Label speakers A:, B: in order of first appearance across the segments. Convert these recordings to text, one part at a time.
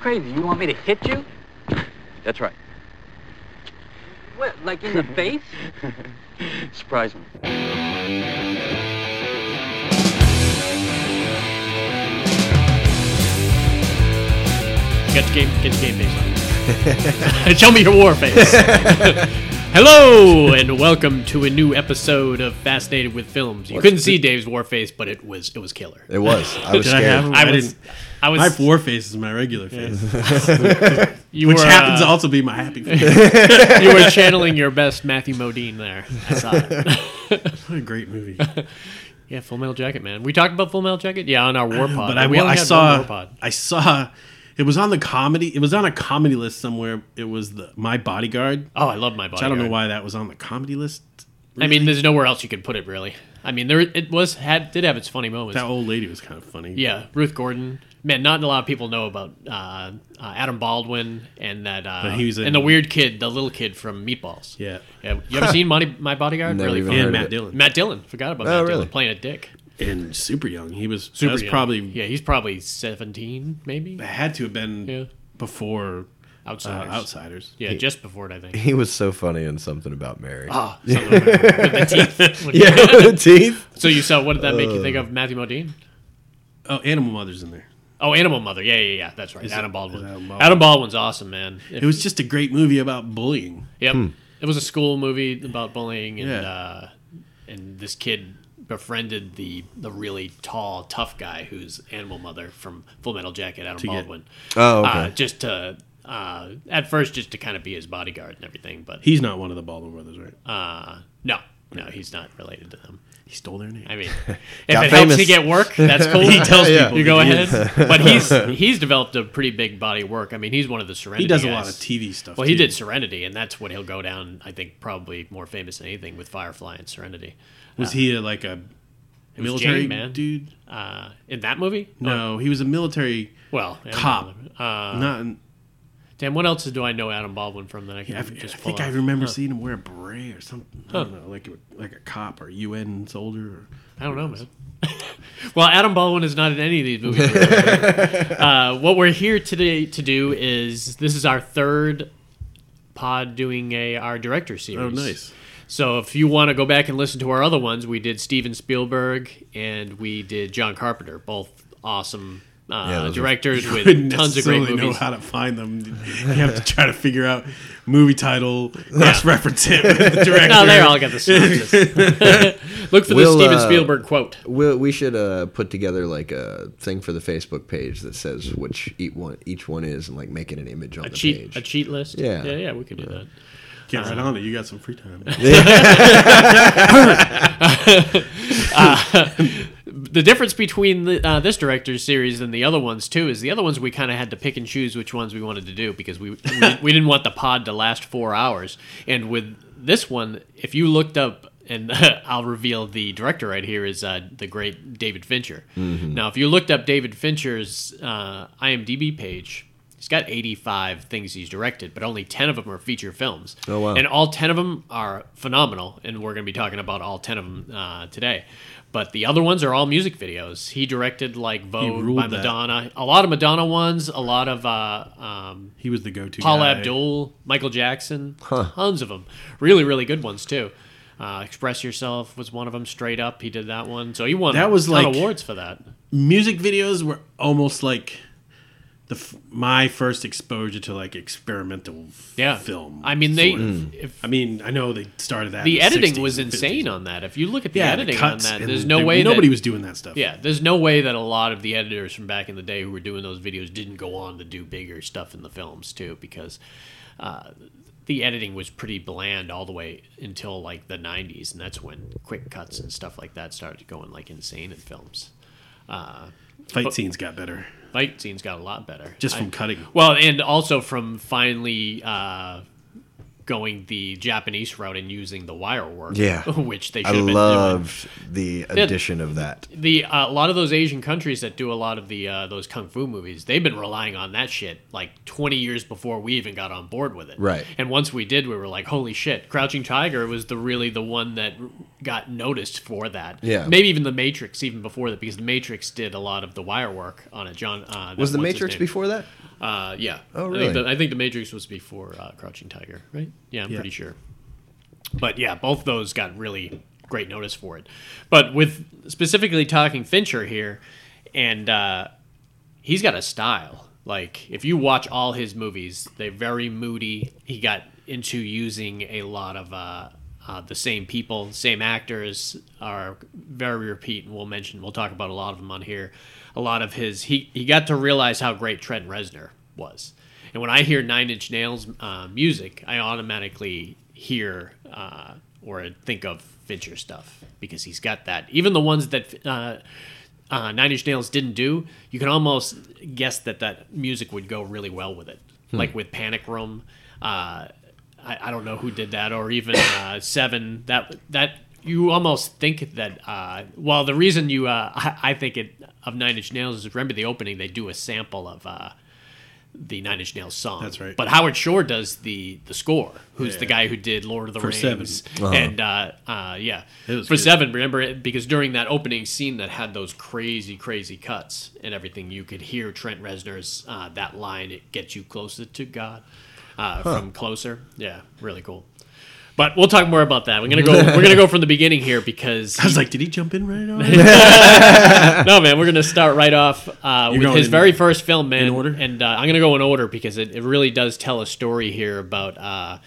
A: crazy. You want me to hit you?
B: That's right.
A: What, like in the face?
B: Surprise me.
C: Get the game, get the game face on. Show me your war face. Hello and welcome to a new episode of Fascinated with Films. You couldn't see Dave's war face, but it was it was killer.
D: It was. I was
E: Did I
D: scared.
E: have-
C: I was, I was.
E: My war face is my regular face,
C: you
E: which
C: were,
E: happens to
C: uh,
E: also be my happy face.
C: You were channeling your best Matthew Modine there. I saw it.
E: what a great movie!
C: Yeah, Full Metal Jacket, man. We talked about Full Metal Jacket, yeah, on our war pod.
E: But I,
C: we
E: well,
C: only
E: I
C: had one war
E: saw,
C: pod.
E: I saw, it was on the comedy. It was on a comedy list somewhere. It was the My Bodyguard.
C: Oh, I love my
E: Which
C: body.
E: I don't know why that was on the comedy list.
C: I mean, there's nowhere else you could put it, really. I mean, there it was had did have its funny moments.
E: That old lady was kind of funny.
C: yeah, Ruth Gordon. Man, not a lot of people know about uh, uh, Adam Baldwin and that uh,
E: But he was in-
C: and the weird kid, the little kid from Meatballs.
E: yeah.
C: Yeah, you ever seen Monty, My Bodyguard?
D: Never
C: really
D: even
C: funny.
D: heard
E: And
D: of
E: Matt
D: it.
E: Dillon
C: Matt Dillon. Forgot about
D: Oh,
C: Matt
D: really?
C: Dillon playing a dick.
E: and super young. He was. Super
C: Super
E: that was
C: young.
E: probably
C: yeah. He's probably seventeen, maybe.
E: had to have been
C: Yeah.
E: before uh,
C: Outsiders.
E: Outsiders.
C: Yeah, just before it, I think.
D: He was so funny in something about Mary.
C: Ah, something like that. With the teeth.
D: yeah, with the teeth.
C: So you saw what did that make you
D: Uh.
C: think of Matthew Modine?
E: Oh, Animal Mother's in there.
C: Oh, Animal Mother. Yeah, yeah, yeah. That's right. Adam
E: it-
C: Baldwin.
E: is it
C: Adam,
E: Adam Baldwin?
C: Baldwin's awesome, man. If-
E: It was just a great movie about bullying.
C: Yep. It was a school movie about bullying, and
E: Hmm. Yeah.
C: uh, and this kid befriended the the really tall, tough guy who's Animal Mother from Full Metal Jacket, Adam
E: get-
C: Baldwin.
D: Oh, okay.
C: uh, just to uh, at first, just to kind of be his bodyguard and everything, but
E: He's not one of the Baldwin brothers, right?
C: uh, no, no, he's not related to them.
E: He stole their name.
C: I mean, if
D: Got
C: it helps
D: famous.
C: to get work, that's cool.
E: He tells
D: Yeah.
E: people
C: you go
E: that he
C: ahead.
E: is.
C: But he's he's developed a pretty big body of work. I mean, he's one of the Serenity.
E: He does a
C: guys.
E: lot of TV stuff.
C: Well, he
E: too.
C: did Serenity, and that's what he'll go down. I think probably more famous than anything with Firefly and Serenity.
E: Was he a, like a
C: uh, It was
E: military
C: Jane, man. Oh.
E: dude?
C: Uh, in that movie,
E: No, he was a military.
C: well, Adam
E: Cop.
C: Baldwin. Uh,
E: not. in-
C: damn, what else do I know Adam Baldwin from that I can
E: I, I
C: just pull
E: think I
C: off?
E: remember seeing him wear a beret or something. I don't know, like a, like a cop or UN soldier. Or,
C: I don't know, man. well, Adam Baldwin is not in any of these movies. really. uh, what we're here today to do is this is our third pod doing a our director series.
E: oh, nice.
C: So if you want to go back and listen to our other ones, we did Steven Spielberg and we did John Carpenter, both awesome
D: Yeah,
C: uh,
D: those are-
C: directors
E: Couldn't
C: with tons of great
E: necessarily know
C: movies.
E: how to find them. You have to try to figure out movie title, cross reference it with the director.
C: No, they all got the synopsis. Look for
D: We'll,
C: the Steven
D: uh,
C: Spielberg quote.
D: We, we should uh, put together like a thing for the Facebook page that says which each one each one is and like making an image on
C: A
D: the
C: cheat,
D: page.
C: a cheat list.
D: Yeah.
C: yeah, yeah. We could do that.
E: Get right on it. You got some free time.
C: Uh-huh. the difference between the, uh, this director's series and the other ones too is the other ones we kind of had to pick and choose which ones we wanted to do because we we, we didn't want the pod to last four hours. And with this one, if you looked up. And I'll reveal the director right here is uh, the great David Fincher.
D: Mm-hmm.
C: Now, if you looked up David Fincher's uh, IMDb page, he's got 85 things he's directed, but only 10 of them are feature films.
D: Oh, wow.
C: And all 10 of them are phenomenal and we're going to be talking about all 10 of them uh, today but the other ones are all music videos he directed like vogue
E: ruled
C: by
E: that.
C: madonna a lot of madonna ones a lot of uh, um,
E: He was the go-to.
C: paul
E: guy.
C: abdul michael jackson tons of them really really good ones too uh, express yourself was one of them straight up he did that one so he won
E: That
C: a
E: was
C: ton of
E: like-
C: awards for that
E: music videos were almost like the f- my first exposure to like experimental f-
C: yeah
E: film.
C: i mean they
E: sort of.
C: if,
E: I mean, I know they started that.
C: the
E: in
C: editing
E: 60s
C: was
E: and 50s.
C: insane on that if you look at the
E: yeah, the
C: editing on
E: cuts
C: that
E: and
C: there's no
E: the-
C: way
E: nobody
C: that,
E: was doing that stuff.
C: Yeah, there's no way that a lot of the editors from back in the day who were doing those videos didn't go on to do bigger stuff in the films too, because uh, the editing was pretty bland all the way until like the '90s, and that's when quick cuts and stuff like that started going like insane in films. Uh,
E: fight scenes got better
C: fight scenes got a lot better
E: just
C: I-
E: from cutting.
C: well, and also from finally uh, going the Japanese route and using the wire work.
D: Yeah.
C: which they should
D: I
C: have been doing
D: loved the addition of that.
C: the uh, a lot of those Asian countries that do a lot of the uh, those kung fu movies, they've been relying on that shit like 20 years before we even got on board with it.
D: Right.
C: And once we did, we were like, holy shit! Crouching Tiger was the really the one that got noticed for that.
D: Yeah.
C: Maybe even The Matrix, even before that, because The Matrix did a lot of the wire work on it. John uh, that-
D: Was the
C: what's his
D: Matrix
C: name?
D: before that?
C: Uh, yeah.
D: Oh,
C: I think,
D: really?
C: the, I think the Matrix was before uh, Crouching Tiger, right? Yeah, I'm
E: Yeah.
C: pretty sure. But yeah, both those got really great notice for it. But with specifically talking Fincher here, and uh, he's got a style. Like if you watch all his movies, they're very moody. He got into using a lot of uh, uh, the same people, same actors are very repeat, and we'll mention, we'll talk about a lot of them on here. A lot of his, he he got to realize how great Trent Reznor was, and when I hear Nine Inch Nails uh, music, I automatically hear uh, or think of Fincher stuff because he's got that. Even the ones that. Uh, uh, Nine Inch Nails didn't do, you can almost guess that that music would go really well with it, like with Panic Room. Uh, I, I don't know who did that, or even uh, Seven. That that you almost think that. Uh, well, the reason you uh, I, I think it of Nine Inch Nails is remember the opening they do a sample of. Uh, the Nine Inch Nails song.
E: That's right.
C: But Howard Shore does the the score. Who's the
E: Yeah.
C: guy who did Lord of the
E: For
C: Rings?
E: Seven. Uh-huh.
C: And uh, uh, yeah,
E: It was
C: for
E: good.
C: seven, remember it because during that opening scene that had those crazy, crazy cuts and everything, you could hear Trent Reznor's uh, that line, "It gets you closer to God," uh, from closer. Yeah, really cool. But we'll talk more about that. We're gonna go. We're gonna go from the beginning here because
E: I was like, did he jump in right on?
C: no, man, we're gonna start right off uh, with
E: going
C: his
E: in-
C: very first film, man.
E: in order?
C: and uh, I'm gonna go in order because it, it really does tell a story here about. Uh,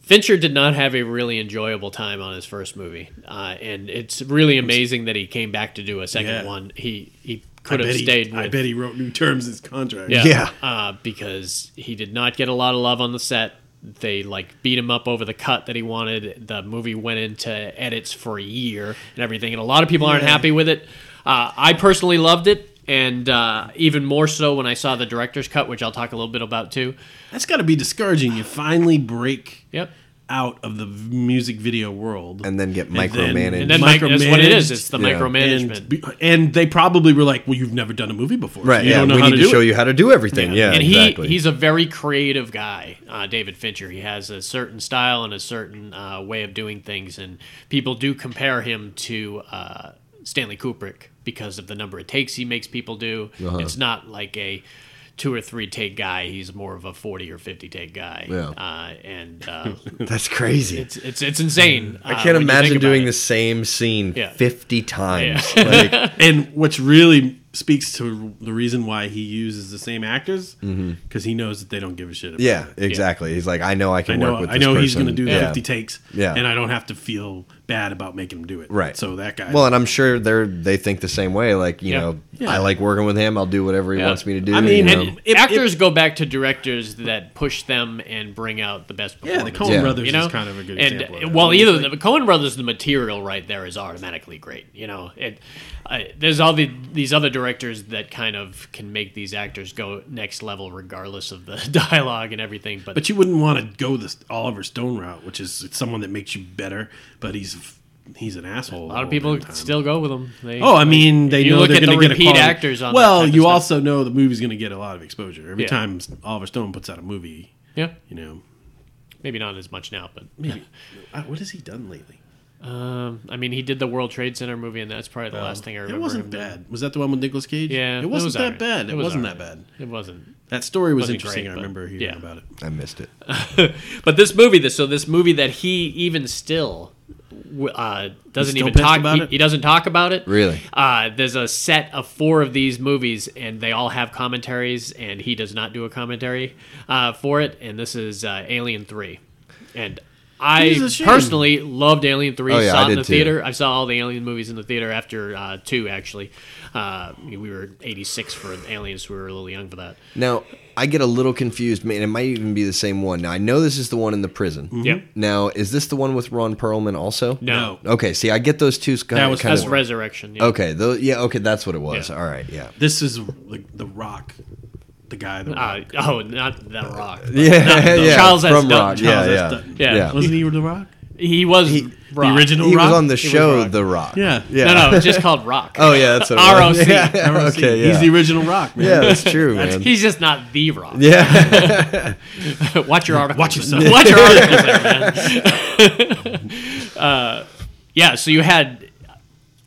C: Fincher did not have a really enjoyable time on his first movie, uh, and it's really amazing that he came back to do a second
E: Yeah.
C: one. He he
E: I
C: could
E: bet
C: have
E: he-
C: stayed.
E: I
C: with-
E: bet he wrote new terms in his contract.
C: yeah.
D: Yeah.
C: Uh, because he did not get a lot of love on the set. They like beat him up over the cut that he wanted. The movie went into edits for a year and everything, and a lot of people aren't happy with it. Uh, I personally loved it, and uh, even more so when I saw the director's cut, which I'll talk a little bit about too.
E: That's got to be discouraging. You finally break
C: Yep.
E: out of the v- music video world.
D: and then get
E: And then-
D: micromanaged.
C: And then mic- that's what it is. It's the
D: Yeah.
C: micromanagement.
E: And, be- and they probably were like, well, you've never done a movie before. so
D: right?
E: You
D: yeah,
E: don't know
D: we
E: how
D: need
E: to,
D: to,
E: do
D: show
E: it.
D: you how to do everything. Yeah,
C: and
D: exactly.
C: he he's a very creative guy, uh, David Fincher. He has a certain style and a certain uh, way of doing things, and people do compare him to uh, Stanley Kubrick because of the number of takes he makes people do.
D: Uh-huh.
C: It's not like a two or three take guy. He's more of a forty or fifty take guy.
D: Yeah.
C: Uh, and uh,
D: That's crazy.
C: it's it's it's insane. uh,
D: I can't imagine doing the same scene
C: Yeah.
D: 50 times. Like,
E: And what's really speaks to the reason why he uses the same actors because he knows that they don't give a shit. About it.
D: Mm-hmm. yeah, exactly. He's like, I know I
E: I
D: can
E: know.
D: work with
E: I
D: this
E: know he's
D: person.
E: going to do
D: Yeah.
E: 50 takes.
D: Yeah.
E: And I don't have to feel bad about making him do it.
D: Right.
E: So that guy.
D: Well, and I'm sure they're they think the same way. Like, you
C: Yeah.
D: know,
E: Yeah.
D: I like working with him. I'll do whatever he
C: Yeah.
D: wants me to do.
E: I mean,
D: you
E: and-
D: know.
E: If-
C: Actors go back to directors that push them and bring out the best.
E: yeah, the
C: performances.
E: Coen
D: Yeah.
E: Brothers
C: you know,
E: is kind of a good
C: and, uh,
E: example. of that.
C: Well, either the Cohen Brothers, the material right there is automatically great. You know, it, I there's all the, these other directors that kind of can make these actors go next level, regardless of the dialogue and everything. But,
E: But you wouldn't want to go this Oliver Stone route, which is someone that makes you better, but he's he's an asshole.
C: a lot of people still go with them. They,
E: Oh, I mean, they
C: you
E: know
C: look
E: they're
C: at the
E: going to get a
C: repeat
E: quality-
C: actors on that
E: Well,
C: type of
E: you
C: stuff.
E: also know the movie's going to get a lot of exposure every
C: Yeah.
E: time Oliver Stone puts out a movie.
C: yeah,
E: You know,
C: maybe not as much now, but
E: maybe uh, what has he done lately?
C: um, I mean, he did the World Trade Center movie, and that's probably the last thing I remember.
E: It
C: him
E: wasn't
C: doing.
E: bad. Was that the one with Nicolas Cage?
C: Yeah,
E: it wasn't
C: was
E: that
C: alright.
E: bad. It,
C: was
E: wasn't
C: alright.
E: that bad.
C: It wasn't.
E: That story was
C: Wasn't
E: interesting.
C: great,
E: I
C: but-
E: remember hearing
C: yeah.
E: about it.
D: I missed it.
C: But this movie, this so this movie that he even still w- uh, doesn't
E: still
C: even
E: pissed
C: talk
E: about
C: he,
E: it?
C: he doesn't talk about it.
D: Really?
C: Uh, there's a set of four of these movies, and they all have commentaries, and he does not do a commentary uh, for it. And this is uh, Alien Three, and.
E: He's
C: I
E: a shame.
C: personally loved Alien Three.
D: Oh, yeah,
C: saw
D: I
C: it in
D: did
C: the
D: too.
C: theater. I saw all the Alien movies in the theater after uh, two. Actually, uh, we were '86 for Aliens. We were a little young for that.
D: Now, I get a little confused. Man, it might even be the same one. Now, I know this is the one in the prison.
E: Mm-hmm.
C: Yep.
D: Now, is this the one with Ron Perlman also?
C: No,
D: Okay, see, I get those two kind
E: That was-
D: kind
C: that's
D: of.
C: Resurrection. Yeah.
D: Okay, tho- yeah, okay, that's what it was.
C: Yeah.
D: All right, yeah.
E: This is like the Rock, the guy. The
C: Uh,
E: Rock.
C: oh, not The Rock.
D: Yeah, yeah.
C: Charles S.
D: from
C: Dutton.
D: Rock.
E: Charles
D: yeah,
E: S.
D: yeah.
E: Dutton.
C: Yeah.
D: yeah.
E: Wasn't he the Rock?
C: He was Rock.
E: The original
D: He
E: Rock.
D: was on the show
C: Rock.
D: The Rock.
E: Yeah.
D: Yeah.
C: No, no, it's just called Rock.
D: Oh yeah, that's what it was.
C: ROC.
D: Yeah, yeah,
E: ROC.
D: Okay, yeah.
E: He's the original Rock, man.
D: yeah, that's true, man.
C: He's just not the Rock.
D: yeah.
C: Watch your articles.
E: Watch yourself.
C: Watch your articles, there, man. uh, yeah. So you had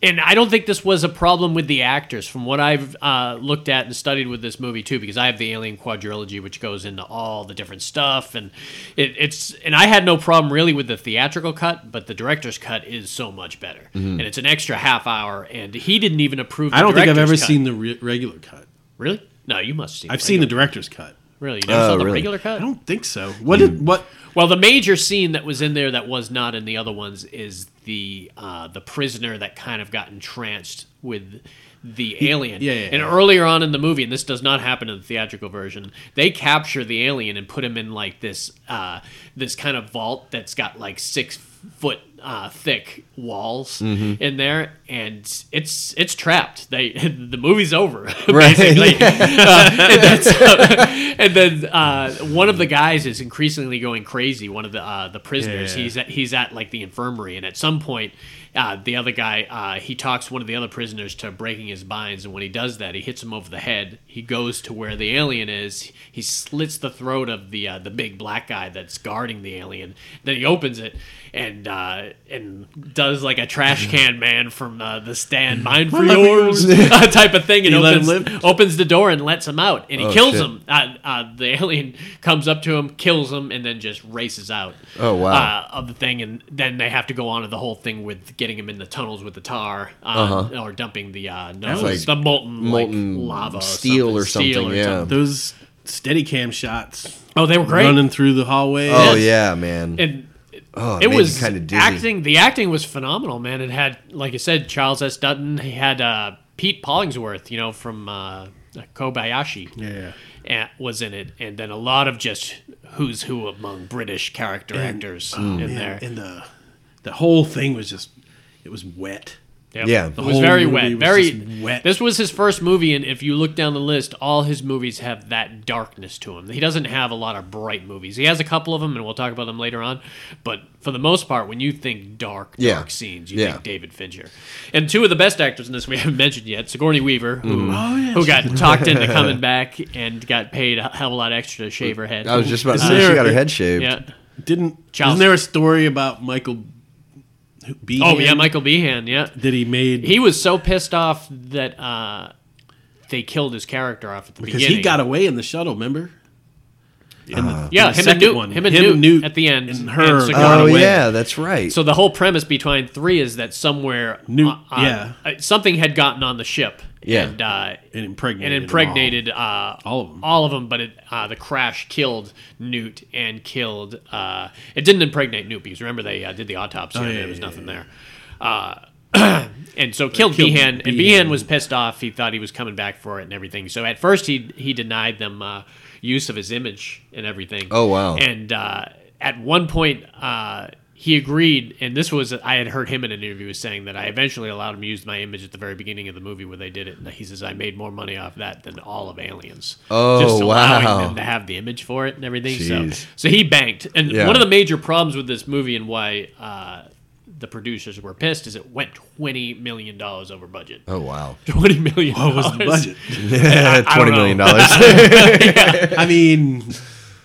C: and I don't think this was a problem with the actors, from what I've uh, looked at and studied with this movie too, because I have the Alien quadrilogy, which goes into all the different stuff, and it, it's and I had no problem really with the theatrical cut, but the director's cut is so much better, and it's an extra half hour, and he didn't even approve. The
E: Mm-hmm. I don't think I've
C: director's
E: ever
C: cut.
E: seen the re- regular cut.
C: really. No, you must see.
E: I've seen the director's cut.
C: really. You never
D: Oh,
C: saw the
D: really?
C: regular cut.
E: I don't think so. What did what?
C: Well, the major scene that was in there that was not in the other ones is the uh, the prisoner that kind of got entranced with the alien.
E: yeah, yeah,
C: And
E: yeah.
C: earlier on in the movie, and this does not happen in the theatrical version, they capture the alien and put him in like this uh, this kind of vault that's got like six foot uh, thick walls
D: Mm-hmm.
C: in there, and it's it's trapped. They the movie's over
D: Right.
C: basically. Uh, and, that's, and then uh, one of the guys is increasingly going crazy. One of the uh, the prisoners.
E: Yeah.
C: He's at he's at like the infirmary, and at some point, uh, the other guy uh, he talks one of the other prisoners to breaking his binds, and when he does that, he hits him over the head. He goes to where the alien is. He slits the throat of the uh, the big black guy that's guarding the alien. Then he opens it and uh, and does like a trash can man from uh, the stand, mine for yours type of thing, and
E: You let him
C: opens
E: live?
C: opens the door and lets him out, and he
D: Oh,
C: kills
D: shit.
C: him. Uh, uh, the alien comes up to him, kills him, and then just races out.
D: Oh, wow.
C: Uh, of the thing, and then they have to go on to the whole thing with getting him in the tunnels with the tar uh, or dumping the uh, no,
D: Uh-huh. was-
C: the molten like,
D: molten
C: lava, or
D: steel or
C: steel
D: something, yeah.
E: Those steady cam shots
C: Oh, they were great.
E: running through the hallway.
D: Oh
C: Yes.
D: yeah, man.
C: and
D: oh,
C: it was
D: kind of dizzy.
C: acting. The acting was phenomenal, man. It had, like I said, Charles S. Dutton. He had uh, Pete Pollingsworth, you know, from uh, Kobayashi.
E: Yeah.
C: at- was in it, and then a lot of just who's who among British character actors
D: oh,
C: in
E: And-
C: there.
E: And the the whole thing was just it was wet.
C: Yep.
D: Yeah.
C: it
D: The
C: was
E: whole
C: very
E: movie
C: wet.
E: was
C: very
E: just wet.
C: This was his first movie, and if you look down the list, all his movies have that darkness to him. He doesn't have a lot of bright movies. He has a couple of them, and we'll talk about them later on. But for the most part, when you think dark,
D: Yeah.
C: dark scenes, you
D: Yeah.
C: think David Fincher. And two of the best actors in this we haven't mentioned yet: Sigourney Weaver,
D: Mm.
C: who,
E: Oh, yeah,
C: who
E: she-
C: got talked into coming back and got paid a hell of a lot extra to shave her head.
D: I was just about to
E: Is
D: say she
E: there-
D: got her head shaved.
C: yeah.
E: Didn't
C: Charles-
E: Isn't there a story about Michael B?
C: Oh yeah, Michael Behan. Yeah,
E: that he made
C: he was so pissed off that uh, they killed his character off at the
E: because
C: beginning.
E: he got away in the shuttle. Remember? In the,
C: yeah,
E: in the
C: him and
E: second
C: Newt,
E: one.
C: him and Newt at the end,
E: and
C: and
E: her.
C: Sigourney
D: Oh
E: away.
D: yeah, that's right.
C: So the whole premise behind three is that somewhere,
E: Newt-
C: uh, uh,
E: yeah.
C: uh, something had gotten on the ship,
D: Yeah.
C: and uh,
E: and impregnated
C: and
E: them
C: impregnated uh,
E: All of 'em.
C: All of them, but it, uh, the crash killed Newt and killed. Uh, it didn't impregnate Newt because remember they uh, did the autopsy and
E: Oh, yeah,
C: there was
E: yeah,
C: nothing there. Uh, and so killed,
E: killed
C: Behan, and
E: Behan.
C: Behan was pissed off. He thought he was coming back for it and everything. So at first he he denied them uh, use of his image and everything.
D: Oh, wow.
C: And uh, at one point. Uh, he agreed, and this was I had heard him in an interview saying that I eventually allowed him to use my image at the very beginning of the movie where they did it, and he says I made more money off that than all of Aliens.
D: Oh,
C: just allowing
D: wow.
C: them to have the image for it and everything.
D: Jeez.
C: So, so he banked, and
D: Yeah.
C: one of the major problems with this movie and why uh, the producers were pissed is it went twenty million dollars over budget.
D: oh wow,
C: Twenty million.
E: What was the budget?
D: twenty million dollars.
E: I mean,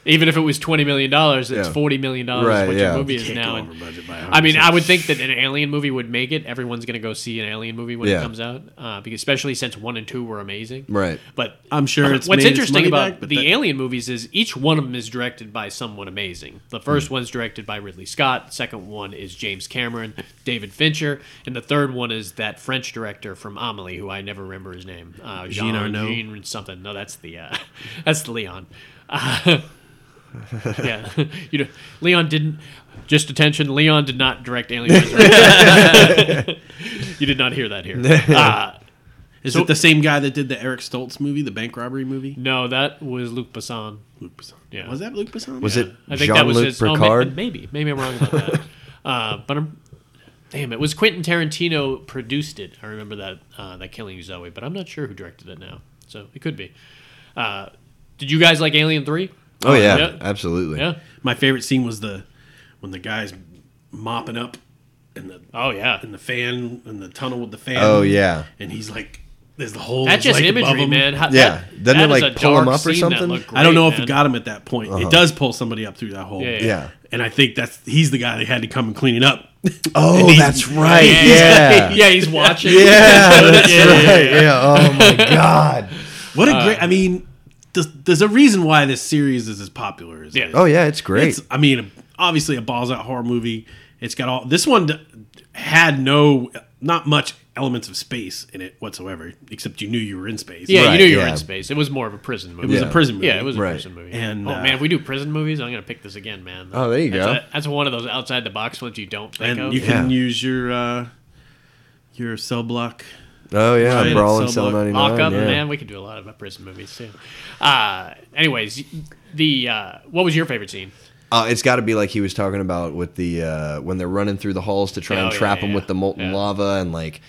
C: Even if it was twenty million dollars, it's
D: Yeah.
C: forty million dollars.
D: Right,
C: What
D: yeah.
C: your movie is
E: can't
C: now.
E: go over budget by a
C: I mean,
E: hundred
C: I would think that an alien movie would make it. Everyone's going to go see an alien movie when it
D: Yeah.
C: comes out, uh, because especially since one and two were amazing.
D: right.
C: But
E: I'm sure it's
C: uh, what's
E: made its
C: interesting
E: money
C: about
E: back, but
C: the
E: that-
C: alien movies is each one of them is directed by someone amazing. The first
E: Hmm.
C: one's directed by Ridley Scott. The second one is James Cameron, David Fincher, and the third one is that French director from Amelie, who I never remember his name. Uh, Jean,
E: Jean Arnaud?
C: Jean something. No, that's the uh, that's the Leon. Uh, yeah, you know, Leon didn't. Just attention, Leon did not direct Alien. Resurrection. you did not hear that here. Uh,
E: is
C: so-
E: it the same guy that did the Eric Stoltz movie, the bank robbery movie?
C: no, that was Luc Besson.
E: Luc Besson.
C: Yeah.
E: Was that Luc Besson?
D: Was
E: Yeah.
D: it
C: I think that was
D: Jean-Luc
C: his. oh, ma-
D: Picard?
C: maybe, maybe I'm wrong about that. uh, but I'm. Damn, it was Quentin Tarantino produced it. I remember that uh, that Killing Zoe, but I'm not sure who directed it now. So it could be. Uh, did you guys like Alien Three?
D: oh yeah,
C: Yeah.
D: absolutely.
C: Yeah.
E: My favorite scene was the when the guy's mopping up and the
C: Oh yeah.
E: in the fan in the tunnel with the fan.
D: Oh yeah.
E: and he's like, there's the whole
C: That's just
E: like above
C: imagery,
E: him.
C: man. How,
D: Yeah.
C: That,
D: Doesn't it,
C: that is
D: like,
C: a
D: pull 'em
C: dark
D: up or
C: scene that
D: something?
C: looked
E: I don't
C: great,
E: know if
C: man.
E: it got him
D: Uh-huh.
E: at that point. It does pull somebody up through that hole.
C: Yeah,
D: Yeah.
E: And I think that's he's the guy that had to come and clean it up
D: Oh, that's right. Yeah.
C: yeah, he's watching.
D: Yeah, that's right. Yeah. Oh my god.
E: What
C: Uh,
E: a great! I mean, there's, there's a reason why this series is as popular as it
C: Yeah.
E: is.
D: Oh yeah, it's great.
E: It's, I mean, obviously a balls out horror movie. It's got all this one d- had no, not much elements of space in it whatsoever, except you knew you were in space.
C: Yeah, you
D: Right,
C: knew you were
D: yeah.
C: in space. It was more of a prison movie.
E: it was
D: Yeah.
E: a prison movie.
C: Yeah, it was a
D: Right.
C: prison movie.
E: And,
C: oh
E: uh,
C: man, if we do prison movies, I'm gonna pick this again, man.
D: Oh, there you
C: that's
D: go.
C: a- that's one of those outside the box ones you don't think
E: and
C: of.
E: you can
D: Yeah.
E: use your uh, your cell block.
D: oh yeah,
E: Right, it's
D: Brawl and
E: so
D: Cell
E: much-
D: ninety
C: mock
D: nine.
C: up,
D: yeah.
C: man. We could do a lot of prison movies too. Uh, anyways, the uh, what was your favorite scene?
D: Uh, it's got to be like he was talking about with the uh, when they're running through the halls to try
C: Oh,
D: and
C: yeah,
D: trap him
C: yeah,
D: with the molten
C: yeah.
D: lava and like.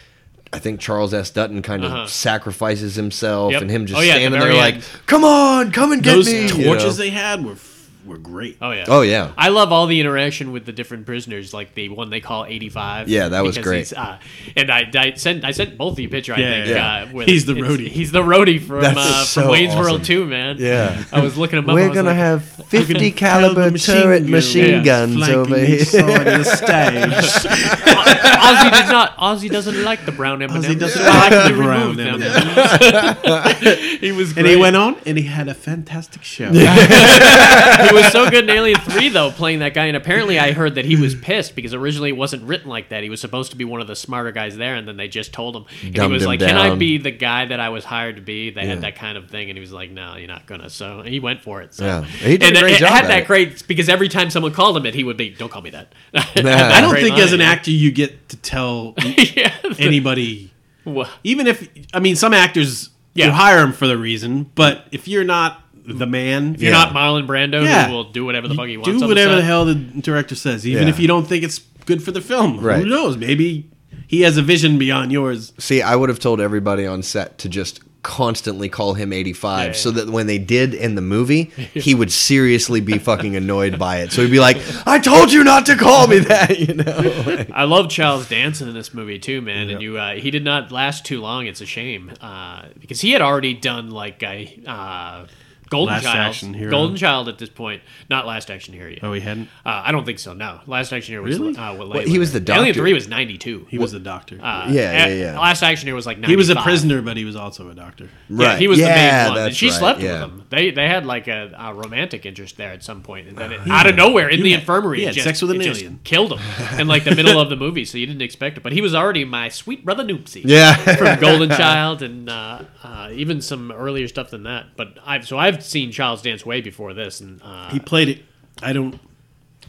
D: I think Charles S. Dutton kind of
C: Uh-huh.
D: sacrifices himself,
C: Yep.
D: and him just
C: Oh, yeah, at the
D: standing there
C: very
D: like,
C: end.
D: "Come on, come and get
E: Those
D: me!" you
E: torches
D: know?
E: they had were f- were great.
C: Oh yeah.
D: Oh, yeah.
C: I love all the interaction with the different prisoners, like the one they call eighty five.
D: Yeah, that was great.
C: Uh, and I, I sent I sent both of you a picture. I
E: Yeah,
C: think
E: yeah.
C: uh, with,
E: He's the
C: it's-
E: roadie.
C: He's the roadie from
D: That's
C: uh,
D: so
C: from Wayne's
D: awesome.
C: World too, man.
D: Yeah.
C: I was looking him up. I
D: We're
C: was
D: gonna
C: like,
D: have fifty
E: Held
D: caliber
E: the machine
D: turret
E: gun,
D: machine
E: yeah,
D: guns
E: flanking
D: over
E: each
D: here.
E: side of the stage.
C: Ozzy does not. Ozzy doesn't like the brown M&Ms.
E: Ozzy doesn't like
C: He
E: the
C: removed
E: brown
C: them. he was. Great.
E: and he went on and he had a fantastic show.
C: He was so good in Alien Three though, playing that guy. And apparently, I heard that he was pissed because originally it wasn't written like that. He was supposed to be one of the smarter guys there, and then they just told him. And he
D: Dumbed
C: was
D: him
C: like, "Can I
D: down.
C: be the guy that I was hired to be?" They
D: Yeah.
C: had that kind of thing, and he was like, "No, you're not gonna." So he went for it. So.
D: Yeah. He did
C: and
D: a great
C: it,
D: job
C: It had
D: at
C: that
D: it.
C: great because every time someone called him it, he would be, "Don't call me that."
D: Nah.
E: I don't think as an
C: actor.
E: actor you get to tell
C: yeah.
E: anybody
C: Wha-
E: even if I mean some actors you
C: Yeah.
E: hire them for the reason, but if you're not the man,
C: You're not Marlon Brando
E: Yeah.
C: who will do whatever the fuck he wants.
E: do
C: on
E: whatever
C: the,
E: the
C: set.
E: hell the director says, even
D: Yeah.
E: if you don't think it's good for the film.
D: Right.
E: Who knows? Maybe he has a vision beyond yours.
D: See, I would have told everybody on set to just constantly call him 85
C: yeah.
D: so that when they did in the movie, he would seriously be fucking annoyed by it. So he'd be like, "I told you not to call me that," you know.
C: I love Charles Danson in this movie too, man. And you, uh, he did not last too long. It's a shame uh, because he had already done like a uh, Golden
E: Last
C: Child,
E: Action Hero.
C: Golden Child at this point, not Last Action Hero yet.
E: Oh, he hadn't.
C: Uh, I don't think so. No, Last Action Hero was
E: Really?
C: uh, what,
D: Well, he was the
C: Alien
D: doctor.
C: Three was ninety two.
E: He was a doctor.
C: Uh,
D: Yeah, yeah,
C: a-
D: yeah.
C: Last Action Hero was like 95.
E: he was a prisoner, but he was also a doctor.
C: Yeah, he was
D: Yeah,
C: the main one. And
D: that's
C: she
D: right,
C: slept
D: yeah.
C: with him. They they had like a, a romantic interest there at some point, and then it, out of nowhere in the
E: Uh, had-
C: infirmary,
E: he
C: it
E: had
C: just-
E: sex with an
C: it just
E: alien.
C: killed him in like the middle of the movie, so you didn't expect it. But he was already my sweet brother Noopsy
D: Yeah.
C: from Golden Child, and uh, uh, even some earlier stuff than that. But I've so I've seen Child's Dance way before this, and uh,
E: He played it. I don't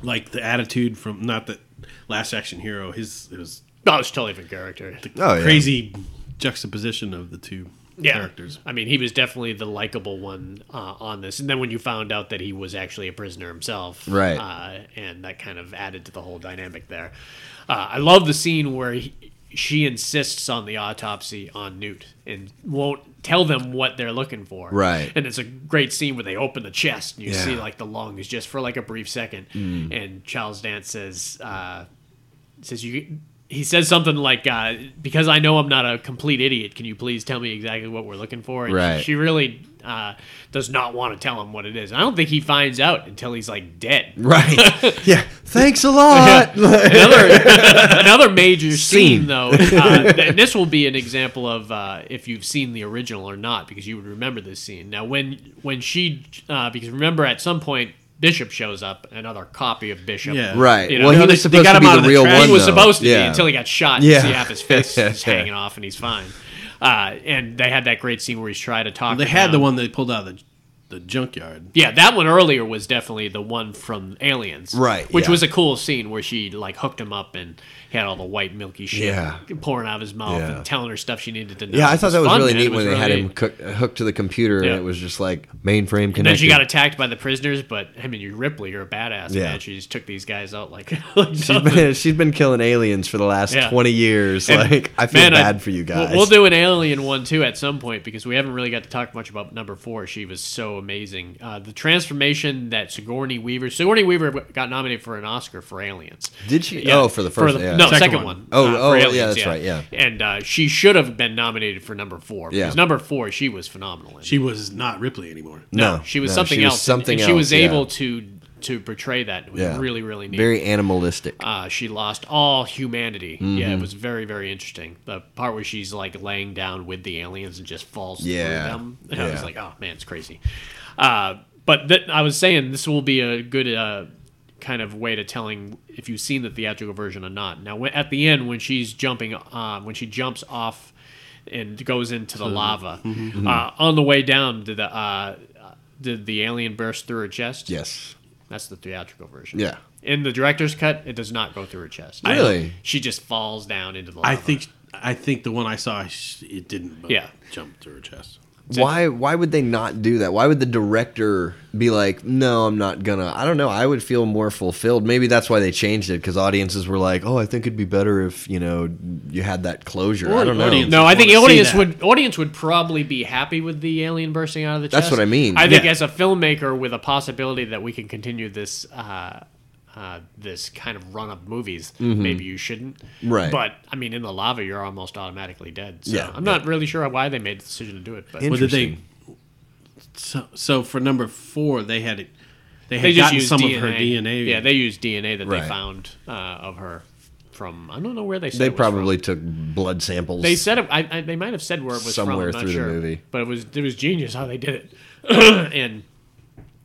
E: like the attitude from not the Last Action Hero. His it was
C: oh, it's totally different character.
D: Oh, yeah.
E: crazy juxtaposition of the two
C: yeah.
E: characters.
C: I mean, he was definitely the likable one uh, on this. And then when you found out that he was actually a prisoner himself,
D: Right.
C: Uh, and that kind of added to the whole dynamic there. Uh, I love the scene where he, she insists on the autopsy on Newt and won't tell them what they're looking for.
D: Right.
C: And it's a great scene where they open the chest and you
D: Yeah. Mm.
C: see like the lungs just for like a brief second. And Charles Dance says. Uh, says you he says something like uh, because i know i'm not a complete idiot can you please tell me exactly what we're looking for and
D: Right.
C: she, she really uh, does not want to tell him what it is i don't think he finds out until he's like dead
D: Right. Yeah. Thanks a lot.
C: another another major scene, though. Uh, th- this will be an example of uh, if you've seen the original or not, because you would remember this scene. Now, when when she, uh, because remember at some point Bishop shows up, another copy of Bishop.
E: Yeah.
D: Right.
C: You know,
D: well, he
C: they-
D: was
E: they
D: supposed
E: got
D: to
E: him
D: be
E: out
D: the
E: of the
D: real
E: trash.
D: one.
C: he was
D: though.
C: supposed to
D: yeah.
C: be until he got shot.
D: Yeah.
C: Yeah, see half his fist is
D: Yeah.
C: hanging off, and he's fine. Uh, and they had that great scene where he's trying to talk.
E: They
C: to
E: had the
C: Brown.
E: one they pulled out of the, the junkyard.
C: Yeah, that one earlier was definitely the one from Aliens,
D: Right,
C: Which
D: yeah.
C: was a cool scene where she like hooked him up and he had all the white milky shit
D: Yeah.
C: pouring out of his mouth
D: Yeah.
C: and telling her stuff she needed to know.
D: Yeah, I
C: It
D: thought that was
C: fun,
D: really
C: man.
D: neat
C: It was
D: when they had
C: really-
D: him cook, hooked to the computer,
C: Yeah.
D: and it was just like mainframe connected.
C: And then she got attacked by the prisoners, but I mean, you're Ripley, you're a badass,
D: Yeah.
C: man. She just took these guys out like.
D: She's been, she's been killing aliens for the last
C: Yeah.
D: 20 years.
C: And,
D: like, I feel
C: man, I-
D: bad for
C: we'll-
D: you guys.
C: We'll, do an Alien one too at some point because we haven't really got to talk much about number four. She was so amazing. Uh, the transformation that Sigourney Weaver Sigourney Weaver got nominated for an Oscar for Aliens.
D: Did she?
C: Yeah.
D: Oh, for the first yeah.
C: no second,
E: Second
C: one. Uh,
E: one.
D: Oh,
C: for
D: oh, yeah, that's right, yeah.
C: and uh, she should have been nominated for number four
D: Yeah.
C: because number four she was phenomenal. In.
E: She was not Ripley anymore.
D: No,
C: she was
D: no,
C: something
D: she was
C: else.
D: something
C: and she was
D: else, yeah.
C: able to to portray that. It was
D: Yeah.
C: really, really neat.
D: Very animalistic.
C: uh, she lost all humanity. Yeah, it
D: Mm-hmm.
C: was very, very interesting. The part where she's like laying down with the aliens and just falls
D: Yeah.
C: through them. And I was
D: Yeah.
C: like, oh man, it's crazy. Uh, but th- I was saying this will be a good uh, kind of way to telling if you've seen the theatrical version or not. Now, when, at the end, when she's jumping, um, when she jumps off and goes into
D: Mm-hmm.
C: the lava, uh, on the way down, did the uh, did the alien burst through her chest?
D: yes.
C: That's the theatrical version.
D: Yeah.
C: In the director's cut, it does not go through her chest.
D: Really?
C: She just falls down into the lava.
E: I think I think the one I saw, sh- it didn't. but
C: Yeah.
E: jump through her chest.
D: Why why would they not do that? Why would the director be like, "No, I'm not gonna." I don't know. I would feel more fulfilled. Maybe that's why they changed it cuz audiences were like, "Oh, I think it'd be better if, you know, you had that closure." I don't know.
E: audience-
C: No, I think the
E: wanna see
C: audience
E: that.
C: would audience would probably be happy with the alien bursting out of the chest.
D: That's what I mean.
C: I think
E: Yeah.
C: as a filmmaker with a possibility that we can continue this uh, uh, this kind of run of movies, maybe you shouldn't.
D: Mm-hmm. Right.
C: But I mean, in the lava, you're almost automatically dead. So
D: Yeah.
C: I'm not really sure why they made the decision to do it. But
D: In-
E: Well, did they?
D: Interesting.
E: So, so for number four, they had it. They had
C: they just
E: gotten
C: used
E: some
C: DNA.
E: of her DNA.
C: Yeah, they used DNA that
D: Right.
C: they found uh, of her from. I don't know where they. Said
D: They
C: it was from.
D: probably took blood samples.
C: They said it. I, I, they might have said where it was
D: Somewhere
C: from, I'm not
D: through the
C: sure.
D: movie.
C: but it was it was genius how they did it. and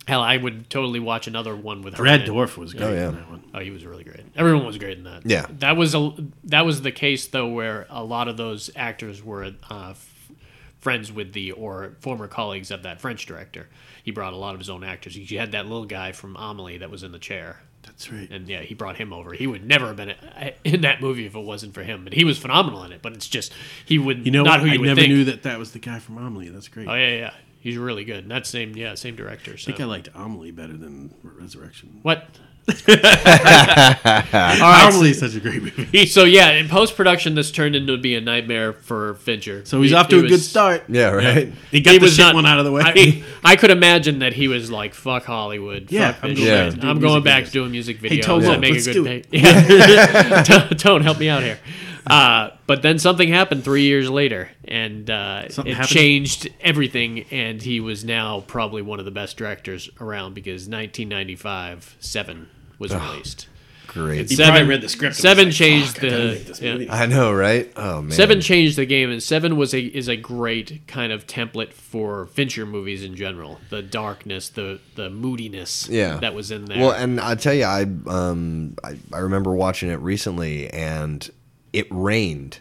C: hell, I would totally watch another one with her in
E: Red
C: it.
E: Dwarf was great.
D: Oh, yeah.
E: in that one.
C: Oh, he was really great. Everyone was great in that.
D: Yeah.
C: that was a that was the case though, where a lot of those actors were uh, f- friends with the or former colleagues of that French director. He brought a lot of his own actors. He had that little guy from Amelie that was in the chair.
E: That's right.
C: And yeah, he brought him over. He would never have been uh, in that movie if it wasn't for him. But he was phenomenal in it. But it's just he would
E: You know,
C: not who
E: I
C: you would
E: never
C: think.
E: knew that that was the guy from Amelie. That's great.
C: Oh yeah, yeah, yeah. he's really good. And that same yeah same director.
E: I
C: So.
E: think I liked Amelie better than Resurrection.
C: what?
E: Amelie is such a great movie.
C: So yeah, in post production, this turned into be a nightmare for Fincher.
E: So he's
C: He-
E: off to
C: he
E: a good
C: was-
E: start.
D: yeah, right.
E: He got
C: He
E: the
C: was
E: shit
C: not-
E: one out of the way.
C: I, I could imagine that he was like, "Fuck Hollywood."
E: Yeah,
C: fuck
E: I'm
C: this
E: going
D: back
C: shit.
E: to doing
C: I'm going
E: music
C: back
E: videos."
C: to doing music videos.
E: Tone,
C: and
E: look,
C: make
E: let's
C: a
E: do
C: good
E: it.
C: pay- Yeah. Tone- Tone, help me out here. Uh, but then something happened three years later, and uh, it
E: Something happened?
C: changed everything. And he was now probably one of the best directors around because 1995 Seven was released.
D: Great.
E: He probably read the script and
C: Seven
E: was like,
C: changed
E: "Fuck, I gotta make
C: the
E: this
C: yeah.
E: movie."
D: I know, right? Oh man.
C: Seven changed the game, and Seven was a is a great kind of template for Fincher movies in general. The darkness, the the moodiness,
D: Yeah.
C: that was in there.
D: Well, and I tell you, I um, I, I remember watching it recently, and it rained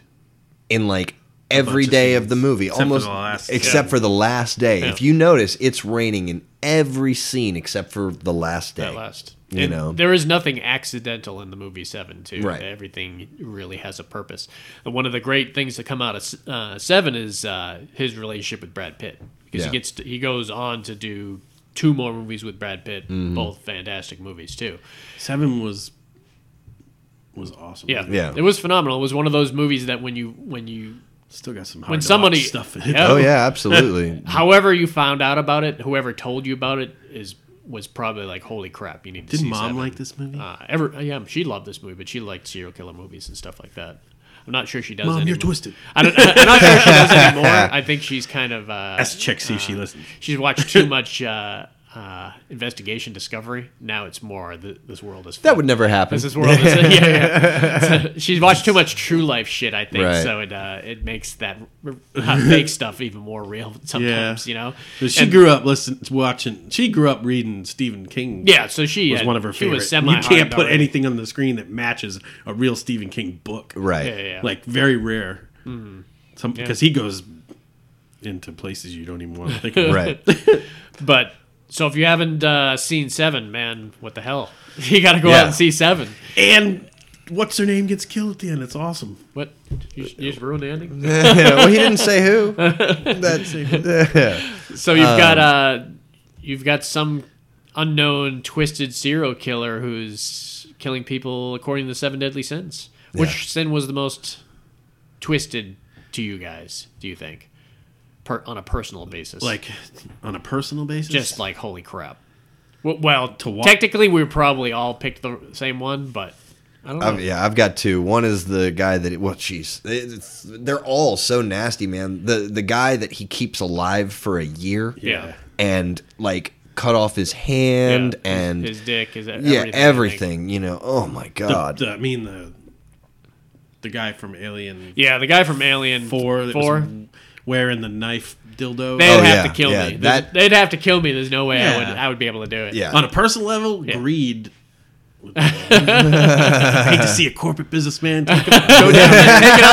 D: in like every
E: bunch of
D: day of,
E: scenes.
D: the movie,
E: Except for
D: almost
E: the last-
D: except
E: yeah.
D: for the last day. If you notice, it's raining in every scene except for the last day.
C: that last,
D: You
C: And
D: know.
C: there is nothing accidental in the movie Seven, too.
D: Right.
C: everything really has a purpose. And one of the great things that come out of uh, Seven is uh, his relationship with Brad Pitt, because he
D: Yeah.
C: gets to, he goes on to do two more movies with Brad Pitt,
D: Mm-hmm.
C: both fantastic movies too.
E: Seven was was awesome.
C: Yeah,
D: Yeah.
C: it was phenomenal. It was one of those movies that when you when you
E: Still got some hard
C: When
E: to
C: somebody-
E: watch stuff in it.
C: Yeah.
D: Oh yeah, absolutely.
C: However, you found out about it, whoever told you about it is was probably like, "Holy crap, you need to
E: Did
C: see."
E: mom
C: Seven."
E: like this movie?
C: Uh, ever, yeah, she loved this movie, but she liked serial killer movies and stuff like that. I'm not sure she does.
E: Mom, you're
C: anymore.
E: twisted.
C: I don't, I'm not sure she does anymore. I think she's kind of uh,
E: Let's check see if she listens.
C: she's watched too much uh, uh, investigation discovery. Now it's more the, this world is
D: that would never happen.
C: this is world. Is, yeah, yeah. So she's watched too much True Life shit, I think.
D: Right.
C: So it uh, it makes that r- uh, fake stuff even more real sometimes.
E: Yeah.
C: You know.
E: But she
C: And-
E: grew up listen watching. She grew up reading Stephen King.
C: Yeah, so she
E: was
C: had-
E: one of her
C: she
E: favorite.
C: Was semi
E: you can't put anything on the screen that matches a real Stephen King book.
D: right.
C: Yeah, yeah. Hmm.
E: Like very rare. Some because he goes into places you don't even want to think of.
D: Right.
C: But so if you haven't uh, seen Seven, man, what the hell? You got to go
D: Yeah.
C: out and see Seven.
E: And what's her name gets killed at the end. It's awesome.
C: What? You, you just ruined the ending.
D: well, he didn't say who. That's
C: So you've got uh, you've got some unknown twisted serial killer who's killing people according to the seven deadly sins. Which sin was the most twisted to you guys? Do you think, per, on a personal basis?
E: Like on a personal basis.
C: just like holy crap. Well, well
E: To wa-
C: technically we probably all picked the same one, but I don't know.
D: I've, yeah, I've got two. One is the guy that well, jeez, it's- they're all so nasty, man. The the guy that he keeps alive for a year,
C: Yeah.
D: and like cut off his hand
C: Yeah, his-
D: and
C: his, dick is everything.
D: yeah,
C: I think.
D: everything. You know, oh my
E: The,
D: god,
E: the- I mean the the guy from Alien
C: Yeah, the guy from Alien
E: Four that
C: Four.
E: was wearing the knife dildo.
C: They'd
D: Oh,
C: have
D: yeah,
C: to kill
D: yeah,
C: me. There's-
D: that-
C: They'd have to kill me. There's no way I would.
E: Yeah.
C: I would be able to do it.
D: yeah.
E: On a personal level, greed. I hate to see a corporate businessman take a-
C: Go down there, take it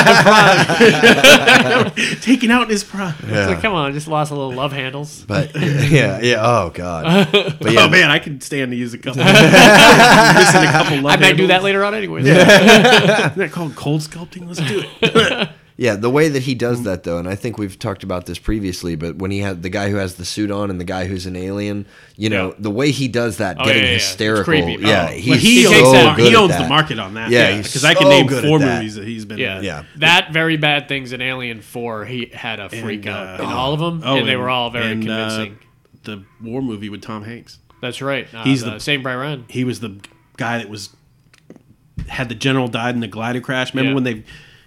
C: out the front.
E: taken out in his prime.
C: It's
D: Yeah.
C: like, come on, I just lost a little love handles.
D: But yeah, yeah. Oh god. But yeah,
E: Oh man, I could stand to use a couple. missing a couple love
C: I might do that
E: handles.
C: later on anyway.
E: Isn't that called cold sculpting? Let's do it.
D: yeah. The way that he does that though, and I think we've talked about this previously, but when he had the guy who has the suit on and the guy who's an alien, you know,
C: Yeah.
D: the way he does that,
C: Oh, yeah,
D: getting
C: yeah, yeah. It's
D: hysterical. Yeah,
C: creepy. Oh.
D: he's
E: But he,
C: He
E: owns,
C: takes
D: so
E: the,
C: that-
E: mar-
D: good
E: he
D: at
E: owns
D: that.
E: the market on that.
D: Yeah, he's
E: because I can
D: so
E: name
D: good at
E: four
D: that.
E: movies that he's been.
C: Yeah.
E: in.
D: Yeah.
C: That very bad things in Alien 4, he had a freak
E: And,
C: out
E: uh,
C: in all of them, and, they were all very
E: and, uh,
C: convincing.
E: the war movie with Tom Hanks.
C: That's right. Uh,
E: he's
C: the,
E: the-
C: same by Ryan.
E: He was the guy that was had the general died in the glider crash. Remember
C: Yeah.
E: when they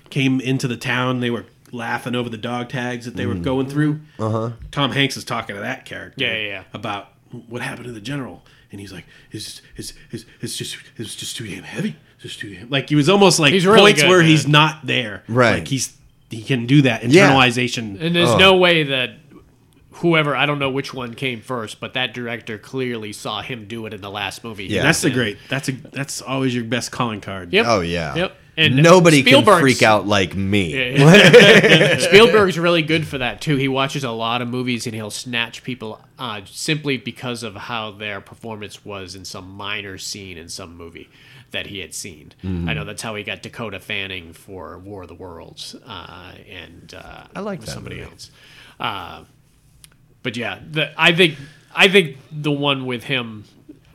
E: came into the town? They were laughing over the dog tags that they were going through. Uh huh. Tom Hanks is talking to that character.
C: Mm. Uh-huh. Yeah, yeah, yeah.
E: About what happened to the general, and he's like, "It's it's it's, it's just it's just too damn heavy. It's just too damn like he was almost like
C: He's really
E: points
C: good,
E: where
C: man.
E: he's not there.
D: Right.
E: Like he's he can do that
D: Yeah.
E: internalization.
C: And
D: Oh.
C: there's no way that whoever, I don't know which one came first, but that director clearly saw him do it in the last movie.
D: Yeah.
E: That's the great. That's a that's always your best calling card.
C: Yep.
D: Oh yeah.
C: Yep. And
D: nobody can
C: Spielberg's-
D: freak out like me.
C: Spielberg's really good for that too. He watches a lot of movies and he'll snatch people uh, simply because of how their performance was in some minor scene in some movie that he had seen.
D: Mm-hmm.
C: I know that's how he got Dakota Fanning for War of the Worlds, uh, and uh, I
D: like that
C: somebody else. Uh, but yeah, the, I think I think the one with him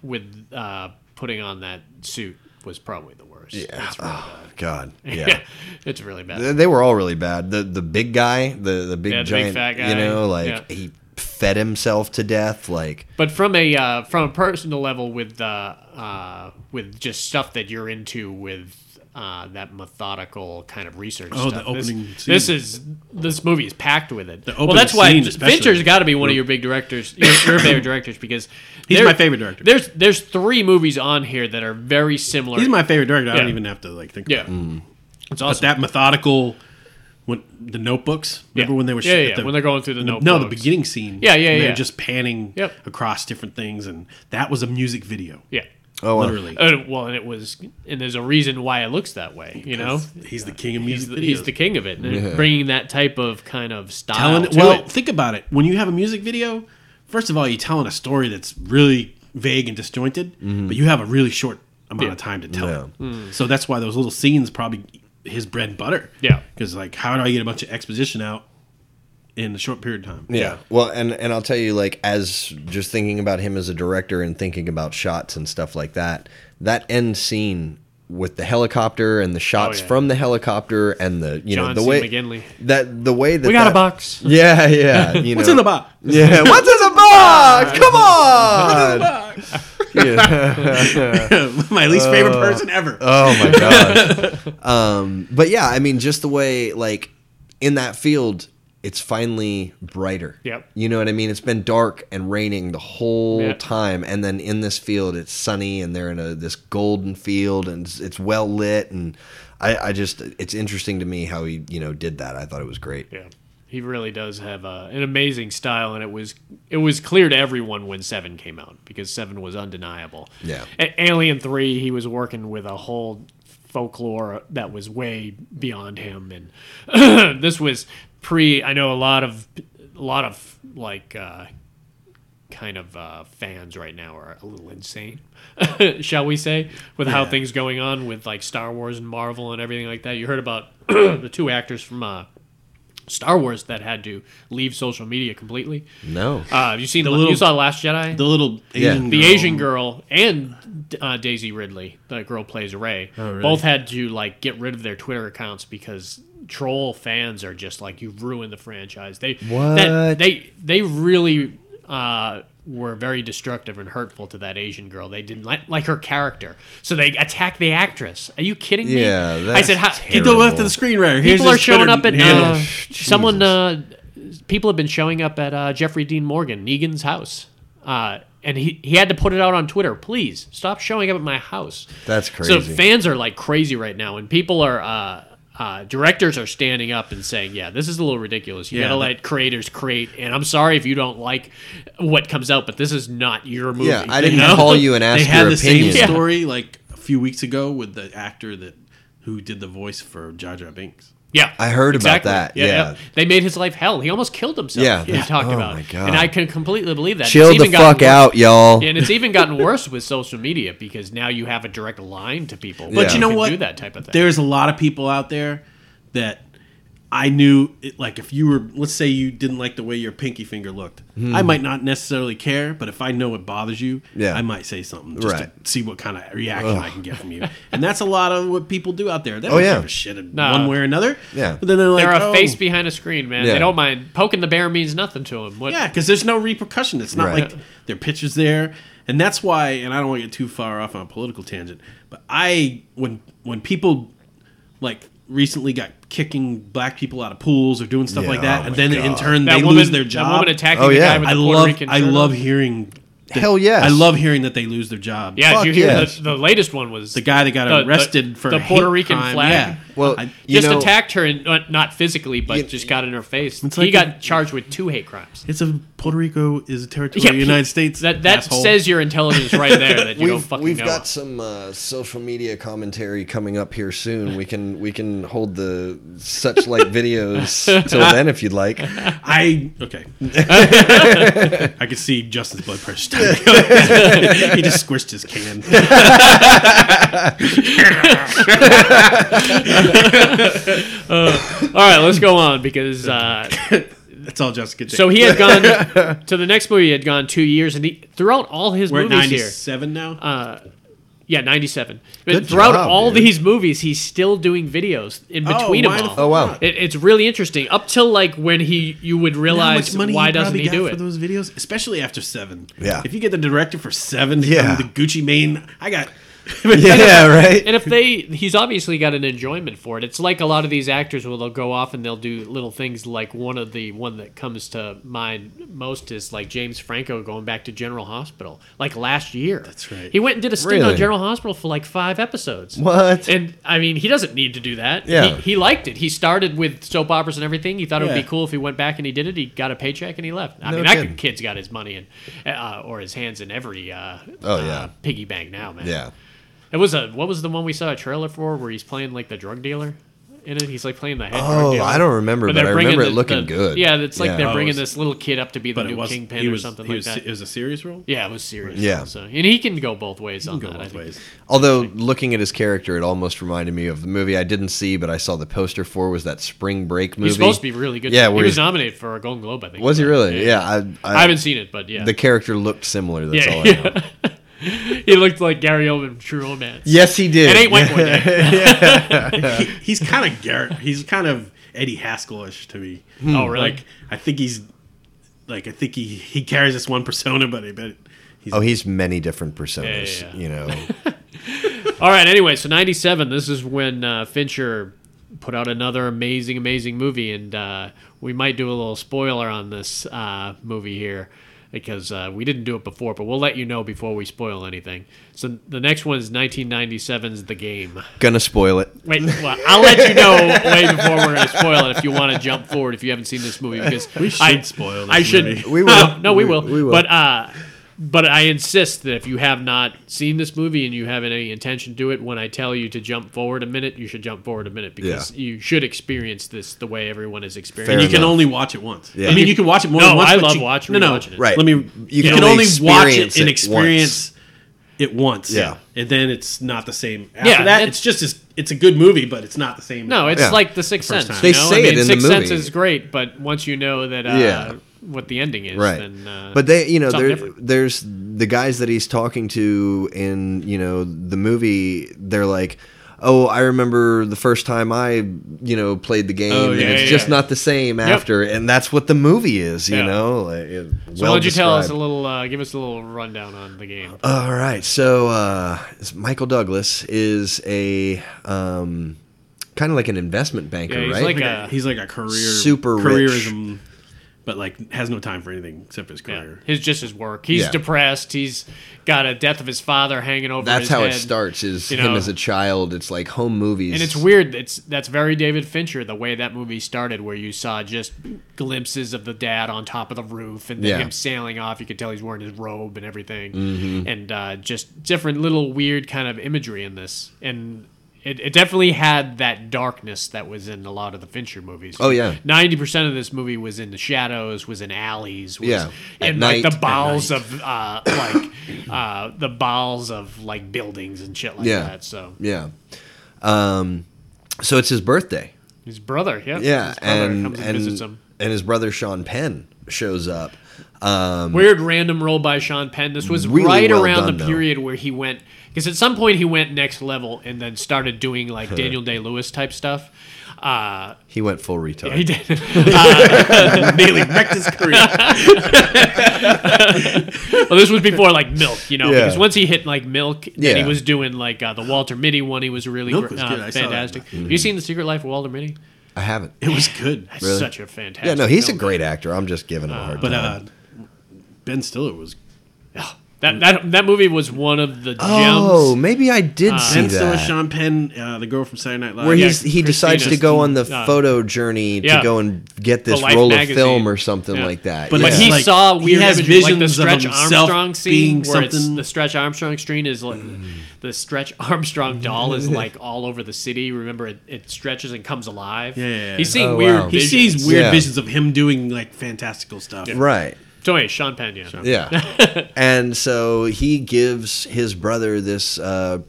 C: with uh, putting on that suit was probably the worst.
D: Yeah.
C: it's,
D: Oh, God.
C: yeah,
D: Yeah.
C: it's really bad.
D: They- They were all really bad. The the big guy, the the big
C: Yeah, the big
D: giant,
C: fat guy.
D: you know, like
C: Yeah.
D: he fed himself to death. Like
C: But from a uh, from a personal level, with uh, uh, with just stuff that you're into, with uh, that methodical kind of research.
E: Oh,
C: stuff,
E: the
C: this-
E: opening
C: this,
E: scene.
C: is this movie is packed with it. well,
E: opening
C: that's why
E: scene especially.
C: Fincher's got to be one of your big directors, your, your favorite directors, because
E: He's
C: there-
E: my favorite director.
C: There's there's three movies on here that are very similar.
E: He's my favorite director. I don't
C: Yeah.
E: even have to like think.
C: yeah.
E: About it.
C: It's
E: But
C: awesome.
E: that methodical, when the notebooks. Remember
C: Yeah.
E: when they were
C: Yeah,
E: at
C: yeah, when they're going through the
E: No, the
C: notebooks.
E: beginning scene.
C: Yeah, yeah,
E: when
C: yeah.
E: They're just panning
C: Yep.
E: across different things, and that was a music video.
C: yeah.
D: oh, well.
E: literally.
C: Uh, well, and it was, and there's a reason why it looks that way. You know,
E: he's the king of
C: he's
E: music.
C: the, he's
E: videos.
C: the king of it, and bringing that type of kind of style.
E: Telling,
C: to
E: well,
C: it.
E: think about it. When you have a music video, first of all, you're telling a story that's really vague and disjointed,
D: Mm-hmm.
E: but you have a really short amount of time to tell it.
C: Mm.
E: So that's why those little scenes probably his bread and butter.
C: Yeah.
E: Because like, how do I get a bunch of exposition out in a short period of time?
D: Yeah. Well, and and I'll tell you, like, as just thinking about him as a director and thinking about shots and stuff like that, that end scene with the helicopter and the shots
C: Oh, yeah.
D: from the helicopter and the you
C: John
D: know the
C: C.
D: way
C: McGinley.
D: that the way that
C: we got
D: that-
C: a box.
D: Yeah, yeah. You
E: What's
D: know.
E: in the box?
D: Yeah. What's in the box? Come on. Yeah.
E: My least favorite person ever.
D: Oh my god. um, but yeah, I mean, just the way like in that field, it's finally brighter.
C: Yep.
D: You know what I mean? It's been dark and raining the whole
C: Yeah.
D: time, and then in this field, it's sunny, and they're in a this golden field, and it's, it's well lit, and I, I just it's interesting to me how he you know did that. I thought it was great.
C: Yeah, he really does have uh, an amazing style, and it was it was clear to everyone when Seven came out because Seven was undeniable.
D: Yeah.
C: A- Alien Three, he was working with a whole folklore that was way beyond him, and this was pre. I know a lot of a lot of like. Uh, kind of uh, fans right now are a little insane, shall we say, with how things going on with like Star Wars and Marvel and everything like that. You heard about the two actors from uh, Star Wars that had to leave social media completely.
D: No.
C: Uh, have you seen the
E: little-
C: you saw Last Jedi?
E: The little
D: Yeah.
E: Asian
C: the
E: girl.
C: Asian girl and uh, Daisy Ridley, the girl who plays Ray, both had to like get rid of their Twitter accounts because troll fans are just like you've ruined the franchise. They that-
D: What?
C: they they really uh, were very destructive and hurtful to that Asian girl. They didn't like, like her character, so they attacked the actress. Are you kidding me?
D: Yeah,
C: I
D: that's
C: said, how,
E: Get the left of the screenwriter. Here's
C: people are
E: his
C: showing
E: Twitter
C: up at
E: handle.
D: Oh,
C: uh, someone. Uh, people have been showing up at uh, Jeffrey Dean Morgan, Negan's house, uh, and he, he had to put it out on Twitter. Please stop showing up at my house.
D: That's
C: So
D: crazy.
C: fans are like crazy right now, and people are uh, uh, directors are standing up and saying, "Yeah, this is a little ridiculous. You
E: Yeah,
C: gotta
E: but-
C: let creators create." And I'm sorry if you don't like what comes out, but this is not your movie.
D: Yeah, I didn't
C: know?
D: call you and ask
E: they had
D: your
E: the
D: opinion.
E: same story like a few weeks ago with the actor that who did the voice for Jar Jar Binks.
C: Yeah,
D: I heard about that,
C: Yeah,
D: yeah.
C: they made his life hell. He almost killed himself.
D: Yeah,
C: they
D: yeah.
C: talked
D: Oh
C: about
D: my
C: it,
D: God.
C: and I can completely believe that.
D: Chill
C: It's
D: the
C: even gotten
D: fuck
C: worse-
D: out, y'all.
C: And it's even gotten worse with social media because now you have a direct line to people.
D: But you
C: who
E: know
C: can
E: what?
C: Do that type of thing.
E: There's a lot of people out there that I knew it, like if you were let's say you didn't like the way your pinky finger looked. I might not necessarily care, but if I know it bothers you,
D: Hmm. Yeah.
E: I might say something just
D: Right.
E: to see what kind of reaction I can get from you. And that's a lot of what people do out there. They
D: Oh,
E: don't
D: yeah.
E: give a shit in
C: Nah.
E: one way or another.
D: Yeah.
E: But then they're like
C: They're a
E: oh.
C: face behind a screen, man.
D: Yeah.
C: They don't mind poking the bear means nothing to them. What,
E: Yeah, because there's no repercussion. It's not
D: Right.
E: like their pictures there, and that's why. And I don't want to get too far off on a political tangent, but I when when people like recently got kicking black people out of pools or doing stuff
D: Yeah,
E: like that,
D: oh
E: and
D: my
E: then
D: God.
E: in turn
C: that
E: they
C: woman,
E: lose their
C: That
E: job.
C: woman attacking
D: Oh,
C: the
D: yeah.
C: guy with
E: I
C: the Puerto
E: love
C: Rican
E: I
C: shirt on.
E: love hearing. that-
D: Hell yes.
E: I love hearing that they lose their job.
C: Yeah,
D: Fuck
C: did you hear
D: yes.
C: the, the latest one was
E: the guy that got
C: the- the-
E: arrested for
C: the
E: a hate
C: Puerto Rican
E: crime.
C: flag.
E: Yeah.
D: Well,
E: I-
D: you
C: just
D: know,
C: attacked her and not, not physically, but just got in her face.
E: It's
C: he
E: like
C: got
E: a-
C: charged with two hate crimes.
E: it's a Puerto Rico is a territory of the United States.
C: That that
E: asshole.
C: says your intelligence right there that you don't
D: We've,
C: fucking
D: we've
C: know.
D: got some uh, social media commentary coming up here soon. We can we can hold the such like videos till then if you'd like.
E: I okay. I could see Justin's blood pressure. starting to go. he just squished his can.
C: All right, let's go on because uh,
E: That's all Justin could take.
C: so he had gone to the next movie. He had gone two years, and he throughout all his
E: we're at
C: movies here, Uh,
E: ninety-seven now.
C: yeah, ninety-seven.
D: Good
C: But throughout
D: job,
C: all
D: dude.
C: these movies, he's still doing videos in
E: Oh,
C: between
E: why
C: them
E: the
C: all.
D: Oh wow.
C: It, it's really interesting. Up till like when he, you would
E: You know how much
C: realize
E: money
C: why doesn't
E: probably
C: he
E: got
C: do
E: for
C: it?
E: those videos, especially after seven?
D: Yeah.
E: If you get the director for seven, to
D: Yeah.
E: come to Gucci Mane. I got.
D: Yeah, right.
C: and if they, he's obviously got an enjoyment for it. It's like a lot of these actors where they'll go off and they'll do little things. Like one of the one that comes to mind most is like James Franco going back to General Hospital, like last year.
E: That's right.
C: He went and did a stint
D: Really?
C: on General Hospital for like five episodes.
D: What?
C: And I mean, he doesn't need to do that.
D: Yeah.
C: He, he liked it. He started with soap operas and everything. He thought it would
E: Yeah.
C: be cool if he went back and he did it. He got a paycheck and he left. I
D: No
C: mean, that
D: kidding.
C: kid's got his money and uh, or his hands in every uh,
D: Oh,
C: uh,
D: yeah.
C: piggy bank now, man.
D: Yeah.
C: It was a what was the one we saw a trailer for where he's playing like the drug dealer in it? He's like playing the head. drug
D: Oh,
C: dealer.
D: I don't remember, but,
C: they're
D: I
C: bringing
D: remember it
C: the-
D: looking
C: the-
D: good.
C: Yeah, it's like
D: Yeah.
C: they're bringing
E: Oh, it was-
C: this little kid up to be the
E: But it
C: new
E: was not
C: kingpin
E: he was,
C: or something
E: he
C: like
E: was,
C: that.
E: It was a serious role.
C: yeah, it was serious.
D: Yeah.
C: So and he can go both ways on
E: Go
C: that. I
E: both
C: think.
E: ways.
D: Although looking at his character, it almost reminded me of the movie I didn't see, but I saw the poster for was that Spring Break movie.
C: He's supposed to be really good. he
D: Yeah, where
C: was
D: he's-
C: nominated for a Golden Globe. I think.
D: Was he
C: but,
D: really? Yeah, I, I,
C: I haven't seen it, but yeah.
D: The character looked similar. That's
C: Yeah,
D: all I know.
C: he looked like Gary Oldman from True Romance.
D: Yes, he did.
C: It ain't White Boy Day.
E: He, he's kind of Garrett. He's kind of Eddie Haskell-ish to me.
D: Hmm.
C: Oh, really?
E: Like I think he's like I think he he carries this one persona, but I bet he's
D: Oh, he's many different personas.
C: Yeah, yeah, yeah.
D: You know,
C: All right. Anyway, so '97. This is when uh, Fincher put out another amazing, amazing movie, and uh, we might do a little spoiler on this uh, movie here because uh, we didn't do it before, but we'll let you know before we spoil anything. So the next one is 1997's The Game.
D: gonna spoil it.
C: Wait, well, I'll let you know way before we're going to spoil it if you want to jump forward if you haven't seen this movie because we
E: should
C: I,
E: spoil
C: I
E: this
C: should.
E: movie.
D: We will.
C: No, no, we,
D: We-
C: will.
D: we will.
C: But uh, but I insist that if you have not seen this movie and you have any intention to do it, when I tell you to jump forward a minute, you should jump forward a minute because
D: Yeah.
C: you should experience this the way everyone is
D: Fair
E: you
C: experiencing. it.
E: can
D: enough.
E: only watch it once.
D: Yeah.
E: I mean, you can watch it more
C: No,
E: than once.
C: I
E: but
C: love
E: you,
C: watch-
E: no, no,
C: rewatching it.
D: Right.
E: Let me.
D: You
E: You,
D: can
E: can,
D: only
E: only watch
D: experience
E: it and
D: it
E: experience it once.
D: Yeah.
E: and then it's not the same. After
C: Yeah,
E: that,
C: it's-
E: it's just as, it's a good movie, but it's not the same.
C: No, it's
D: Yeah.
C: like the Sixth Sense.
E: time.
C: you
E: They
C: know?
D: say
C: I
D: it
C: mean,
D: in the
C: Sixth Sense
D: movie.
C: is great, but once you know that uh,
D: Yeah.
C: what the ending is,
D: right
C: then uh,
D: but they you know
C: something
D: there,
C: different.
D: there's the guys that he's talking to in you know the movie they're like oh i remember the first time i you know played the game
E: Oh,
D: and
E: yeah,
D: it's
C: yeah,
D: just
C: yeah.
D: not the same after and that's what the movie is you
C: Yeah.
D: know like, it-
C: So why don't you tell us a
D: described.
C: little? Uh, give us a little rundown on the game.
D: All right. So uh, it's- Michael Douglas is a um, kind of like an investment banker,
C: Yeah, he's
D: right?
C: like
E: Like
C: a-
E: a, he's like a career
D: Super rich.
E: careerism but like has no time for anything except his
C: Yeah.
E: career.
C: His just his work. He's
D: Yeah.
C: depressed. He's got a death of his father hanging over. his
D: That's how it
C: head.
D: starts. Is
C: you
D: him
C: know.
D: as a child? It's like home movies,
C: And it's weird. It's that's very David Fincher the way that movie started, where you saw just glimpses of the dad on top of the roof, and then
D: Yeah.
C: him sailing off. You could tell he's wearing his robe and everything,
D: Mm-hmm.
C: and uh, just different little weird kind of imagery in this. And it, it definitely had that darkness that was in a lot of the Fincher movies.
D: Oh, yeah.
C: ninety percent of this movie was in the shadows, was in alleys, was
D: Yeah. At
C: and like
D: night,
C: the
D: at
C: bowels
D: night.
C: of uh, like uh, the bowels of like buildings and shit like
D: Yeah.
C: that. So
D: Yeah. Um, so it's his birthday.
C: His brother, yeah.
D: Yeah,
C: His brother
D: and
C: comes and,
D: and,
C: visits him.
D: and his brother Sean Penn shows up.
C: Weird random role by Sean Penn. This was
D: um, Really
C: right
D: well
C: around
D: done,
C: the
D: though.
C: period where he went because at some point he went next level and then started doing like Daniel Day Lewis type stuff. Uh,
D: He went full retard.
C: he did. Uh,
E: Nearly wrecked his career.
C: well, this was before like Milk, you know,
D: Yeah.
C: because once he hit like Milk, then
D: Yeah.
C: he was doing like uh, the Walter Mitty one. He was really
E: Milk
C: gr-
E: was
C: uh,
E: good. I saw that.
C: fantastic.
D: Mm-hmm.
C: Have you seen The Secret Life of Walter Mitty?
D: I haven't.
E: It was good.
C: That's
D: Really?
C: such a fantastic.
D: Yeah, no, he's a
C: film.
D: great actor. I'm just giving him a hard
E: But
D: time.
E: uh, Ben Stiller was
C: That, that that movie was one of the
D: oh,
C: gems.
D: maybe I
C: uh,
D: did see
E: Ben Stiller,
D: that.
E: Sean Penn, uh, the girl from Saturday Night Live.
D: where
C: yeah,
D: he's, he
C: Christina
D: decides to go on the
C: Stewart. Uh,
D: photo journey to
C: yeah.
D: go and get this
C: The Life
D: roll
C: magazine.
D: of film or something
C: Yeah.
D: like that.
E: But
D: yeah.
C: But he
E: he's- like,
C: saw
E: he
C: weird
E: has
C: images, like the
E: visions of
C: Stretch
E: himself
C: Armstrong
E: being
C: scene, where it's,
E: something- Mm.
C: the Stretch Armstrong scene is like the Stretch Armstrong doll is like all over the city. Remember, it, it stretches and comes alive.
E: Yeah, yeah, yeah.
C: he's seeing
D: Oh,
C: weird.
D: wow.
E: he
C: visions.
E: sees weird
D: Yeah.
E: visions of him doing like fantastical stuff.
D: right.
C: So anyway, Sean Penn. Yeah,
D: Yeah. and so he gives his brother this uh,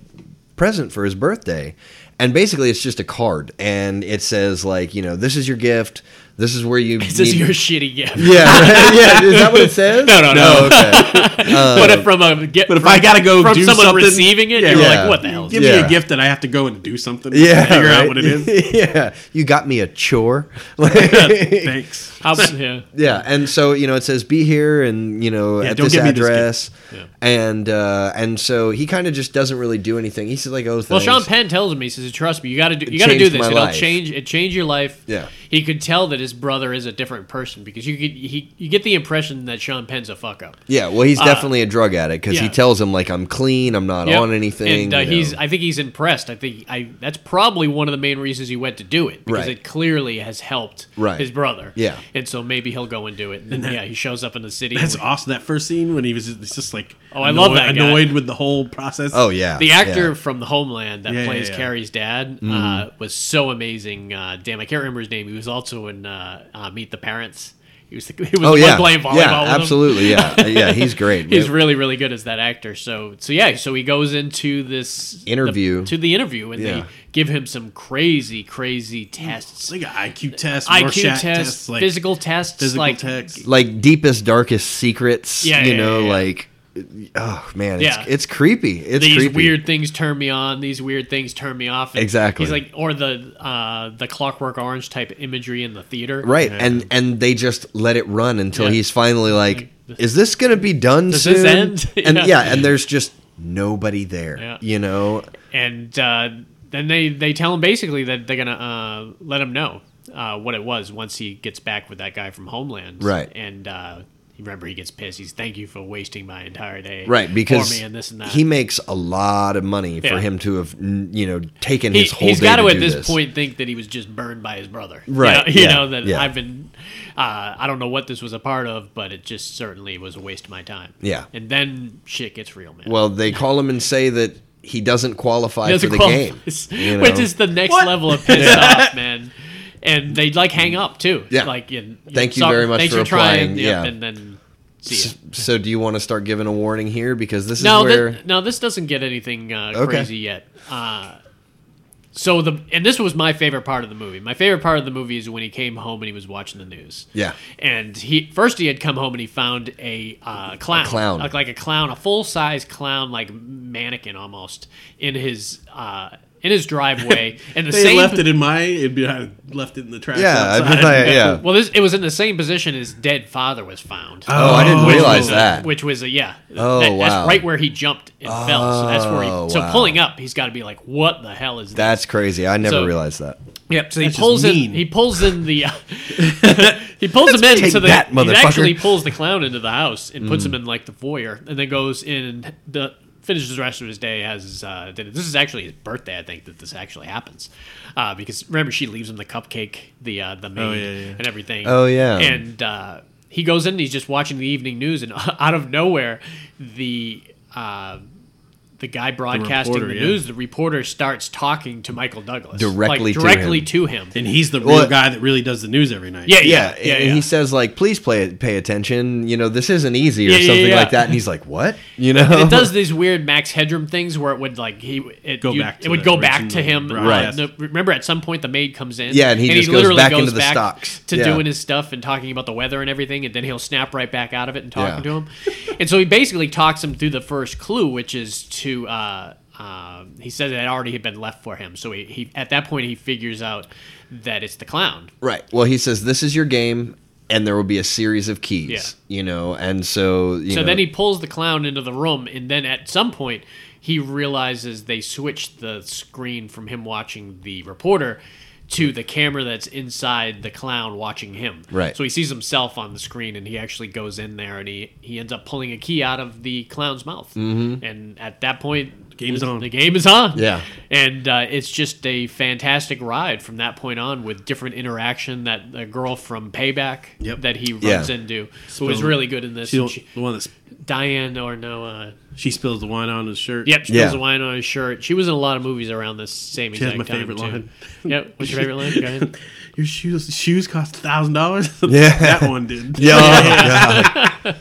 D: present for his birthday. And basically, it's just a card. And it says, like, you know, this is your gift. This is where you.
C: this is your shitty gift.
D: Yeah, right? yeah. Is that what it says?
C: No, no, no.
D: okay.
C: but if from a get,
E: But if
C: from-
E: I gotta go
C: from
E: do
C: someone
E: something-
C: receiving it,
E: Yeah.
C: you're
D: Yeah.
C: like, what the hell?
E: Give me
D: Yeah.
E: a gift that I have to go and do something.
D: Yeah.
E: figure
D: right?
E: out what it is.
D: yeah. You got me a chore. Like-
E: Thanks.
C: How, yeah.
D: Yeah, and so you know it says be here and you know at
E: don't
D: this
E: give me this
D: address,
C: Yeah.
D: and uh, and so he kind of just doesn't really do anything. He says like, oh, thanks.
C: Well, Sean Penn tells him he says, "Trust me, you got to do. You got to do
D: changed
C: this.
D: my
C: It'll
D: life."
C: change. It change your life."
D: Yeah.
C: He could tell that his brother is a different person because you could, he you get the impression that Sean Penn's a fuck up.
D: Yeah, well, he's definitely a drug addict because he
C: Uh, yeah.
D: tells him like, I'm clean, I'm not
C: Yep.
D: on anything.
C: And uh,
D: you know.
C: he's I think he's impressed. I think I that's probably one of the main reasons he went to do it because
D: Right.
C: it clearly has helped
D: Right.
C: his brother.
D: Yeah.
C: And so maybe he'll go and do it. And then, yeah, he shows up in the city.
E: That's
C: and-
E: awesome. That first scene when he was it's just like
C: Oh, I love that guy.
E: annoyed with the whole process.
D: oh yeah,
C: The actor
D: yeah. Mm.
C: from The Homeland that
E: Yeah, yeah,
C: plays
E: yeah.
C: Carrie's dad uh, was so amazing. Uh, damn, I can't remember his name. He was also in uh, uh, Meet the Parents. He was the, he was
D: Oh
C: the
D: yeah,
C: one playing volleyball.
D: yeah,
C: with him.
D: absolutely, yeah, yeah. He's great.
C: He's
D: Yeah.
C: really really good as that actor. So so yeah. So he goes into this
D: Interview.
C: the- to the interview and
D: Yeah.
C: they give him some crazy crazy tests,
E: It's like an IQ test,
C: IQ
E: IQ
C: tests,
E: test, tests, like
C: physical tests,
E: physical
C: like
E: text.
D: like deepest darkest secrets.
C: Yeah,
D: you
C: yeah,
D: know,
C: yeah, yeah.
D: like oh man, it's,
C: Yeah.
D: it's creepy. It's
C: these
D: creepy.
C: weird things turn me on, these weird things turn me off. And
D: Exactly.
C: He's like, or the uh, the Clockwork Orange type imagery in the theater,
D: Right, and and they just let it run until
C: Yeah.
D: he's finally like, "Is this gonna be done
C: Does
D: soon?"
C: this end?
D: And
C: Yeah.
D: yeah, and there's just nobody there.
C: Yeah.
D: You know,
C: And uh, then they they tell him basically that they're gonna uh, let him know uh, what it was once he gets back with that guy from Homeland,
D: Right.
C: And uh, remember, he gets pissed. He's thank you for wasting my entire day,
D: right? Because
C: for me and this and that.
D: he makes a lot of money for
C: Yeah.
D: him to have, n- you know, taken
C: he,
D: his whole.
C: has
D: day
C: got
D: to
C: to at
D: do
C: this, point think that he was just burned by his brother, You
D: Right,
C: know- You know,
D: yeah,
C: that
D: yeah.
C: I've been. Uh, I don't know what this was a part of, but it just certainly was a waste of my time.
D: Yeah.
C: And then shit gets real, man.
D: Well, they call him and say that he doesn't qualify
C: doesn't
D: for the
C: qualify.
D: game, you
C: which
D: know?
C: is the next level of pissed off, man. And they like hang up too.
D: Yeah.
C: Like, and,
D: Thank you
C: sorry-
D: very much
C: thanks
D: for applying,
C: trying. Yep,
D: yeah.
C: And then see
D: S-
C: ya.
D: So, do you want to start giving a warning here because this
C: No,
D: is where?
C: thi- no, this doesn't get anything uh,
D: Okay.
C: crazy yet. Uh, so the and this was my favorite part of the movie. My favorite part of the movie is when he came home and he was watching the news.
D: Yeah.
C: And he first he had come home and he found a uh, clown,
D: clown.
C: like, like a clown, a full size clown, like mannequin almost in his uh, in his driveway. And the
E: they
C: same
E: left it in my. It'd be I left it in the trash.
D: yeah, I
E: outside.
D: mean, like, yeah.
C: Well, this, it was in the same position his dead father was found.
D: Oh, I didn't
E: Oh.
D: realize
C: was a-
D: that.
C: Which was a yeah.
D: Oh, wow.
C: That's right where he jumped and fell. So that's where he.
D: Oh,
C: So
D: wow.
C: pulling up, he's got to be like, "What the hell is that?"
D: That's crazy. I never
C: So-
D: realized that.
C: Yep. So he
E: That's just
C: pulls in.
E: mean.
C: He pulls in the. uh, he pulls him in
D: take
C: to the.
D: that,
C: he actually
D: motherfucker.
C: pulls the clown into the house and puts
E: Mm.
C: him in like the foyer, and then goes in and the, finishes the rest of his day as his, uh, dinner. This is actually his birthday, I think, that this actually happens, uh, because remember she leaves him the cupcake, the uh, the maid,
E: Oh, yeah, yeah.
C: and everything.
D: Oh, yeah.
C: And uh, he goes in. and He's just watching the evening news, and out of nowhere, the. Uh, the guy broadcasting the,
E: reporter, yeah.
C: news, the reporter starts talking to Michael Douglas like,
D: Directly to
C: directly
D: him.
C: to him.
E: And he's the real
D: Well-
E: guy that really does the news every night.
C: Yeah,
D: yeah,
C: yeah, yeah.
D: and
C: yeah.
D: he says like, "Please play, pay attention." You know, this isn't easy or
C: Yeah, yeah,
D: something
C: yeah.
D: like that. And he's like, "What?" You know,
C: And it does these weird Max Headroom things where it would like he it
E: Go
C: you-
E: back to
C: it would
E: the
C: go back to
E: original
C: him.
E: broadcast.
C: Uh, the- remember, at some point the maid comes in.
D: Yeah, and he just goes
C: literally
D: back into the stocks.
C: to
D: Yeah.
C: doing his stuff and talking about the weather and everything, and then he'll snap right back out of it and talking
D: Yeah.
C: to him. and so he basically talks him through the first clue, which is to. Uh, um, he said that it already had been left for him, so he, he at that point he figures out that it's the clown.
D: Right. Well, he says this is your game, and there will be a series of keys.
C: Yeah.
D: You know, and so you
C: So
D: know,
C: then he pulls the clown into the room, and then at some point he realizes they switched the screen from him watching the reporter to the camera that's inside the clown watching him.
D: Right.
C: So he sees himself on the screen, and he actually goes in there, and he he ends up pulling a key out of the clown's mouth. Mm-hmm. And at that point, the
E: game's on.
C: The game is on.
D: Yeah.
C: And uh, it's just a fantastic ride from that point on, with different interaction that the girl from Payback
E: Yep.
C: that he runs
D: Yeah.
C: into, who was
E: Spoon.
C: really good in this.
E: She
C: and
E: don't-
C: she-
E: the one that's
C: Diane or no, uh,
E: she spills the wine on his shirt.
C: yep, spills
D: Yeah.
C: the wine on his shirt. She was in a lot of movies around this same
E: She has
C: exact
E: my
C: time,
E: favorite
C: too.
E: line.
C: Yep, what's your favorite line? Go ahead.
E: Your shoes shoes cost a thousand dollars.
D: Yeah.
E: that one did.
D: Yeah, yeah.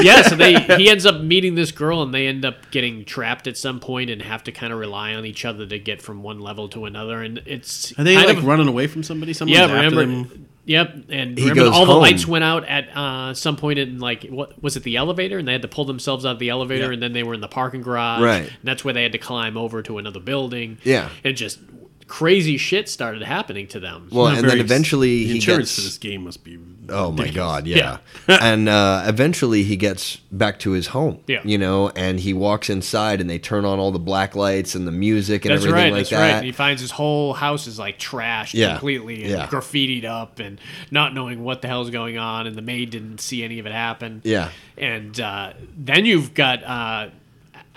C: Yeah, so they he ends up meeting this girl, and they end up getting trapped at some point, and have to kind of rely on each other to get from one level to another. And it's
E: Are they
C: kind
E: like
C: of,
E: running away from somebody? Someone's
C: yeah,
E: after
C: remember.
E: them.
C: Yep, and
D: He
C: remember
D: goes
C: all the
D: home.
C: lights went out at uh, some point in like what was it the elevator, and they had to pull themselves out of the elevator,
E: Yeah.
C: and then they were in the parking garage,
D: Right.
C: And that's where they had to climb over to another building.
D: Yeah.
C: and just crazy shit started happening to them.
D: Well,
E: Not
D: and then
E: very-
D: eventually
E: the
D: he
E: insurance
D: gets.
E: for this game must be.
D: Oh my God! Yeah, and uh, eventually he gets back to his home.
C: Yeah.
D: you know, and he walks inside, and they turn on all the black lights and the music and
C: that's
D: everything
C: right.
D: like
C: that's
D: that.
C: right. And he finds his whole house is like trashed
D: Yeah.
C: completely and
D: Yeah.
C: graffitied up, and not knowing what the hell's going on, and the maid didn't see any of it happen.
D: Yeah.
C: and uh, then you've got. Uh,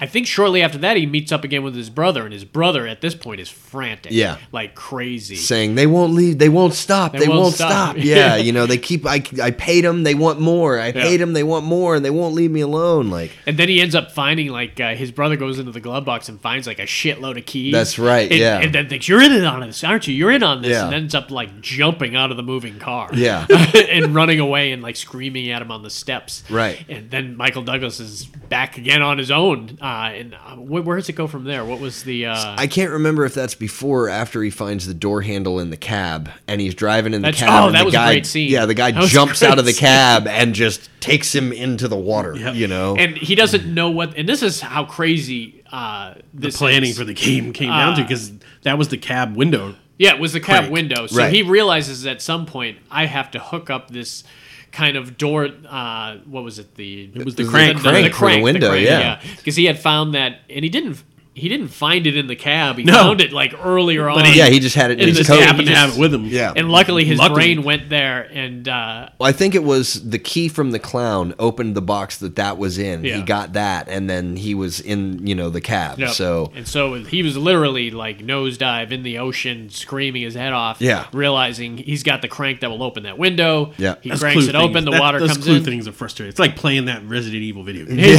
C: I think shortly after that he meets up again with his brother, and his brother at this point is frantic,
D: Yeah.
C: like crazy.
D: saying they won't leave, they won't stop, they, won't, stop. Yeah, you know, they keep. I I paid them, they want more. I
C: Yeah.
D: paid them, they want more, and they won't leave me alone. Like
C: And then he ends up finding like uh, his brother goes into the glove box and finds like a shitload of keys.
D: That's right,
C: And-
D: yeah.
C: And then thinks you're in it on this, aren't you? You're in on this,
D: Yeah.
C: and ends up like jumping out of the moving car.
D: Yeah.
C: and running away and like screaming at him on the steps.
D: Right.
C: And then Michael Douglas is back again on his own. Uh, and uh, wh- where does it go from there? What was the? Uh,
D: I can't remember if that's before or after he finds the door handle in the cab and he's driving in the
C: That's-
D: cab.
C: oh,
D: and
C: that
D: the
C: was a
D: guy,
C: great scene.
D: Yeah, the guy
C: That was a
D: jumps
C: great
D: out of the
C: scene.
D: cab and just takes him into the water. You know,
C: and he doesn't know what. And this is how crazy uh,
E: The
C: this
E: planning
C: is.
E: for the game came down to
C: Ah.
E: because that was the cab window.
C: Yeah, it was the cab
E: Crank.
C: window. So
D: Right.
C: he realizes at some point I have to hook up this kind of door. Uh, what was it? The it
E: was the crank.
C: the, the
D: Crank for the
C: crank, the
D: window,
C: crank,
D: yeah.
C: because he had found that, and he didn't. He didn't find it in the cab. He
E: No.
C: found it like earlier on.
D: he- Yeah, Oh, he just had it in
C: in
D: his
C: the
D: coat.
C: cab.
E: Happened to
C: He
E: have
C: just-
E: it with him.
D: Yeah.
C: And luckily, his
E: Luckily.
C: brain went there, and uh,
D: Well, I think it was the key from the clown opened the box that that was in.
C: Yeah.
D: He got that, and then he was in you know the cab.
C: Yep.
D: So
C: and so he was literally like nosedive in the ocean, screaming his head off.
D: Yeah.
C: realizing he's got the crank that will open that window.
D: Yeah.
C: he
E: Those
C: cranks
E: clue
C: it open,
E: things-
C: the
E: that-
C: water
E: those
C: comes
E: clue
C: in.
E: Things are frustrating. It's like playing that Resident Evil video game.
C: Yeah,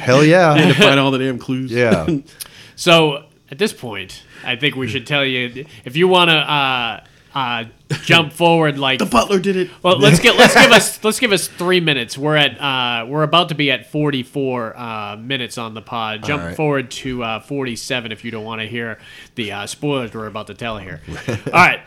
D: hell yeah,
E: to find all the damn clues.
D: yeah.
C: So at this point, I think we should tell you if you want to uh, uh, jump forward like.
E: The butler did it.
C: well, let's get let's give us let's give us three minutes. We're at uh, we're about to be at forty four uh, minutes on the pod. Jump
D: right.
C: forward to uh, forty seven if you don't want to hear the uh, spoilers we're about to tell here. All right,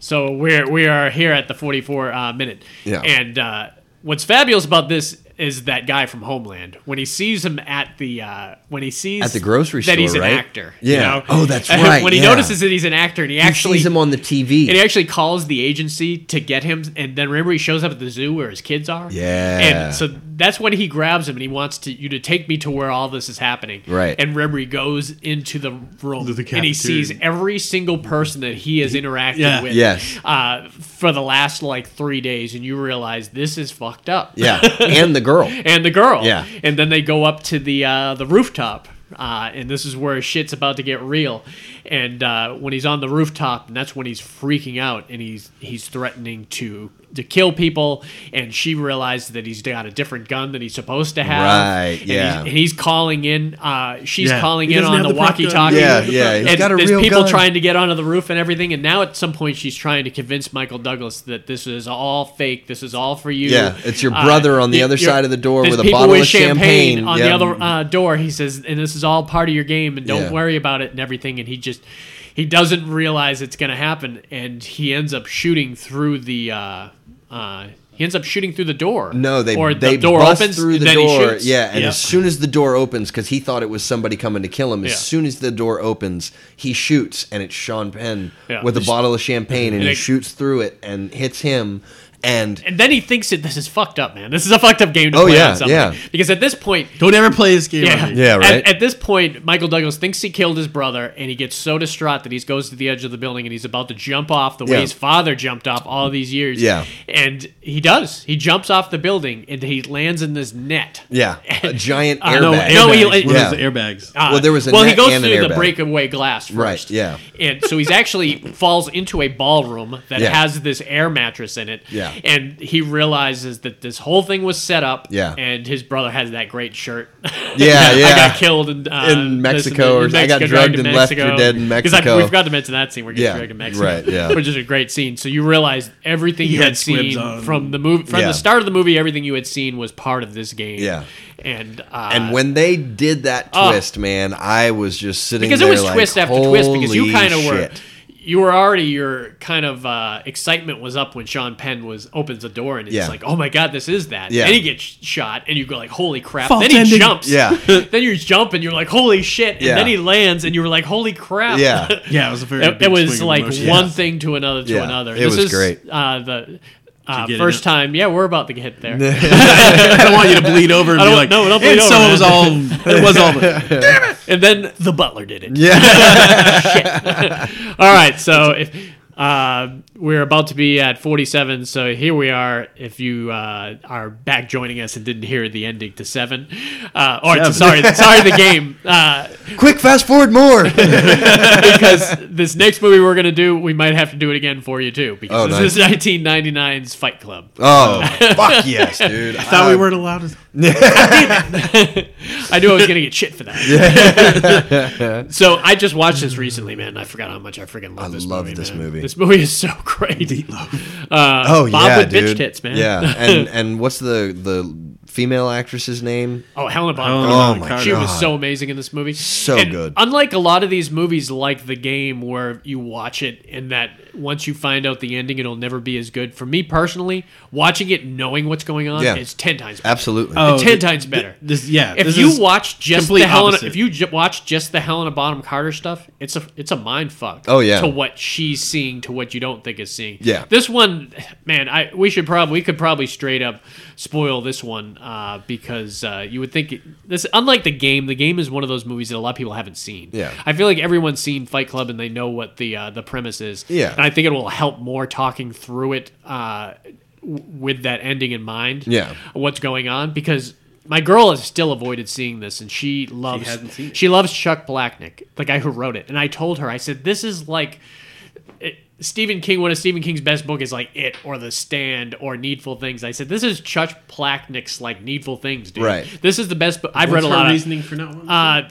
C: so we're we are here at the forty four uh, minute.
D: Yeah.
C: And uh, what's fabulous about this is that guy from Homeland when he sees him at the uh, when he sees
D: At the grocery
C: that he's
D: store,
C: an
D: right?
C: actor.
D: Yeah. Oh, that's right,
C: when he
D: yeah.
C: notices that he's an actor and he, actually
D: sees him on the TV.
C: and he actually calls the agency to get him. And then remember, he shows up at the zoo where his kids are.
D: Yeah.
C: And so that's when he grabs him and he wants to you to take me to where all this is happening.
D: Right.
C: And Remry goes into the room
E: To the
C: and he
E: cafeteria.
C: sees every single person that he has interacted
E: Yeah.
C: with.
D: Yes.
C: Uh, for the last like three days, and you realize this is fucked up.
D: yeah, and the girl.
C: and the girl.
D: Yeah.
C: And then they go up to the uh, the rooftop. Uh, and this is where shit's about to get real. And uh, when he's on the rooftop, and that's when he's freaking out, and he's he's threatening to to kill people. And she realizes that he's got a different gun than he's supposed to have.
D: Right,
C: And
D: yeah.
C: He's, and he's calling in. Uh, she's
E: Yeah.
C: calling
E: He
C: in
E: doesn't
C: on
E: have
C: the,
E: the prop gun.
C: walkie-talkie.
D: Yeah, yeah, he's
C: And
D: got a
C: there's
D: real
C: people
D: gun.
C: trying to get onto the roof and everything. And now at some point, she's trying to convince Michael Douglas that this is all fake. This is all for you. Uh,
D: Yeah, it's your brother on the
C: y-
D: other
C: your-
D: side of the door
C: there's
D: with a
C: people
D: bottle
C: with
D: of champagne.
C: on
D: Yeah.
C: the other uh, door. He says, "And this is all part of your game, and don't
D: Yeah.
C: worry about it and everything." And he just he doesn't realize it's going to happen, and he ends up shooting through the. Uh, uh, he ends up shooting through the door.
D: No, they
C: or
D: they
C: the door
D: bust
C: opens
D: through the
C: then He
D: door.
C: shoots.
D: Yeah, and
E: Yeah.
D: as soon as the door opens, because he thought it was somebody coming to kill him, as
C: Yeah.
D: soon as the door opens, he shoots, and it's Sean Penn
C: Yeah.
D: with a
C: Just-
D: bottle of champagne, and
C: And
D: he
C: it-
D: shoots through it and hits him. And
C: And then he thinks that this is fucked up, man. This is a fucked up game to
D: Oh,
C: play
D: yeah,
C: on somebody.
D: yeah.
C: Because at this point,
E: Don't ever play this game.
C: Yeah,
E: on me.
D: Yeah, right?
C: At, at this point, Michael Douglas thinks he killed his brother, and he gets so distraught that he goes to the edge of the building and he's about to jump off the way
D: Yeah.
C: his father jumped off all these years.
D: Yeah.
C: and he does. He jumps off the building and he lands in this net.
D: yeah, a giant airbag.
C: no,
E: Airbags.
C: no, he-
E: One of those
D: Yeah.
E: airbags.
C: Uh,
D: Well, there was a
C: well, he
D: net
C: goes
D: and an
C: through the
D: airbag.
C: breakaway glass first.
D: Right, yeah.
C: And so he's actually falls into a ballroom that
D: Yeah.
C: has this air mattress in it.
D: Yeah.
C: And he realizes that this whole thing was set up.
D: Yeah.
C: And his brother has that great shirt.
D: Yeah,
C: I
D: yeah.
C: got killed in, uh,
D: In
C: this and
D: Mexico,
C: that,
D: or I got drugged and left for dead in
C: 'Cause
D: Mexico.
C: I, we forgot to mention that scene where he gets
D: Yeah,
C: drugged in Mexico,
D: right, yeah.
C: which is a great scene. So you realize everything
E: He
C: you
E: had
C: had
E: squibs
C: seen
E: on.
C: from the movie, from
D: Yeah.
C: the start of the movie, everything you had seen was part of this game.
D: Yeah.
C: And uh,
D: and when they did that
C: Oh.
D: twist, man, I was just sitting
C: because it
D: there
C: was
D: like,
C: twist after twist because you
D: "Holy
C: kind of were
D: shit."
C: you were already your kind of uh, excitement was up when Sean Penn was opens the door and it's
D: Yeah.
C: like oh my god this is that
D: Yeah.
C: then he gets shot and you go like holy crap
E: False
C: then he
E: ending.
C: jumps
D: Yeah.
C: then you jump and you're like holy shit and
D: Yeah.
C: then he lands and you were like holy crap
D: Yeah.
E: Yeah, it was a very.
C: it,
E: big
C: it was
E: swing of
C: like
E: emotion.
C: one thing to another to
D: Yeah.
C: another
D: It
C: this
D: was
C: is
D: great.
C: uh, the uh,
E: get it
C: first
E: in?
C: time yeah we're about to get there
E: I don't want you to bleed over and
C: I
E: be
C: don't-
E: like,
C: no, don't bleed
E: and
C: over,
E: so
C: man."
E: it was all. It was all. The,
C: and then the butler did it
D: yeah,
C: All right, so if uh, we're about to be at 47, so here we are. If you uh, are back joining us and didn't hear the ending to seven, uh, or to-
E: Seven.
C: sorry, sorry, the game, uh,
D: quick, fast forward more.
C: because this next movie we're gonna do, we might have to do it again for you too, because
D: Oh,
C: this is 1999's Fight Club.
D: oh, fuck yes, dude. Uh, I
E: thought we weren't allowed to.
C: I knew I was gonna get shit for that. so I just watched this recently, man. I forgot how much I freaking love
D: I
C: this
D: love
C: movie.
D: this
C: man.
D: movie.
C: This movie is so great. Uh,
D: Oh
C: Bob
D: yeah,
C: with bitch
D: dude.
C: tits, man.
D: Yeah, and and what's the the female actress's name?
C: Oh, Helena Bonham. Carter.
E: Helena
D: Oh
E: Bonham
D: my
E: Carter.
C: She
D: god,
C: was so amazing in this movie. So
D: good.
C: Unlike a lot of these movies, like The Game, where you watch it and that once you find out the ending, it'll never be as good. For me personally, watching it, knowing what's going on,
D: Yeah.
C: is ten times better.
D: absolutely.
E: Oh,
C: ten
E: th-
C: times better.
E: This, yeah.
C: if
E: this
C: you
E: is
C: watch just
E: complete
C: the Helena,
E: opposite.
C: if you j- watch just the Helena Bonham Carter stuff, it's a it's a mind fuck.
D: Oh, yeah.
C: to what she's seeing to what you don't think is seeing.
D: Yeah.
C: this one, man, I we should probably we could probably straight up spoil this one uh, because uh, you would think it, this unlike the game. The game is one of those movies that a lot of people haven't seen.
D: Yeah.
C: I feel like everyone's seen Fight Club and they know what the uh, the premise is.
D: Yeah.
C: and I think it will help more talking through it. Uh, w- with that ending in mind,
D: Yeah.
C: what's going on because my girl has still avoided seeing this and she loves she,
E: hasn't seen it.
C: loves Chuck Blacknick, the guy who wrote it. And I told her, I said, this is like it, Stephen King, one of Stephen King's best book is like It or The Stand or Needful Things. I said, this is Chuck Blacknick's like Needful Things, dude.
D: Right.
C: This is the best book. I've
E: What's
C: read a
E: her
C: lot of uh,
E: reasoning for not. wanting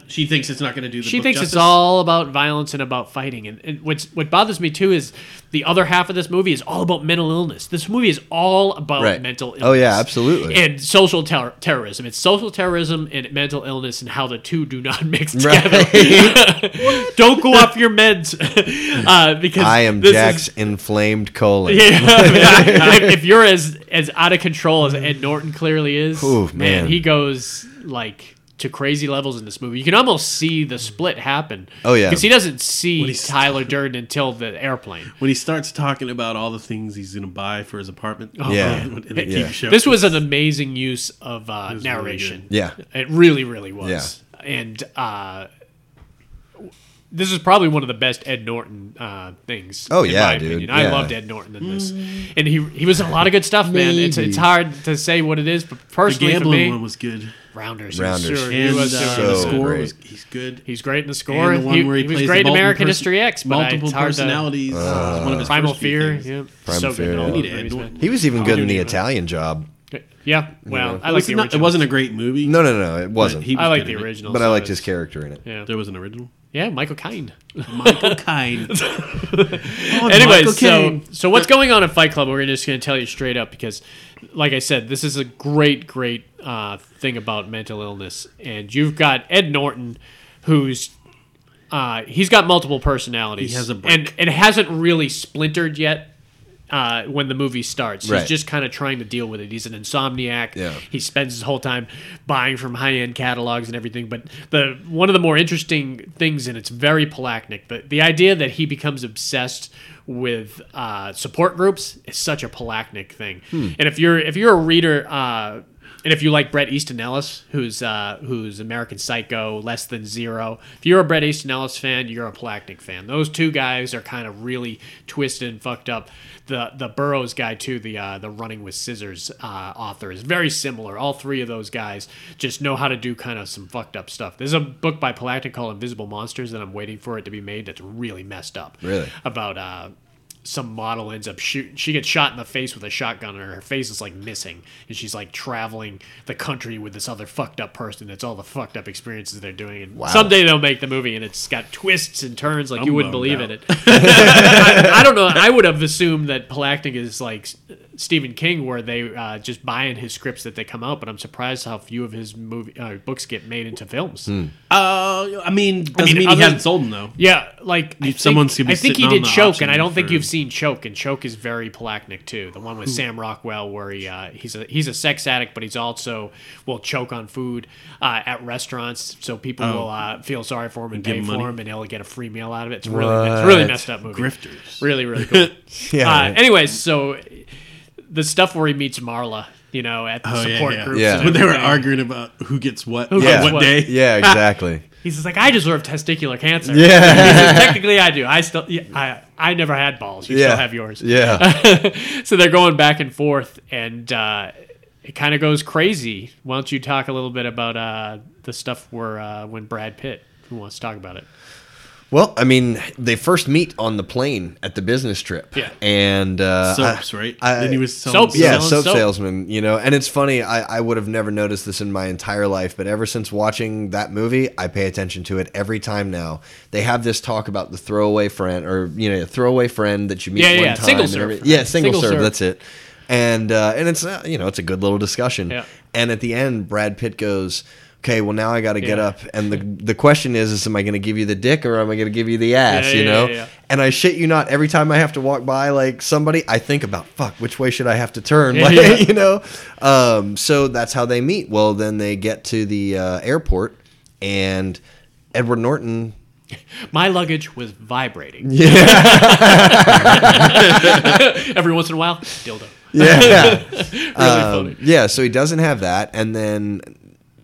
E: to? she thinks it's not going to do. The
C: she
E: book
C: thinks
E: justice.
C: it's all about violence and about fighting. And, and what's, what bothers me too is the other half of this movie is all about mental illness. This movie is all about
D: Right.
C: mental illness.
D: Oh, yeah, absolutely.
C: And social ter- terrorism. It's social terrorism and mental illness and how the two do not mix
D: Right.
C: together. Don't go off your meds uh, because
D: I am
C: this
D: Jack's inflamed colon.
C: Yeah, I mean, I- I- if you're as as out of control as Ed Norton clearly is,
D: Ooh, man.
C: he goes like to crazy levels in this movie. You can almost see the split happen.
D: Oh, yeah.
C: because he doesn't see
E: he's-
C: Tyler Durden until the airplane.
E: when he starts talking about all the things he's going to buy for his apartment.
D: Yeah.
E: in the
D: Yeah.
E: TV show.
C: This was an amazing use of uh,
E: really
C: narration.
D: Yeah.
C: It really, really was. And uh, this is probably one of the best Ed Norton uh, things.
D: Oh,
C: in
D: yeah,
C: my
D: dude.
C: Opinion.
D: Yeah.
C: I loved Ed Norton in this, and he he was in a lot of good stuff, man. It's
D: Maybe.
C: it's hard to say what it is, but
E: the
C: personally for
E: gambling
C: me,
E: one was good,
C: Rounders,
D: Rounders.
C: sure, he
E: and uh,
C: was,
D: so
E: the score
D: great.
E: was he's good.
C: he's great in the score.
E: and the one
C: he,
E: where he,
C: he
E: plays
C: was
E: the
C: great in
E: multiple
C: American
E: pers-
C: History X, but
E: multiple
C: it's hard to.
E: personalities.
D: Uh,
E: is one of his
C: Primal
E: first few
C: Fear,
E: things.
C: yep.
D: Primal
C: so good.
D: Fear,
C: in all
D: yeah.
C: those
E: We need Ed
C: movies,
E: Norton.
C: man.
D: He was even good in the
E: yeah.
D: Italian job.
C: Yeah, well, I
E: It
C: like
E: was
C: the
E: not-
C: original.
E: it wasn't a great movie.
D: No, no, no, it
E: but
D: wasn't.
E: he was
C: I like
E: good
C: the
E: in it.
C: original,
D: but I
C: so
D: liked
C: it's-
D: his character in it.
C: Yeah,
E: There was an original.
C: yeah, Michael Caine.
E: Michael Caine.
C: Anyways, so, so what's going on at Fight Club? We're just going to tell you straight up because, like I said, this is a great, great uh, thing about mental illness, and you've got Ed Norton, who's uh, he's got multiple personalities.
E: He has a break.
C: and and hasn't really splintered yet. Uh, when the movie starts,
D: Right.
C: he's just kind of trying to deal with it. He's an insomniac.
D: Yeah.
C: He spends his whole time buying from high-end catalogs and everything. But the one of the more interesting things, and it's very Palachnik, the, the idea that he becomes obsessed with uh, support groups is such a Palachnik thing. And if you're if you're a reader. Uh, and if you like Brett Easton Ellis, who's uh, who's American Psycho, Less Than Zero, if you're a Brett Easton Ellis fan, you're a Palachnik fan. Those two guys are kind of really twisted and fucked up. The the Burroughs guy too, the uh, the Running with Scissors uh, author is very similar. All three of those guys just know how to do kind of some fucked up stuff. There's a book by Palachnik called Invisible Monsters that I'm waiting for it to be made. That's really messed up.
D: Really?
C: About uh, some model ends up shooting. She gets shot in the face with a shotgun, and her face is like missing. And she's like traveling the country with this other fucked up person. That's all the fucked up experiences they're doing. And someday they'll make the movie, and it's got twists and turns like you wouldn't
E: bummed
C: believe
E: out.
C: in it. I, I don't know. I would have assumed that Palactic is like S- Stephen King, where they uh, just buy in his scripts that they come out. But I'm surprised how few of his movie uh, books get made into films.
E: Uh, I mean, doesn't mean, he
C: other-
E: hasn't sold them though.
C: Yeah, like I think,
E: someone's gonna be
C: I think he
E: sitting
C: did
E: on the
C: choke, and I
E: option
C: don't think
E: for- Hmm.
C: you've seen choke. And choke is very Palachnik too. The one with Sam Rockwell, where he uh, he's a he's a sex addict, but he's also will choke on food uh, at restaurants, so people will uh, feel sorry for him and
E: Oh. give
C: pay
E: him
C: for
E: money?
C: him, and he'll get a free meal out of it. It's really mess, really
D: What?
C: messed up movie.
E: Grifters.
C: Really, really cool.
D: Yeah,
C: Uh,
D: right.
C: anyways, so the stuff where he meets Marla, you know, at the
E: Oh, yeah,
C: support
E: yeah.
C: groups.
D: Yeah.
C: and
E: When they were
C: everything.
E: arguing about who gets what, on
C: gets
E: what,
C: what.
E: day.
D: Yeah, exactly.
C: He's just like, I deserve testicular cancer.
D: Yeah.
C: He says, technically I do. I still, yeah, I, I never had balls. You
D: yeah,
C: still have yours.
D: Yeah,
C: so they're going back and forth, and uh, it kind of goes crazy. Why don't you talk a little bit about uh, the stuff where uh, when Brad Pitt, who wants to talk about it?
D: Well, I mean, they first meet on the plane at the business trip.
C: Yeah.
D: And uh,
E: Soaps,
D: I-
E: right?
D: I-
E: then he was selling
C: Soaps,
D: yeah,
C: Selling
D: soap,
C: soap.
D: salesman, you know. And it's funny, I, I would have never noticed this in my entire life, but ever since watching that movie, I pay attention to it every time now. They have this talk about the throwaway friend or, you know, a throwaway friend that you meet
C: Yeah,
D: one
C: yeah,
D: time.
C: single
D: and
C: serve.
D: every- Yeah, single,
C: Single
D: serve,
C: serve.
D: that's it. And uh, and it's uh, you know, it's a good little discussion.
C: Yeah.
D: And at the end, Brad Pitt goes, "Okay, well now I got to get
C: Yeah.
D: up." And the the question is is am I going to give you the dick or am I going to give you the ass,
C: Yeah,
D: you
C: yeah,
D: know?
C: yeah, yeah.
D: And I shit you not, every time I have to walk by like somebody, I think about fuck, which way should I have to turn? Like,
C: Yeah.
D: you know. Um, so that's how they meet. Well, then they get to the uh, airport, and Edward Norton.
C: My luggage was vibrating. Every once in a while, dildo.
D: Yeah,
C: Really funny.
D: Um, yeah. So he doesn't have that, and then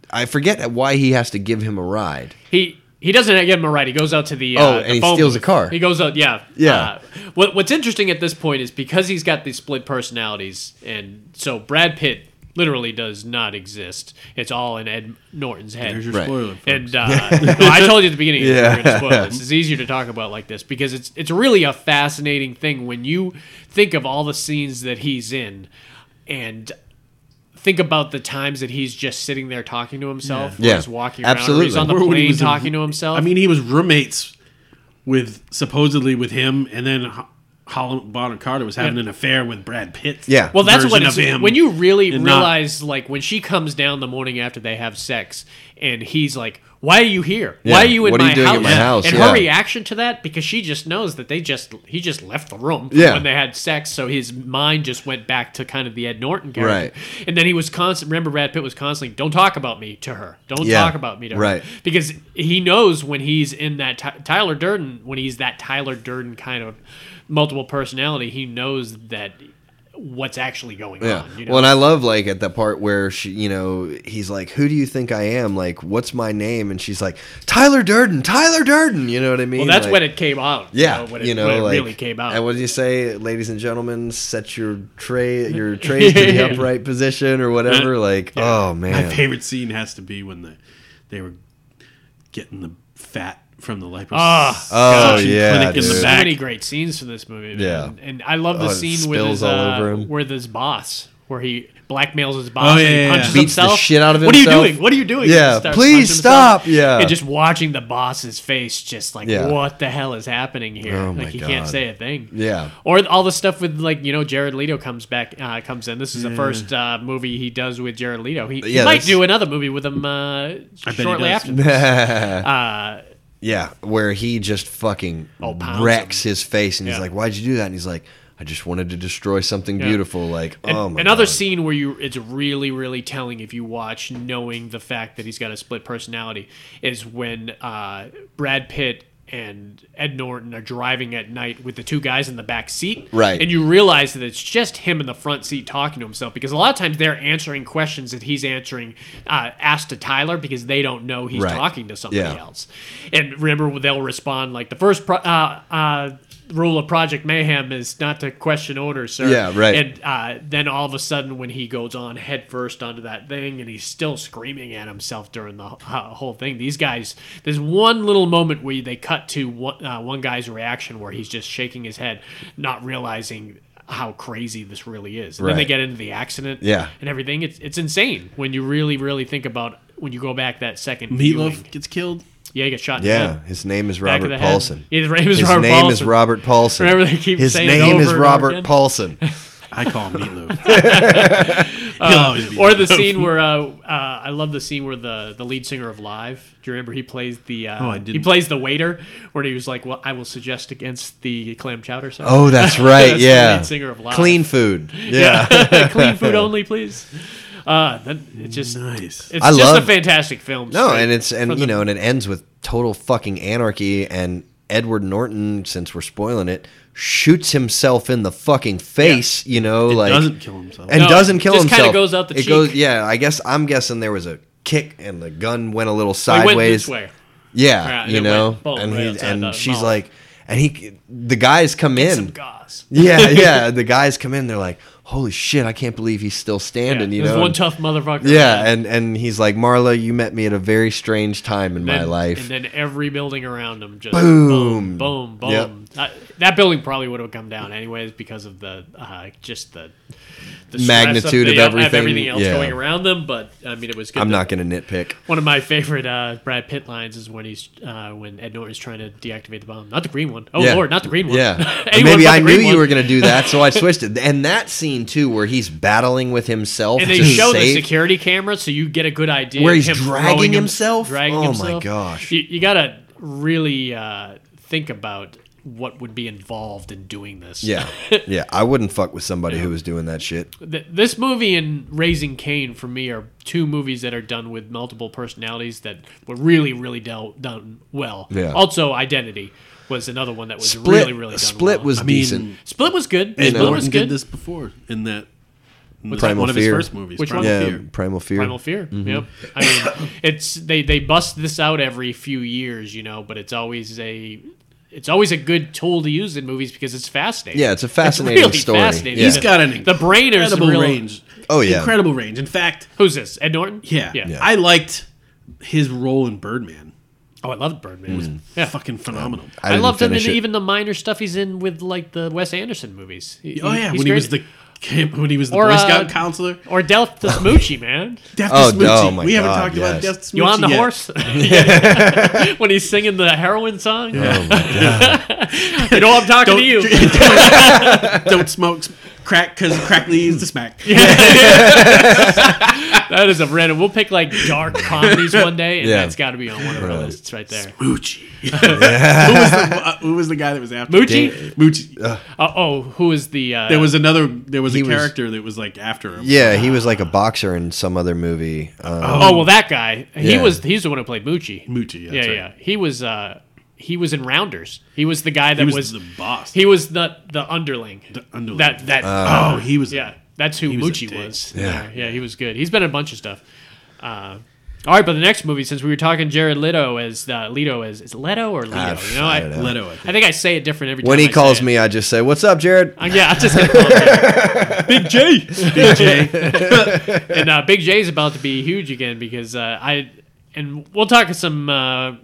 D: I forget why he has to give him a ride.
C: He he doesn't get him a ride. He goes out to the uh,
D: Oh, and
C: the
D: he
C: phone
D: steals a
C: booth.
D: car.
C: He goes out, yeah,
D: Yeah.
C: Uh, what What's interesting at this point is because he's got these split personalities, and so Brad Pitt literally does not exist. It's all in Ed Norton's head.
E: There's your
D: Right.
E: spoiler. folks.
C: And uh, well, I told you at the beginning,
D: Yeah.
C: yeah. this. it's easier to talk about like this because it's it's really a fascinating thing when you think of all the scenes that he's in, and think about the times that he's just sitting there talking to himself, or
D: Yeah.
C: he's walking around, or he's
D: Absolutely.
C: on the
E: Or when he
C: plane
E: was a-
C: talking to himself.
E: I mean, he was roommates with supposedly with him, and then h- Holland Bonham Carter was having an affair with Brad Pitt.
D: Yeah.
C: Well, that's what
E: version
C: it's,
E: of him.
C: when you really
E: and not-
C: realize, like, when she comes down the morning after they have sex, and he's like, "Why are you here? Why are
D: Yeah.
C: you in
D: What are
C: my,
D: you doing
C: house?
D: at my house?
C: And
D: Yeah.
C: her reaction to that, because she just knows that they just he just left the room
D: Yeah.
C: when they had sex, so his mind just went back to kind of the Ed Norton character. Right. And then he was constant. Remember, Brad Pitt was constantly, "Don't talk about me to her. Don't
D: Yeah.
C: talk about me to her."
D: Right.
C: Because he knows when he's in that Ty- Tyler Durden, when he's that Tyler Durden kind of multiple personality, he knows that what's actually going
D: Yeah.
C: on. Oh, You know?
D: Well, and I love like at the part where she, you know, he's like, "Who do you think I am? Like, what's my name?" And she's like, "Tyler Durden, Tyler Durden." You know what I mean?
C: Well, that's
D: like,
C: when it came out. you
D: Yeah,
C: know, when it, when it
D: like,
C: really came out.
D: And what do you say, ladies and gentlemen? Set your tray, your trays to the upright position or whatever. Like, oh
E: My
D: man,
E: favorite scene has to be when the, they were getting the fat from the liposuction
C: Ah.
D: Oh, yeah,
E: clinic in
D: dude.
E: the
C: so
E: back.
C: many great scenes from this movie. man.
D: Yeah.
C: and I love the
D: Oh, it
C: scene with
D: spills
C: his,
D: all over
C: uh,
D: him.
C: with his boss, where he blackmails his boss
E: Oh, yeah,
C: and he
E: yeah,
C: punches
E: yeah.
D: Beats the
C: himself.
D: shit out of
C: What
D: himself.
C: are you doing? What are you doing?
D: Yeah,
C: He starts
D: please
C: punching himself.
D: stop, yeah.
C: and just watching the boss's face, just like,
D: Yeah.
C: what the hell is happening here?
D: Oh,
C: like
D: my
C: he can't
D: God.
C: say a thing.
D: Yeah.
C: or all the stuff with like you know Jared Leto comes back, uh, comes in. This is the first uh, movie he does with Jared Leto. He, he
D: Yeah,
C: might
D: that's-
C: do another movie with him uh,
E: he
C: shortly
E: does.
C: after. this.
D: yeah, where he just fucking
C: Uh, Oh, pounds
D: wrecks his face, and he's
C: Yeah.
D: like, "Why'd you do that?" And he's like, "I just wanted to destroy something
C: Yeah.
D: beautiful." Like,
C: An-
D: oh my,
C: another
D: God.
C: scene where you it's really really telling if you watch knowing the fact that he's got a split personality is when uh, brad pitt and ed norton are driving at night with the two guys in the back seat
D: Right.
C: and you realize that it's just him in the front seat talking to himself because a lot of times they're answering questions that he's answering uh, asked to tyler because they don't know he's
D: Right.
C: talking to somebody
D: Yeah.
C: else and remember they'll respond like the first pro- uh, uh, rule of project mayhem is not to question orders sir
D: Yeah, right.
C: and uh, then all of a sudden, when he goes on headfirst onto that thing, and he's still screaming at himself during the uh, whole thing. These guys, there's one little moment where they cut to one, uh, one guy's reaction where he's just shaking his head, not realizing how crazy this really is. And then they
D: Right.
C: get into the accident,
D: Yeah.
C: and everything. It's it's insane when you really really think about when you go back that second viewing.
E: Meatloaf gets killed.
C: Yeah, he gets shot. in the
D: Yeah,
C: head.
D: his name is
C: Back of
D: Robert
C: the head.
D: Paulson.
C: Yeah, his name is
D: His
C: Robert
D: name is
C: Paulson.
D: Robert Paulson.
C: Remember they keep
D: his
C: saying it
D: name
C: over
D: is
C: and over
D: Robert
C: again?
D: Paulson.
E: I call him Meatloaf. He'll always be
C: or the
E: Meatloaf.
C: scene where uh, uh, I love the scene where the, the lead singer of Live. Do you remember he plays the uh,
E: Oh, I
C: he
E: didn't.
C: plays the waiter where he was like, "Well, I will suggest against the clam chowder." Song.
D: Oh, that's right.
C: That's the
D: yeah,
C: lead singer of Live.
D: clean food. Yeah,
C: clean food only, please. Uh, that, it just
E: Nice.
C: it's
D: I
C: just a
D: love-
C: fantastic film.
D: no,
C: straight
D: and it's
C: from
D: and
C: the-
D: you know, and it ends with total fucking anarchy. And Edward Norton, since we're spoiling it, shoots himself in the fucking face. You know,
E: It
D: like
E: doesn't kill himself.
D: and
C: No,
D: doesn't
C: it
D: kill
C: just kinda
D: himself.
C: goes out the
D: it goes.
C: cheek.
D: Yeah, I guess I'm guessing there was a kick and the gun went a little
C: Well, he
D: sideways.
C: went this way.
D: Yeah,
C: Yeah, and
D: you
C: it
D: know,
C: went boom,
D: and
C: right
D: he,
C: outside the
D: and she's
C: mouth.
D: like, and he, the guys come in.
C: Some gauze.
D: Yeah, yeah. The guys come in. They're like, "Holy shit! I can't believe he's still
C: Yeah,
D: standing." you
C: there's
D: know,
C: one
D: and-
C: tough motherfucker.
D: yeah, and and he's like, "Marla, you met me at a very strange time in
C: then-
D: my life."
C: And then every building around them just boom,
D: Boom.
C: boom, boom.
D: Yep.
C: Uh, that building probably would have come down anyways because of the uh, just the, the stress
D: Magnitude of
C: the-
D: everything,
C: else
D: yeah.
C: going around them. But I mean, it was. Good
D: I'm
C: that-
D: not going to nitpick.
C: One of my favorite uh, Brad Pitt lines is when he's uh, when Ed Norton's trying to deactivate the bomb, not the green one. Oh
D: yeah.
C: lord, not the green one.
D: Yeah,
C: Anyone
D: maybe
C: but
D: I
C: the green
D: knew you
C: one.
D: were going to do that, so I switched it. And that scene too, where he's battling with himself
C: And they
D: to
C: show the
D: save.
C: security camera, so you get a good idea
D: Where
C: of
D: he's
C: him
D: dragging
C: throwing him-
D: himself?
C: dragging
D: Oh my
C: himself.
D: gosh.
C: You, you gotta really uh, think about what would be involved in doing this.
D: yeah, yeah. I wouldn't fuck with somebody who was doing that shit.
C: Th- this movie and Raising Cain for me are two movies that are done with multiple personalities that were really, really del- done well.
D: Yeah.
C: Also, Identity was another one that was
D: Split,
C: really, really done
D: split
C: well.
D: was
E: I mean,
D: decent.
C: Split was good.
E: Ed
C: Split
E: Norton
C: was
E: did
C: good.
E: this before in that in the-
D: Primal
E: one of his
D: Fear.
E: first movies.
C: Which
E: Primal
C: one?
D: yeah,
E: Fear.
D: Um, Primal Fear.
C: Primal Fear. Yep. I mean, it's they they bust this out every few years, you know, but it's always a it's always a good tool to use in movies because it's fascinating.
D: Yeah, it's a fascinating
C: really
D: story.
C: Fascinating.
D: Yeah.
E: He's got an
C: the brain is the
E: incredible
C: real
E: range.
D: Oh, yeah.
E: incredible range. In fact,
C: Who's this? Ed Norton?
E: yeah,
C: Yeah.
E: I liked his role in Birdman.
C: Oh, I loved Birdman. Yeah.
E: Fucking phenomenal.
D: I
C: I, loved
D: didn't
C: him in
D: finish it.
C: even the minor stuff he's in with like the Wes Anderson movies. He-
E: oh
C: he-
E: yeah,
C: he's
E: when he
C: great.
E: was the
C: Scott
E: Kip when he was the
C: Or,
E: Boy
C: uh,
E: Scout counselor.
C: or Death to Smoochie, man.
E: Death
D: Oh,
E: to Smoochie.
D: oh my
E: we haven't
D: God,
E: talked
D: yes.
E: about Death to
C: You on
E: Smoochie
C: the
E: yet.
C: horse? Yeah. when he's singing the heroin song? you know I'm talking
E: Don't,
C: to you.
E: don't smoke s- crack because crack leads to smack.
C: that is a random. We'll pick like dark comedies one day, and
D: Yeah.
C: that's got to be on one of our lists right there.
E: Moochie. who, was the, uh, who was the guy that was after
C: Moochie?
E: Moochie.
C: Uh, oh, who is the? Uh,
E: there was another. There was a
D: He was-
E: character that was like after him.
D: Yeah, he was like a boxer in some other movie. Um,
C: Oh well, that guy. He
D: Yeah.
C: was. He's the one who played Moochie.
E: Moochie.
C: yeah,
E: That's right.
C: yeah. He was. Uh, he was in Rounders. He was the guy that
E: He
C: was.
E: was, the boss.
C: he was the the underling.
E: The underling.
C: That that.
E: oh, he was.
C: yeah, that's who
E: he was a
C: Moochie
E: dick.
C: was.
D: Yeah.
C: yeah, he was good. He's been in a bunch of stuff. Uh, all right, but the next movie, since we were talking Jared Leto as uh, Leto as is it Leto or Leto?
D: Ah,
C: you know, I,
D: I don't know.
E: Leto. I
C: I
E: think.
C: think I say it different every time.
D: when he
C: I say
D: calls
C: it.
D: me, I just say, "What's up, Jared?"
C: Uh, yeah, I'm just gonna call him Big J.
E: Big J.
C: and uh, Big J is about to be huge again because uh, I and we'll talk some uh,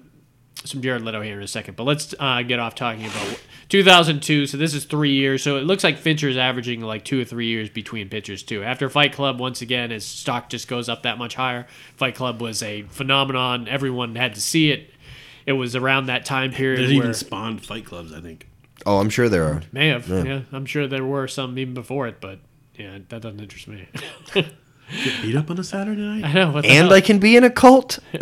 C: some Jared Leto here in a second, but let's uh, get off talking about 2002. So this is three years. So it looks like Fincher's averaging like two or three years between pitchers too. After Fight Club, once again, his stock just goes up that much higher. Fight Club was a phenomenon. Everyone had to see it. It was around that time period.
E: There's
C: where,
E: even spawned fight clubs. I think.
D: Oh, I'm sure there are.
C: May have. Yeah. I'm sure there were some even before it, but yeah, that doesn't interest me.
E: Get beat up on a Saturday
C: I
E: night.
C: know. What the
D: And
C: hell?
D: I can be in a cult.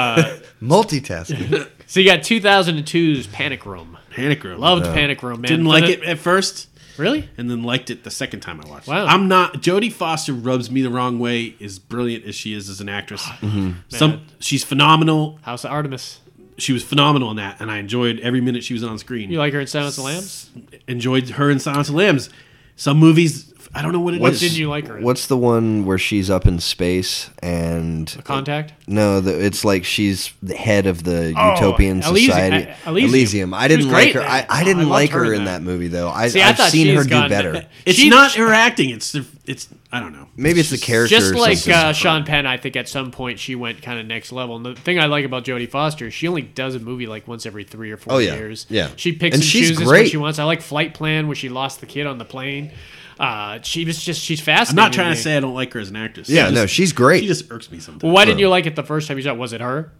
C: Uh,
D: Multitasking.
C: so you got 2002's Panic Room.
E: Panic Room.
C: Loved Panic Room, man.
E: Didn't
C: For
E: like
C: the-
E: it at first,
C: Really?
E: and then liked it the second time I watched.
C: Wow.
E: it. I'm not. Jodie Foster rubs me the wrong way. As brilliant as she is as an actress,
C: Mm-hmm.
E: some she's phenomenal.
C: House of Artemis.
E: She was phenomenal in that, and I enjoyed every minute she was on screen.
C: You like her in Silence of the Lambs?
E: enjoyed her in Silence of the Lambs. Some movies, I don't know what it is.
C: What did you like her in?
D: What's the one where she's up in space and
C: Contact?
D: No, the, it's like she's the head of the Utopian
C: Elysi-
D: Society.
C: uh, Oh, Elysium.
D: I
C: She was
D: didn't
C: great
D: like her.
C: in
D: I,
C: that.
D: I
C: I
D: didn't
C: loved
D: like her,
C: her in
D: in
C: that.
D: that movie though. I,
C: See, I
D: I've
C: thought
D: seen
C: she's
D: her do
C: gone-
D: better.
E: It's
C: She-
E: not her acting. It's the, it's I don't know.
D: Maybe it's the character.
C: Just
D: or
C: like
D: something.
C: uh, Sean Penn, I think at some point she went kind of next level. And the thing I like about Jodie Foster, is she only does a movie like once every three or four
D: Oh, yeah.
C: years.
D: Yeah.
C: she picks and,
D: And she's
C: chooses what
D: great.
C: she wants. I like Flight Plan, where she lost the kid on the plane. Uh, she was just she's
E: I'm
C: fascinating.
E: not trying to
C: me.
E: say I don't like her as an actress.
D: yeah,
E: She
D: no,
E: just-
D: she's great.
E: she just irks me sometimes.
C: Well, why didn't you like it the first time you saw it? Was it her?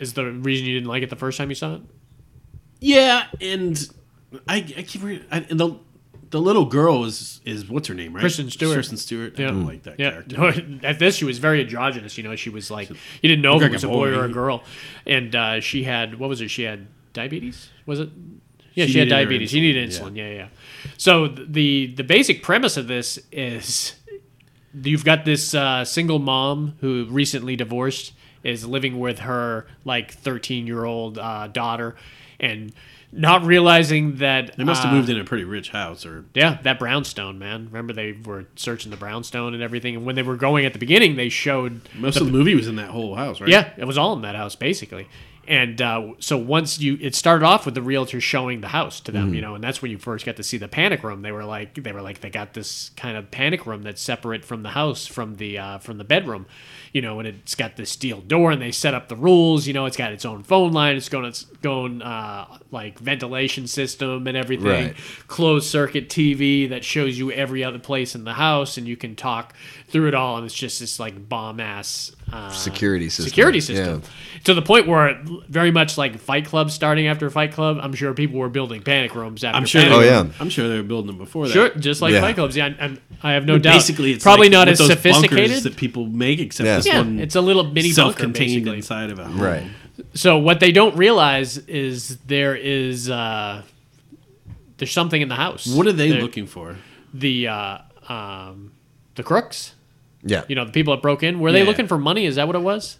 C: Is the reason you didn't like it the first time you saw it?
E: Yeah, and I, I keep re- I, and the the little girl is is what's her name right?
C: Kristen Stewart.
E: Kristen Stewart. I don't like that
C: Yeah.
E: character.
C: At this, she was very androgynous. You know, she was like, you didn't know if
E: like
C: it was
E: a
C: a boy
E: boy.
C: or a girl. And uh, she had, what was it? She had diabetes? Was it? Yeah, she,
E: She
C: had
E: needed her
C: diabetes. She
E: insulin,
C: needed insulin. Yeah. yeah, So th- the the basic premise of this is you've got this uh, single mom who recently divorced is living with her like 13 year old uh, daughter and not realizing that
E: They must have
C: uh,
E: moved in a pretty rich house, or
C: yeah, that brownstone, man. Remember they were searching the brownstone and everything. And when they were going at the beginning, they showed.
E: most of the movie was in that whole house, right?
C: Yeah, it was all in that house basically. And uh, so once you, it started off with the realtor showing the house to them,
E: Mm-hmm.
C: you know, and that's when you first got to see the panic room. They were like, they were like, they got this kind of panic room that's separate from the house, from the uh, from the bedroom, you know, and it's got this steel door, and they set up the rules, you know, it's got its own phone line, it's going, it's going uh, like ventilation system and everything
D: Right.
C: closed circuit TV that shows you every other place in the house, and you can talk through it all. And it's just this like bomb ass uh,
D: Security system.
C: Security system to the point where, very much like Fight Club, starting after Fight Club, I'm sure people were building panic rooms after.
E: I'm sure. They
C: Panic
D: Oh,
E: were,
D: yeah.
E: I'm sure they were building them before that.
C: Sure, just like
D: Oh, Yeah.
C: Fight Clubs. Yeah, I'm, I'm, I have no
E: But
C: doubt.
E: basically it's
C: probably
E: like
C: not
E: with
C: as
E: those bunkers
C: sophisticated.
E: that people make, except
D: Yeah.
E: this
C: yeah,
E: one
C: it's a little mini bunker,
E: self-contained
C: basically.
E: inside of a home.
D: Right.
C: So what they don't realize is there is uh, there's something in the house.
E: What are they
C: There-
E: looking for?
C: The uh, um, the crooks.
D: Yeah.
C: you know the people that broke in were they
E: Yeah.
C: looking for money is that what it was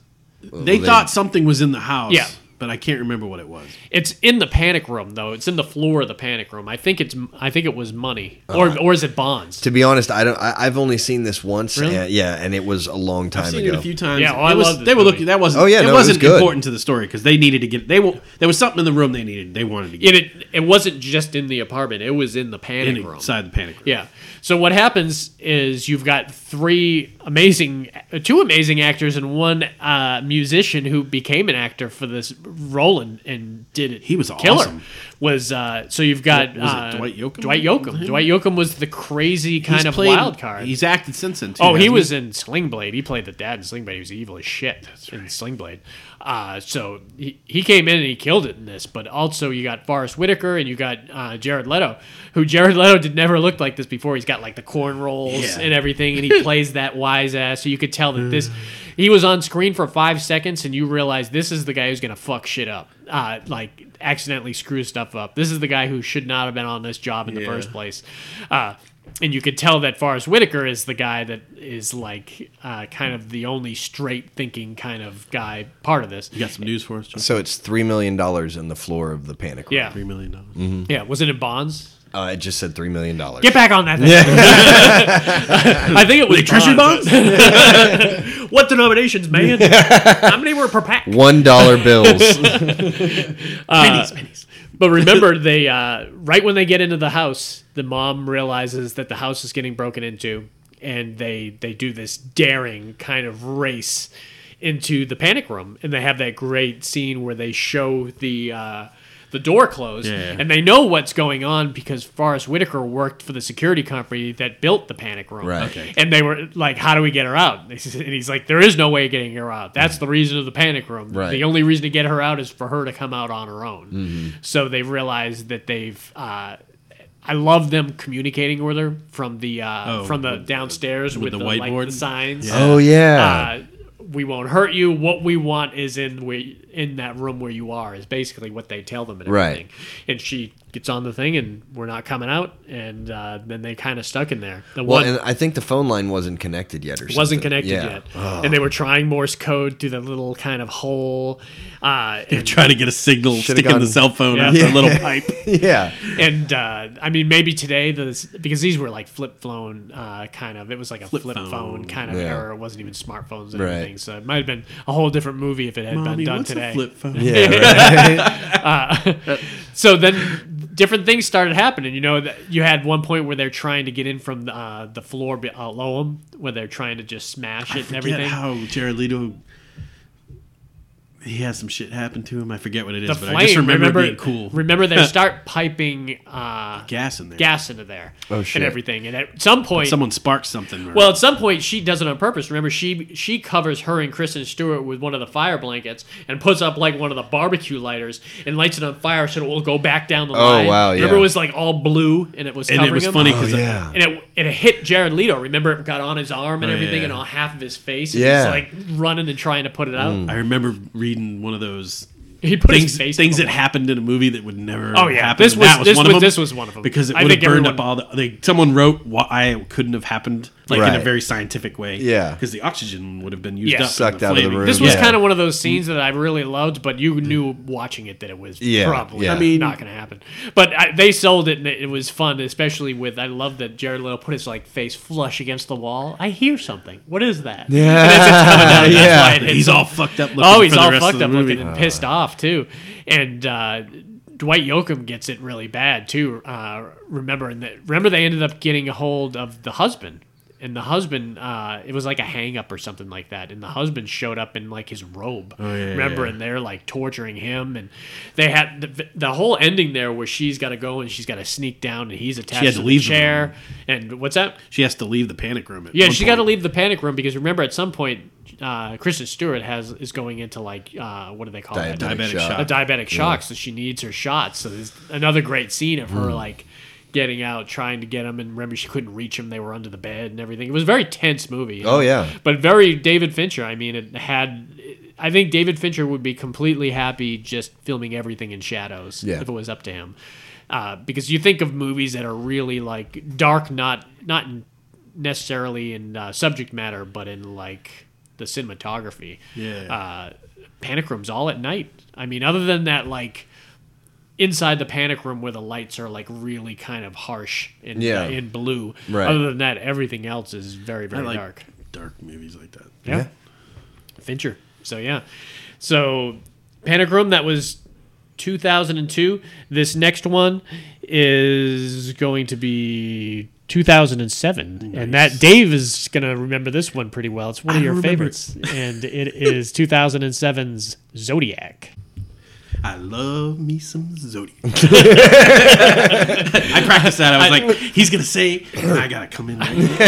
D: they-
E: they, thought something was in the house.
C: Yeah.
E: But I can't remember what it was.
C: it's in the panic room though it's in the floor of the panic room i think it's i think it was money
E: Uh-huh.
C: or or is it bonds
D: To be honest, I don't. I, I've only seen this once.
C: Really?
D: and- yeah, and it was a long time
E: I've seen
D: ago.
E: it a few times.
C: Yeah, well,
E: It
C: I
E: was-
C: love this
E: they were
C: movie.
E: looking. That wasn't.
D: Oh, yeah,
E: it
D: no, it was
E: wasn't
D: good.
E: important to the story because they needed to get. They will. There was something in the room they needed. They wanted to get
C: and it it wasn't just in the apartment it was in the panic
E: in
C: room
E: inside the panic room.
C: yeah so what happens is you've got three amazing, two amazing actors and one uh, musician who became an actor for this role and, and did it.
E: He was
C: killer.
E: awesome.
C: Was uh, so you've got
E: Was it
C: uh,
E: Dwight Yoakam?
C: Dwight Yoakam. Dwight Yoakam was the crazy kind
E: He's
C: of
E: played-
C: wild card.
E: He's acted since then. Too,
C: Oh, he
E: hasn't
C: was in Sling Blade. He played the dad in Sling Blade. He was evil as shit in Sling Blade. Uh, so he, he came in and he killed it in this. But also you got Forrest Whitaker and you got uh, Jared Leto, who Jared Leto did never look like this before. He's got like the corn rolls
E: Yeah.
C: and everything, and he plays that wise ass. So you could tell that this he was on screen for five seconds, and you realize this is the guy who's gonna fuck shit up. Uh, like accidentally screw stuff up. This is the guy who should not have been on this job in the first place. Uh, and you could tell that Forrest Whitaker is the guy that is like uh, kind of the only straight thinking kind of guy part of this.
E: You got some news for us, John?
D: So it's three million dollars in the floor of the panic room.
C: Yeah, Mm-hmm.
E: Three million dollars.
D: Mm-hmm.
C: yeah. Was it in Bonds?
D: uh, it just said three million dollars.
C: Get back on that thing. I think it was
E: Treasury
C: bonds? what denominations, man? How many were per pack?
D: One dollar bills.
E: pennies, pennies.
C: But remember, they uh, right when they get into the house, the mom realizes that the house is getting broken into, and they they do this daring kind of race into the panic room, and they have that great scene where they show the. Uh, the door closed,
E: Yeah.
C: and they know what's going on because Forrest Whitaker worked for the security company that built the panic room.
D: Right.
E: Okay.
C: And they were like, "How do we get her out?" And he's like, "There is no way of getting her out. That's the reason of the panic room.
D: Right.
C: The only reason to get her out is for her to come out on her own."
D: Mm-hmm.
C: So they realize that they've. Uh, I love them communicating with her from the uh,
E: Oh,
C: from the
E: with-
C: downstairs with,
E: with
C: the,
E: the
C: like, the
E: whiteboard?
C: signs.
E: Yeah.
D: Oh yeah.
C: Uh, we won't hurt you. What we want is in where in that room where you are is basically what they tell them and
D: Right.
C: everything. And she gets on the thing, and we're not coming out. And uh, then they kind of stuck in there. The
D: well,
C: one,
D: and I think the phone line wasn't connected yet, or something.
C: wasn't connected
D: Yeah.
C: yet, and they were trying Morse code through that little kind of hole, uh, and,
E: Trying to get a signal, sticking
D: gone-
E: the cell phone
C: Yeah.
E: out the
C: Yeah.
E: little pipe.
D: yeah.
C: and uh, I mean maybe today the because these were like flip phone uh, kind of it was like a flip, phone.
E: phone.
C: kind of
D: Yeah.
C: error. It wasn't even smartphones and
D: Right.
C: everything, so it might have been a whole different movie if it had
E: Mommy,
C: been done
E: what's a
C: today.
E: flip phone?
D: Yeah. Right.
C: so then different things started happening. You know, that you had one point where they're trying to get in from uh, the floor below them, where they're trying to just smash it and
E: forget
C: everything.
E: how Jared Leto. He has some shit happen to him. I forget what it is,
C: the
E: but
C: flame.
E: I just remember,
C: remember,
E: it being cool.
C: Remember they start piping uh,
E: gas in there.
C: gas into there
D: shit.
C: and everything. And at some point,
E: Someone sparked something. or-
C: well, at some point she does it on purpose. Remember, she she covers her and Kristen Stewart with one of the fire blankets and puts up like one of the barbecue lighters and lights it on fire so it will go back down the line.
D: wow,
C: Remember,
D: yeah.
C: it was like all blue and it was
E: and
C: covering
E: it was
C: him?
E: funny
D: Oh
E: because
D: yeah.
C: And it, and it hit Jared Leto. Remember, it got on his arm and
E: Oh,
C: everything,
E: yeah.
C: and on half of his face.
D: Yeah.
C: and he's like running and trying to put it out.
E: I remember reading one of those
C: He put
E: things
C: his face.
E: things
C: in
E: that
C: the-
E: happened in a movie that would never.
C: Oh, yeah.
E: happen.
C: This
E: and
C: was-
E: that was
C: this
E: one
C: was-
E: of them
C: this was one of them.
E: because it
C: I
E: would have
C: think
E: burned
C: everyone-
E: up all the. They, someone wrote why it couldn't have happened like in
D: Right.
E: a very scientific way.
D: Yeah.
E: because the oxygen would have been used
C: Yeah.
E: up, in
D: Sucked out of the
E: flaming.
D: room.
C: This was
D: Yeah.
C: kind of one of those scenes that I really loved, but you knew watching it that it was
D: Yeah,
C: probably
D: yeah.
C: I
D: I
C: mean,
E: mean-
C: not going to happen. But I, they sold it, and it, it was fun, especially with I love that Jared Leto put his like face flush against the wall. I hear something. What is that?
D: Yeah.
C: And it's just coming down, and that's
D: Yeah.
C: why it hits
E: He's
C: him.
E: all fucked up. Looking
C: Oh, he's
E: for the
C: all
E: rest of
C: fucked
E: the
C: up
E: movie.
C: looking and pissed off too, and uh, Dwight Yoakam gets it really bad too. Uh, remember, and that remember they ended up getting a hold of the husband, and the husband uh, it was like a hang up or something like that, and the husband showed up in like his robe.
E: Oh, yeah,
C: remember,
E: yeah.
C: and they're like torturing him, and they had the, the whole ending there where she's got to go and she's got to sneak down, and he's attached
E: had
C: to
E: to
C: the
E: leave the
C: chair. And what's that?
E: She has to leave the panic room. At
C: Yeah,
E: one
C: she got to
E: point.
C: leave the panic room because remember, at some point, uh, Kristen Stewart has is going into like uh, what do they call it?
D: Diabetic,
E: Diabetic
D: shock.
E: shock.
C: A diabetic shock, so she needs her shots. So there's another great scene of
D: Hmm.
C: her like getting out, trying to get him, and remember she couldn't reach him. They were under the bed and everything. It was a very tense movie. you
D: Oh,
C: know?
D: yeah.
C: but very David Fincher. I mean, it had. I think David Fincher would be completely happy just filming everything in shadows
D: Yeah.
C: if it was up to him. Uh, because you think of movies that are really like dark, not not in- necessarily in uh, subject matter, but in like the cinematography.
E: Yeah.
C: Uh, panic rooms all at night. I mean, other than that, like inside the panic room where the lights are like really kind of harsh and
D: Yeah.
C: in blue.
D: Right.
C: Other than that, everything else is very
E: I
C: very
E: like
C: dark.
E: dark movies like that.
C: Yeah. Fincher. So yeah. So Panic Room that was 2002. This next one is going to be
F: 2007, and that Dave is gonna remember this one pretty well. It's one of
E: I
F: your
E: remember it.
F: favorites, and it is 2007's Zodiac.
E: I love me some Zodiac. I practiced that. I was like, he's gonna say, and I gotta come in. Right.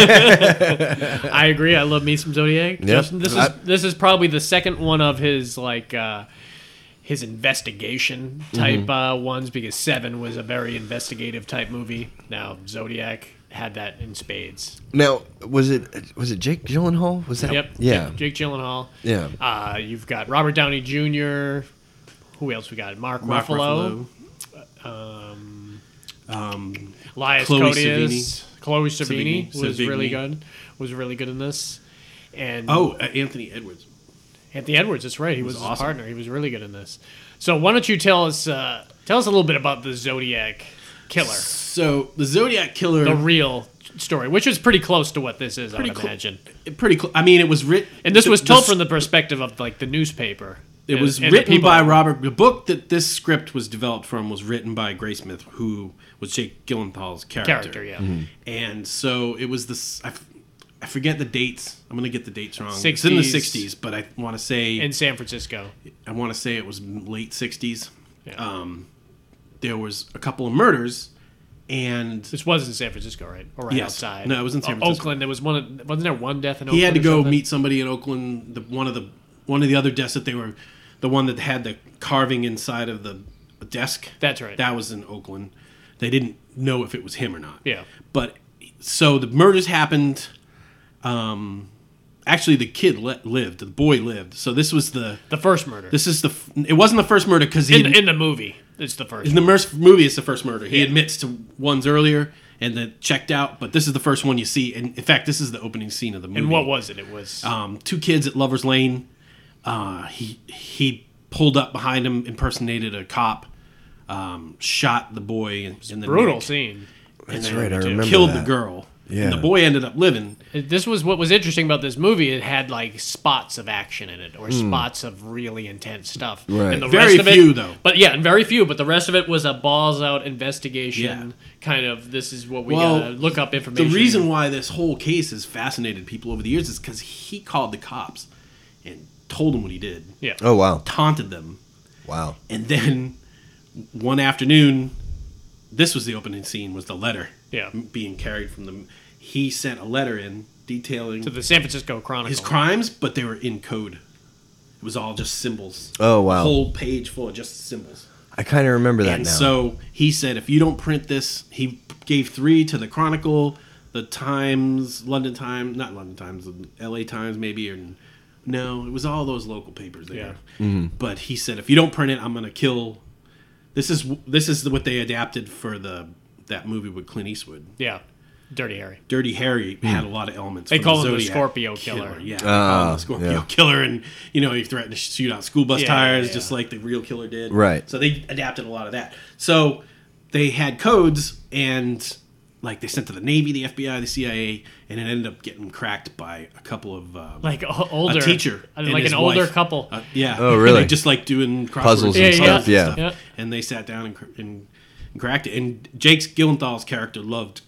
C: I agree. I love me some Zodiac. Justin, this
D: I-
C: is this is probably the second one of his like uh, his investigation type
D: Mm-hmm.
C: uh, ones because Seven was a very investigative type movie. Now Zodiac had that in spades.
D: Now, was it was it Jake Gyllenhaal? Was that?
C: Yep.
D: Yeah.
C: Jake- Jake Gyllenhaal.
D: Yeah.
C: Uh, you've got Robert Downey Jr. Who else we got? Mark,
E: Mark
C: Ruffalo.
E: Um,
C: Elias
E: Chloe
C: Codius. Chloe Savini,
E: Savini,
C: was really
E: Savigny.
C: good. Was really good in this. And
E: oh, uh, Anthony Edwards.
C: Anthony Edwards, that's right. He was, his
E: awesome.
C: partner. He was really good in this. So why don't you tell us uh, tell us a little bit about the Zodiac killer,
E: So the Zodiac Killer.
C: the real story, which is pretty close to what this is, I would
E: clo-
C: imagine.
E: pretty close. I mean, it was written,
C: And this was told from the perspective of like the newspaper.
E: It was
C: and the
E: written
C: people-
E: by Robert. The book that this script was developed from was written by Gray Smith, who was Jake Gyllenhaal's character.
C: Character, yeah.
E: Mm-hmm. And so it was this. I, f- I forget the dates. I'm gonna get the dates wrong. It's in the
C: 60s.
E: 60s, but I want to say
C: in San Francisco.
E: I want to say it was late 60s.
C: Yeah.
E: Um, there was a couple of murders, and
C: This was in San Francisco, right? Or right
E: Yes.
C: outside?
E: No, it was in San
C: Oh,
E: Francisco.
C: Oakland. There was one. Wasn't there one death in Oakland?
E: he had to
C: or
E: go
C: something?
E: meet somebody in Oakland. The, one of the one of the other desks that they were, the one that had the carving inside of the desk.
C: That's right.
E: That was in Oakland. They didn't know if it was him or not.
C: Yeah.
E: But so the murders happened. Um, actually, the kid le- lived. The boy lived. So this was the.
C: the first murder.
E: This is the. f- It wasn't the first murder because he
C: in, in the movie, it's the first.
E: in the first movie it's the first murder he admits to ones earlier and then checked out but this is the first one you see and in fact this is the opening scene of the movie
C: and what was it? It was
E: um, two kids at lovers lane uh, he he pulled up behind him impersonated a cop um, shot the boy in, in the
C: brutal
E: neck,
C: scene.
E: and
D: That's
E: then
D: right, I remember
E: killed
D: that.
E: the girl
D: Yeah.
E: and the boy ended up living
C: This was what was interesting about this movie. It had like spots of action in it, or spots of really intense stuff.
D: Hmm. Right.
C: And the
E: Very
C: rest of it-
E: few, though.
C: But yeah, and very few. But the rest of it was a balls out investigation.
E: Yeah.
C: Kind of. This is what we
E: Well,
C: gotta look up
E: the
C: information.
E: reason why this whole case has fascinated people over the years is because he called the cops and told them what he did
C: Yeah.
D: Oh wow!
E: taunted them
D: Wow.
E: and then one afternoon this was the opening scene was the letter
C: Yeah.
E: being carried from the he sent a letter in detailing
C: To the San Francisco Chronicle.
E: his crimes but they were in code it was all just symbols
D: Oh, wow.
E: whole page full of just symbols
D: I kind of remember that
E: and
D: now.
E: so he said if you don't print this he gave three to the chronicle the times london times not london times la times maybe or no it was all those local papers there
D: Mm-hmm.
E: but he said if you don't print it i'm going to kill this is this is what they adapted for the that movie with clint eastwood
C: Yeah. Dirty Harry.
E: Dirty Harry had a lot of elements.
C: They
E: from
C: call him the
E: Zodiac
C: Scorpio Killer.
E: Yeah, they call him
D: Ah,
E: the Scorpio
D: yeah.
E: Killer, and you know he threatened to shoot out school bus
C: Yeah,
E: tires
C: yeah.
E: just like the real killer did.
D: Right.
E: So they adapted a lot of that. So they had codes, and like they sent to the Navy, the FBI, the CIA, and it ended up getting cracked by a couple of um,
C: Like o- older.
E: a teacher,
C: uh,
E: and
C: Like
E: his
C: an older
E: wife.
C: couple.
E: Uh, yeah.
D: Oh, really?
E: They just like doing crossword
D: Puzzles and
C: Yeah, yeah,
D: stuff.
C: yeah.
D: Yeah.
C: Yeah.
E: and they sat down and, cr- and, and cracked it. And Jake's Gyllenhaal's character loved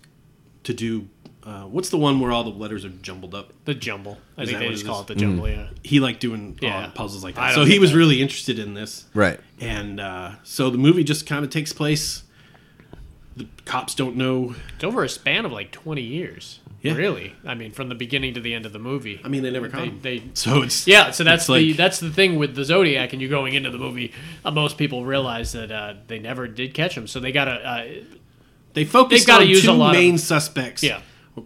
E: to do uh, what's the one where all the letters are jumbled up.
C: the jumble. I
E: Is
C: think
E: that
C: they
E: what
C: just
E: it
C: call
E: is?
C: it the
D: Hmm.
C: jumble, yeah.
E: He liked doing uh,
C: Yeah.
E: puzzles like
C: I
E: that,
C: don't
E: so he
C: get
E: was
C: that.
E: really interested in this.
D: Right.
E: And uh, so the movie just kind of takes place. The cops don't know.
C: It's over a span of like 20 years.
E: Yeah.
C: Really? I mean, from the beginning to the end of the movie.
E: I mean, they never
C: they,
E: come.
C: they
E: so it's
C: Yeah, so that's
E: it's like-
C: the that's the thing with the Zodiac, and you going into the movie, uh, most people realize that uh, they never did catch him, so they gotta uh,
E: they focused
C: they've gotta
E: on
C: use a
E: two
C: lot of-
E: main suspects.
C: yeah.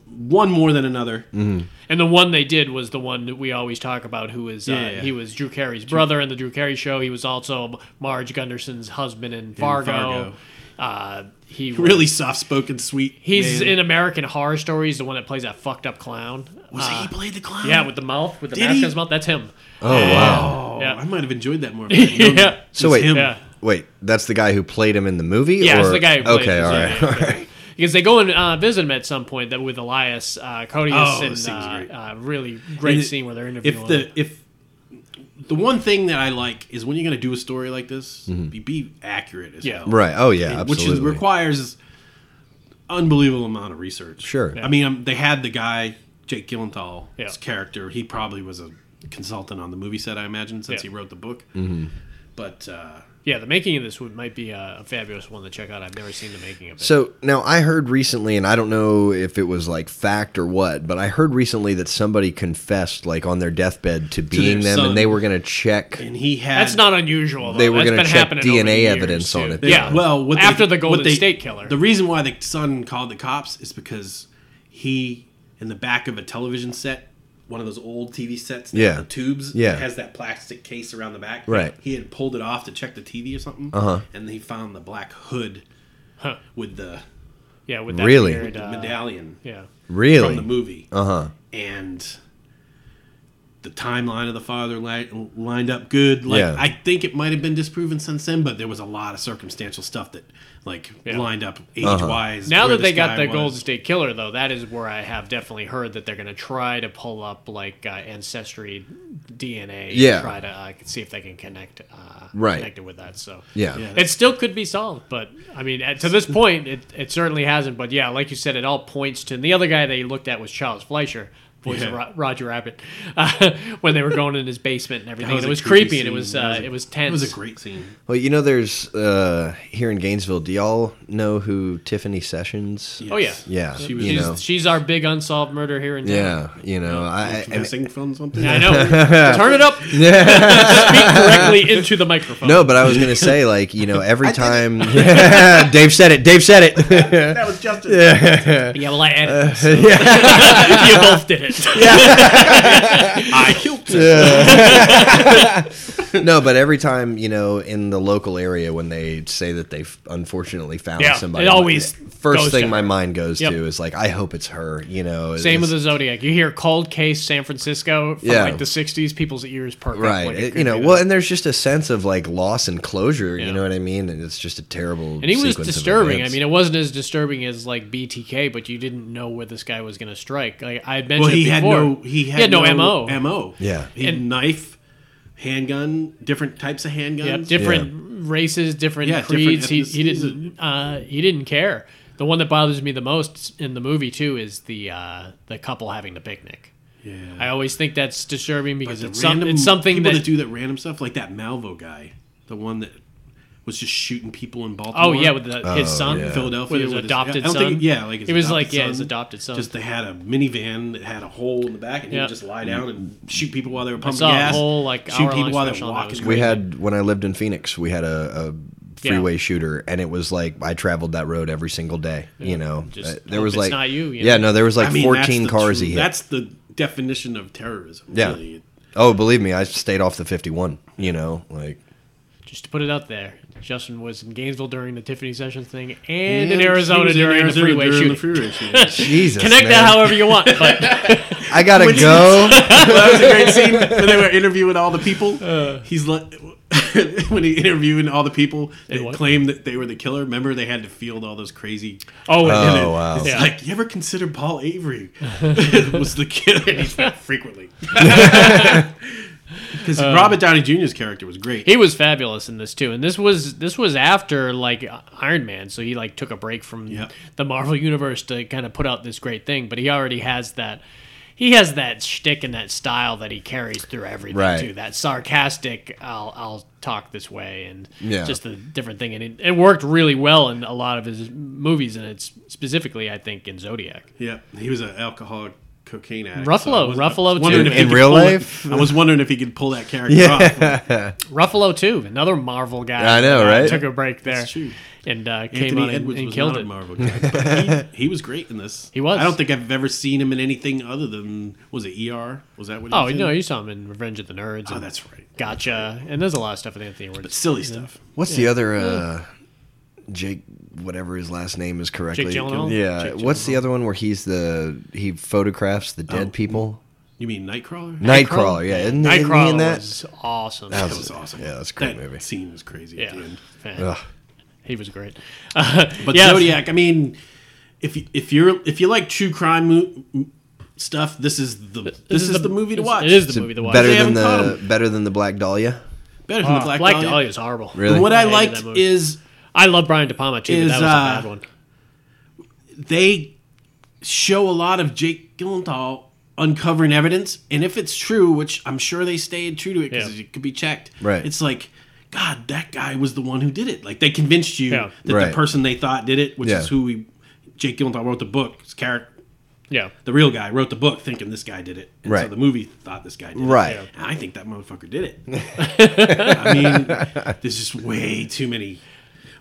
E: one more than another.
D: Mm-hmm.
C: And the one they did was the one that we always talk about, who is uh,
E: Yeah, yeah.
C: he was Drew Carey's brother in the Drew Carey show. He was also Marge Gunderson's husband in Fargo.
E: Fargo.
C: Uh, he was-
E: Really soft-spoken, sweet.
C: he's
E: man.
C: in American Horror Stories, the one that plays that fucked up clown.
E: Was
C: Uh,
E: he played the clown?
C: yeah, with the mouth, with the
E: Did
C: mask in
E: he?
C: his mouth. That's him.
D: Oh wow.
E: Oh,
C: Yeah.
E: I might have enjoyed that more. If I had known
C: Yeah.
E: that.
D: So
E: It's
D: wait,
E: him.
C: Yeah.
D: wait. That's the guy who played him in the movie.
C: Yeah,
D: or?
C: it's the guy who played
D: okay.
C: him,
D: All
C: yeah,
D: right.
C: yeah,
D: All right.
C: because they go and uh, visit him at some point that with Elias uh, Codius
E: Oh, the scene's
C: and
E: great.
C: uh, uh, really great
E: And
C: scene where they're interviewing.
E: If the if the one thing that I like is when you're going to do a story like this, be, be accurate as
C: Yeah.
E: well.
D: Mm-hmm. Right. Oh yeah.
E: And-
D: Absolutely.
E: Which is, requires unbelievable amount of research.
D: Sure.
E: I mean, um, they had the guy Jake Gyllenhaal's
F: Yeah.
E: character. He probably was a consultant on the movie set, I imagine, since
F: Yeah.
E: he wrote the book. Mm-hmm. But uh,
F: Yeah, the making of this would might be a, a fabulous one to check out. I've never seen the making of it.
D: So now I heard recently, and I don't know if it was like fact or what, but I heard recently that somebody confessed, like on their deathbed, to being them,
E: son.
D: and they were going to check.
E: and he had
F: That's not unusual. Though.
D: They were
F: That's
D: gonna
F: been
D: check
F: happening over the
D: DNA
F: years,
D: evidence on
F: too.
D: it,
F: Yeah.
D: though.
E: Well, what they-
F: after the
E: what
F: Golden
E: they-
F: State Killer.
E: The reason why the son called the cops is because he, in the back of a television set, one of those old TV sets, that
D: Yeah.
E: had the tubes,
D: Yeah.
E: has that plastic case around the back.
D: Right.
E: He had pulled it off to check the TV or something, uh-huh. and he found the black hood
F: Huh.
E: with the
F: yeah, with that
D: Really?
F: weird, uh,
E: medallion
F: Yeah.
E: from the
D: Really?
E: movie.
D: Uh huh.
E: and the timeline of the father li- lined up good. Like
D: Yeah.
E: I think it might have been disproven since then, but there was a lot of circumstantial stuff that like
F: Yeah.
E: lined
D: Uh-huh.
E: up age wise.
C: Now that they got the Golden State Killer, though, that is where I have definitely heard that they're going to try to pull up like uh, ancestry DNA. and
D: Yeah.
C: try to uh, see if they can connect uh,
D: Right.
C: connect it with that. So
D: Yeah.
E: Yeah.
C: it still could be solved, but I mean, at, to this point, it, it certainly hasn't. But yeah, like you said, it all points to and the other guy they looked at was Charles Fleischer. Voice of
E: Yeah.
C: Ro- Roger Rabbit uh, when they were going in his basement and everything.
E: was
C: and it
E: a
C: was
E: creepy
C: creepy and it
E: scene.
C: was
E: That
C: uh,
E: was a-
C: it was
E: It
C: tense.
E: was a great scene.
D: Well, you know, there's uh, here in Gainesville. Do y'all know who Tiffany Sessions?
C: Oh yeah,
D: Yeah,
E: She was
D: you
C: she's,
D: know.
C: she's our big unsolved murder here in town.
D: Yeah, you know, I, I
E: Confessing from something.
C: I know. Turn it up. Speak directly into the microphone.
D: no, but I was gonna say, like, you know, every time Dave said it, Dave said it.
E: That was Justin.
C: Yeah, well, I
D: Uh,
C: edited. This, so. you both did it.
E: I killed him.
D: no, but every time you know in the local area when they say that they've unfortunately found
C: Yeah,
D: somebody,
C: it always
D: my- first
C: goes
D: thing
C: to
D: my
C: her.
D: mind goes
C: Yep.
D: to is like, I hope it's her. You know,
C: Same with
D: it's-
C: the Zodiac. You hear cold case San Francisco from
D: Yeah.
C: like the '60s. People's ears perk up.
D: right.
C: Like,
D: It-
C: could
D: you know,
C: be
D: well,
C: that.
D: and there's just a sense of like loss and closure.
C: Yeah.
D: You know what I mean? And it's just a terrible.
C: and he was
D: sequence of
C: disturbing. I
D: events.
C: mean, it wasn't as disturbing as like BTK, but you didn't know where this guy was going to strike. Like I had mentioned
E: Well, he
C: it
E: had
C: before.
E: no. He had, no,
C: mo.
E: Mo.
D: Yeah.
E: He had knife, handgun, different types of handguns.
C: Yep, different races, different
E: Yeah, different
C: creeds. he, he
E: ethnicities.
C: didn't uh, he didn't care. The one that bothers me the most in the movie too is the uh, the couple having the picnic.
E: Yeah.
C: I always think that's disturbing because
E: But the
C: it's, some,
E: random
C: it's something
E: people
C: that,
E: that, do that random stuff, like that Malvo guy, the one that was just shooting people in Baltimore.
C: oh yeah with the, his son
D: yeah.
E: Philadelphia
C: with his
E: with his-
C: adopted
E: I don't
C: son
E: think- yeah, like his
C: it was
E: adopted
C: like yeah his
E: son.
C: adopted son
E: Just they had a minivan that had a hole in the back, and he
C: Yeah.
E: would just lie down and shoot people while they were pumping
C: saw a
E: gas.
C: whole, like,
E: shoot
C: hour-long
E: people while they're
C: special on that. It was
E: walking.
D: we had when I lived in Phoenix, we had a. a
C: Yeah.
D: freeway shooter and it was like I traveled that road every single day you know
C: Just
D: Uh, there
C: hope
D: was
C: it's
D: like
C: not you, you
D: yeah
C: know?
D: no there was like
E: I mean, that's
D: 14
E: the
D: cars
E: true-
D: he hit
E: That's the definition of terrorism.
D: Yeah.
E: Really.
D: Oh, believe me, I stayed off the 51. You know, like
C: just to put it out there Justin was in Gainesville during the Tiffany Sessions thing and, in
E: He was
C: Arizona
E: in
C: during the
E: Arizona
C: freeway
E: during
C: shooting
E: the freeway shooting.
D: Jesus.
C: connect
D: man.
C: that however you want but
D: I gotta go.
E: that was a great scene when they were interviewing all the people.
C: Uh.
E: He's like, when he interviewing all the people that
C: what?
E: claimed that they were the killer. Remember, they had to field all those crazy.
C: oh, and
D: Oh wow.
E: It's
C: Yeah.
E: like, you ever considered Paul Avery was the killer? And he's like, frequently. Because Robert Downey Jr.'s character was great.
C: Uh. He was fabulous in this too, and this was this was after like Iron Man, so he like took a break from
E: Yep.
C: the Marvel universe to kind of put out this great thing. But he already has that, he has that shtick and that style that he carries through everything
D: Right.
C: too. That sarcastic, I'll I'll talk this way, and
D: Yeah.
C: just the different thing, and it, it worked really well in a lot of his movies, and it's specifically I think in Zodiac.
E: Yeah, he was an alcoholic cocaine addict.
C: Ruffalo-
E: I was- I was
C: Ruffalo,
E: wondering
C: too.
E: if he
D: In
E: could
D: real
E: pull it-
D: life?
E: I was wondering if he could pull that character off.
C: Ruffalo too, another Marvel guy.
D: I know,
C: uh,
D: right?
C: Took a break there
E: true.
C: and uh, came
E: Anthony
C: on and,
E: Edwards
C: and
E: was
C: killed
E: not
C: it.
E: a Marvel guy, but he, he was great in this.
C: He was.
E: I don't think I've ever seen him in anything other than was it ER? Was that what? He
C: Oh
E: was
C: no,
E: in?
C: you saw him in Revenge of the Nerds.
E: oh
C: and
E: that's right.
C: Gotcha. And there's a lot of stuff with Anthony Edwards.
E: Silly stuff.
D: What's the other uh Jake whatever his last name is correctly?
C: Gyllenhaal?
D: Yeah.
C: Jake
D: What's the other one where he's the he photographs the dead people?
E: You mean Nightcrawler?
D: Nightcrawler, yeah. Isn't, isn't he
C: Nightcrawler
D: in that?
C: was awesome.
E: That was awesome.
D: yeah, that's a great
E: that
D: movie.
E: Scene was crazy at the
C: yeah,
E: end.
C: fan.
D: Ugh.
C: he was great.
E: But
C: Yeah.
E: Zodiac, I mean, if you, if you're if you like true crime mo- m- stuff, this is the this, is, the, movie to watch.
C: It is the
D: It's
C: movie to watch.
D: Better
E: They
D: than
E: haven't caught
D: the better than the Black Dahlia.
E: better than
C: Oh,
E: the Black,
C: Black,
E: Dahlia.
C: Dahlia is horrible.
D: Really?
E: What I
C: hated
E: liked
C: that movie.
E: is
C: I love Brian De Palma too.
E: is,
C: but that was a
E: uh,
C: bad one.
E: they show a lot of Jake Gyllenhaal uncovering evidence, and if it's true, which I'm sure they stayed true to it because
C: Yeah.
E: it could be checked.
D: Right.
E: It's like, God, that guy was the one who did it. Like they convinced you
C: Yeah.
E: that
D: Right.
E: the person they thought did it, which
D: Yeah.
E: is who we, Jake Gyllenhaal wrote the book. His character,
C: Yeah.
E: the real guy, wrote the book thinking this guy did it. And So
D: Right.
E: the movie thought this guy did
D: Right.
E: it. And I think that motherfucker did it. I mean, there's just way too many.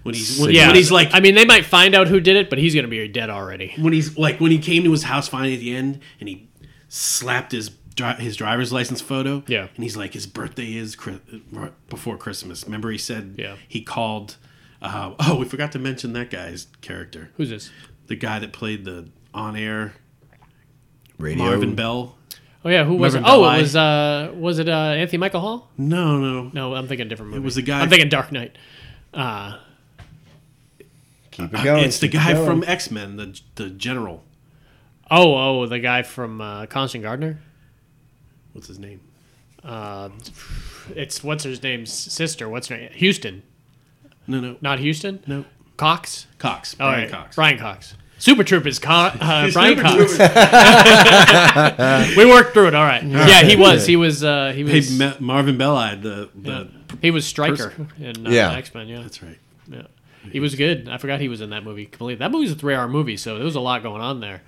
E: When he's when,
C: Yeah.
E: when he's like
G: I mean, they might find out who did it, but he's going to be dead already.
E: when he's like when he came to his house finally at the end and he slapped his dri- his driver's license photo.
C: Yeah.
E: and he's like his birthday is Chri- right before Christmas. Remember he said
C: Yeah.
E: he called. Uh, oh, we forgot to mention that guy's character,
C: Who's this?
E: the guy that played the on air
D: Radio.
E: Marvin Bell.
C: Oh yeah, who was it?
E: Remember
C: Oh,
E: Belli?
C: it was uh was it uh Anthony Michael Hall?
E: No, no,
C: No, I'm thinking a different movie.
E: was the guy-
C: I'm thinking Dark Knight.
D: Keep it going.
E: it's the
D: keep
E: guy
D: going.
E: from X Men, the the general.
C: Oh, oh, the guy from uh, Constant Gardner.
E: What's his name?
C: It's what's her name's sister. What's her name? Houston,
E: No, no,
C: not Houston.
E: no.
C: Cox.
E: Cox.
C: Oh,
E: Brian
C: right.
E: Cox.
C: Brian Cox. Super Troopers. Co- uh, Brian
E: Super
C: Cox.
E: Troopers.
C: we worked through it. All right. Yeah, he was. He was. Uh, he
E: Hey,
C: was.
E: Ma- Marvin Belli, the, the
C: He was Striker in uh,
D: Yeah.
C: X Men. Yeah.
E: that's right.
C: Yeah. He was good. I forgot he was in that movie completely. That movie's a three hour movie, so there was a lot going on there.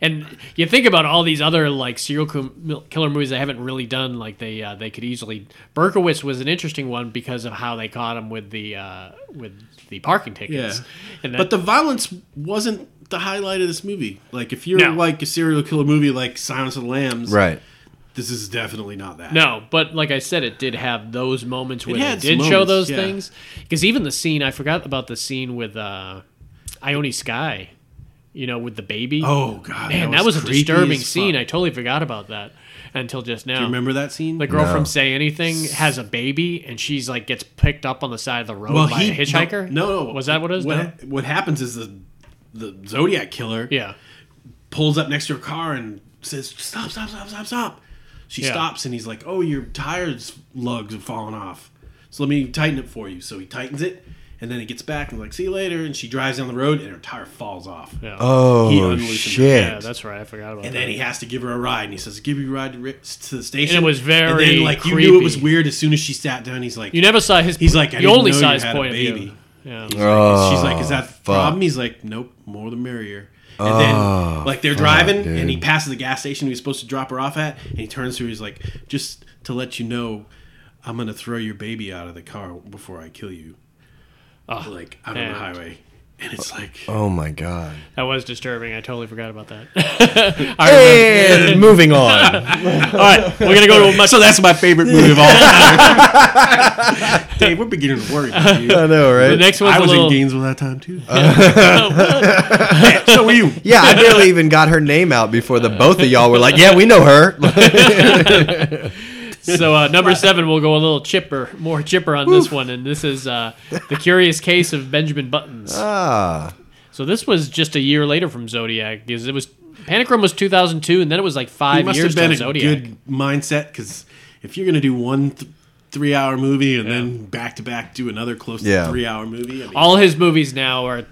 C: And you think about all these other like serial com- killer movies they haven't really done. Like they uh, they could easily. Berkowitz was an interesting one because of how they caught him with the uh, with the parking tickets.
E: Yeah.
C: And that,
E: But the violence wasn't the highlight of this movie. Like, if you're
C: No.
E: like a serial killer movie like Silence of the Lambs,
D: Right.
E: this is definitely not that.
C: No, but like I said, it did have those moments where they
E: had
C: did
E: some
C: show
E: moments,
C: those
E: yeah.
C: things. Because even the scene, I forgot about the scene with uh, Ione Sky, you know, with the baby.
E: Oh, God.
C: man, that was, a
E: creepy
C: disturbing
E: as fuck.
C: scene. I totally forgot about that until just now.
E: Do you remember that scene?
C: the girl from Say Anything has a baby, and she's like gets picked up on the side of the road by a hitchhiker.
E: Oh, No, no.
C: was that what it was? No?
E: What, what happens is the, the Zodiac killer
C: Yeah,
E: pulls up next to her car and says, Stop, stop, stop, stop, stop. She
C: Yeah.
E: stops and he's like, Oh, your tires lugs have fallen off. So let me tighten it for you. So he tightens it and then he gets back and like, see you later. And she drives down the road and her tire falls off.
C: yeah,
E: He
D: Oh
E: unloosened her.
D: shit!
C: yeah. That's right. I forgot about
E: And
C: that.
E: then he has to give her a ride, and he says, "Give you a ride to, ri- to the station."
C: And it was very
E: And then, like you knew it was
C: creepy.
E: weird as soon as she sat down. He's like,
C: you never saw his.
E: He's like, I
C: you
E: didn't
C: only
E: know
C: saw
E: you
C: his
E: had a
C: point of
E: baby.
C: view. Yeah,
D: Oh,
E: she's like, "Is that the
D: fuck. Oh,
E: problem?" He's like, "Nope, more the merrier." And then, like they're driving, and he
D: dude.
E: passes the gas station he was supposed to drop her off at, and he turns to her. He's like, "Just to let you know, I'm gonna throw your baby out of the car before I kill you." like out on
C: Ah, man.
E: the highway, and it's like,
D: Oh my god!
C: that was disturbing. I totally forgot about that.
D: And moving on.
C: All right, we're gonna go to a much.
E: so that's my favorite movie of all time. Dave, we're beginning to worry about you.
D: I know,
C: the
D: right?
C: next one's
E: I was
C: a little.
E: in Gainesville that time too.
D: so were you? Yeah, I barely even got her name out before the both of y'all were like, "Yeah, we know her."
C: So uh, number seven, we'll go a little chipper, more chipper on this one, and this is uh, the Curious Case of Benjamin Buttons.
D: ah,
C: so this was just a year later from Zodiac because it was Panic Room was 2002, and then it was like
E: It
C: five
E: must
C: years
E: have been
C: till
E: a
C: Zodiac.
E: good mindset because if you're gonna do one th- three-hour movie and then back to back do another close
D: Yeah.
E: to three-hour movie, I mean,
C: All his movies now are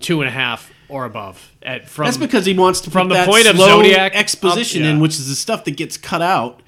C: two and a half or above. At from
E: that's because he wants to
C: From
E: put
C: the
E: that
C: point of
E: slow
C: Zodiac up-
E: exposition
C: yeah.
E: in, which is the stuff that gets cut out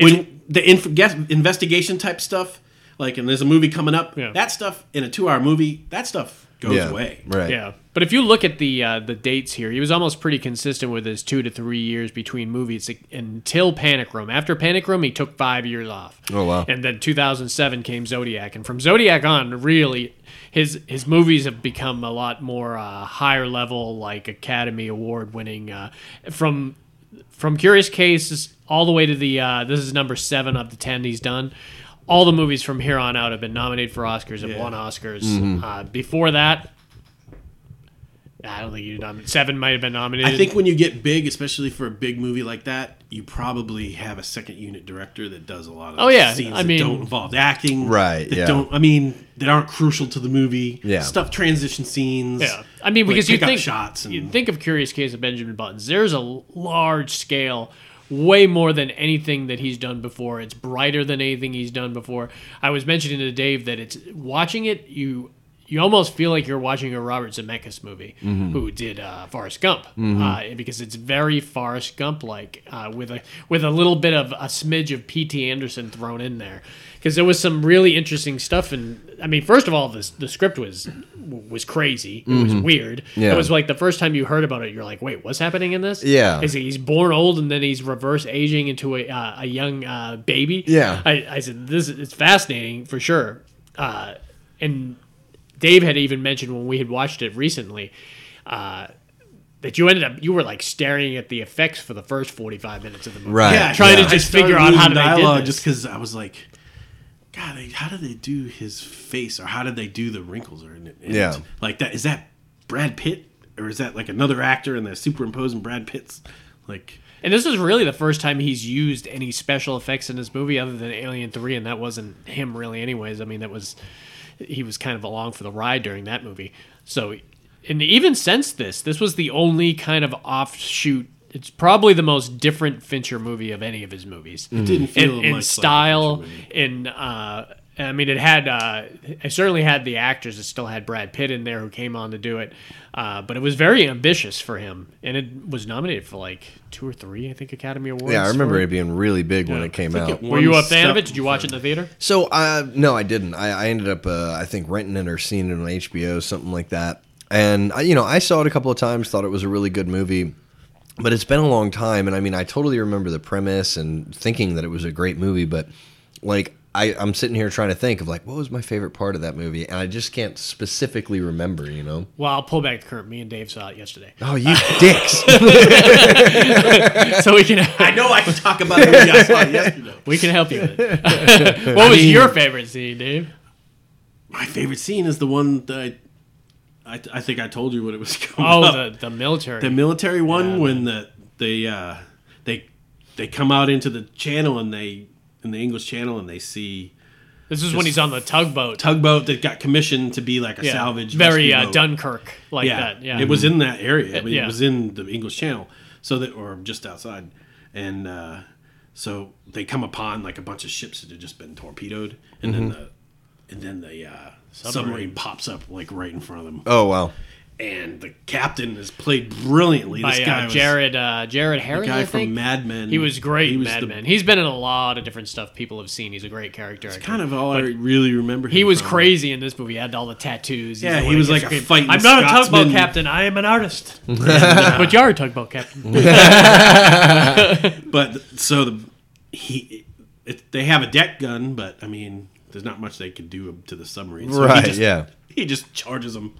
E: when the inf- guess, investigation type stuff. Like, and there's a movie coming up.
C: Yeah.
E: That stuff in a two-hour movie, that stuff goes
D: yeah,
E: away.
D: right?
C: Yeah, but if you look at the uh, the dates here, he was almost pretty consistent with his two to three years between movies like, until Panic Room. After Panic Room, he took five years off.
D: Oh, wow.
C: And then 2007 came Zodiac, and from Zodiac on, really, his his movies have become a lot more uh, higher level, like Academy Award winning. Uh, from from Curious Cases all the way to the uh, this is number seven of the ten he's done. All the movies from here on out have been nominated for Oscars and won Oscars. Uh, before that, I don't think you nom- seven might have been nominated.
E: I think when you get big, especially for a big movie like that, you probably have a second unit director that does a lot of
C: Oh, yeah.
E: scenes
C: I mean-
E: that don't involve acting.
D: Right,
E: That
D: yeah.
E: don't I mean that aren't crucial to the movie.
D: Yeah.
E: Stuff transition scenes.
C: Yeah, I mean
E: like
C: because you
E: pickup
C: think
E: shots and
C: you think of Curious Case of Benjamin Buttons. There's a large scale, way more than anything that he's done before. It's brighter than anything he's done before. I was mentioning to Dave that it's watching it you. you almost feel like you're watching a Robert Zemeckis movie, who did uh, Forrest Gump, uh, because it's very Forrest Gump like, uh, with a with a little bit of a smidge of P.T. Anderson thrown in there, because there was some really interesting stuff. And I mean, first of all, this the script was was crazy. It was weird.
D: Yeah.
C: It was like the first time you heard about it, you're like, wait, what's happening in this?
D: Yeah.
C: is he's born old and then he's reverse aging into a uh, a young uh, baby?
D: Yeah.
C: I, I said this is it's fascinating for sure. Uh, and Dave had even mentioned when we had watched it recently uh, that you ended up you were like staring at the effects for the first forty five minutes of the movie.
D: Right.
E: yeah,
C: trying to
E: yeah.
C: just
E: I started
C: figure out how
E: reading
C: they did
E: dialogue
C: this.
E: just because I was like, God, I- how did they do his face, or how did they do the wrinkles, or and, and
D: Yeah.
E: like that? Is that Brad Pitt, or is that like another actor and they're superimposing Brad Pitt's like?
C: And this is really the first time he's used any special effects in this movie other than Alien 3, and that wasn't him really, anyways. I mean, that was. He was kind of along for the ride during that movie. So, and even since this, this was the only kind of offshoot. It's probably the most different Fincher movie of any of his movies. It
E: didn't feel
C: in,
E: much like a
C: style,
E: Fincher movie.
C: in uh, I mean, it had uh, it certainly had the actors. It still had Brad Pitt in there who came on to do it, uh, but it was very ambitious for him, and it was nominated for like two or three, I think, Academy Awards.
D: Yeah, I remember
C: for
D: it being really big when it came
E: I think
D: out.
E: it
C: Were you
E: won
C: a fan of
E: stuff
C: it? Did you watch it in the theater?
D: So, uh, no, I didn't. I, I ended up, uh, I think, renting it or seeing it on HBO, something like that. And, I, you know, I saw it a couple of times, thought it was a really good movie, but it's been a long time. And I mean, I totally remember the premise and thinking that it was a great movie, but like, I, I'm sitting here trying to think of like what was my favorite part of that movie, and I just can't specifically remember. You know?
C: Well, I'll pull back the curtain. Me and Dave saw it yesterday,
D: Oh, you dicks!
C: so we can
E: I know I can talk about it. I saw it yesterday.
C: we can help you. With it. what was your favorite scene, Dave?
E: My favorite scene is the one that I, I, I think I told you what it was
C: Oh,
E: called.
C: the the military.
E: the military one when the they uh, they they come out into the channel and they in the English Channel and they see
C: this is when he's on the tugboat.
E: tugboat that got commissioned to be like a
C: Yeah.
E: salvage
C: very
E: rescue
C: uh,
E: boat.
C: Dunkirk like
E: yeah.
C: that. Yeah,
E: it was in that area. I mean,
C: yeah.
E: It was in the English Channel, so that or just outside, and uh, so they come upon like a bunch of ships that had just been torpedoed, and then
C: Mm-hmm.
E: the and then the uh, submarine. pops up like right in front of them,
D: oh wow,
E: and the captain is played brilliantly.
C: by
E: this
C: uh,
E: guy, was-
C: Jared uh, Jared Harris.
E: guy
C: I
E: from
C: think?
E: Mad Men.
C: He was great.
E: He
C: in
E: was
C: Mad
E: the-
C: Men. He's been in a lot of different stuff people have seen. He's a great character. actor.
E: kind of all I really remember.
C: He
E: him
C: was
E: from.
C: crazy in this movie. He had all the tattoos. He's
E: Yeah,
C: the
E: he
C: one
E: was
C: that
E: like
C: gets
E: a
C: screamed,
E: fighting
C: I'm not a tugboat
E: Scotsman."
C: captain. I am an artist. but you are a tugboat captain.
E: But th- so the he it, they have a deck gun, but I mean, there's not much they can do to the submarine. So
D: right?
E: He just,
D: yeah.
E: He just charges them,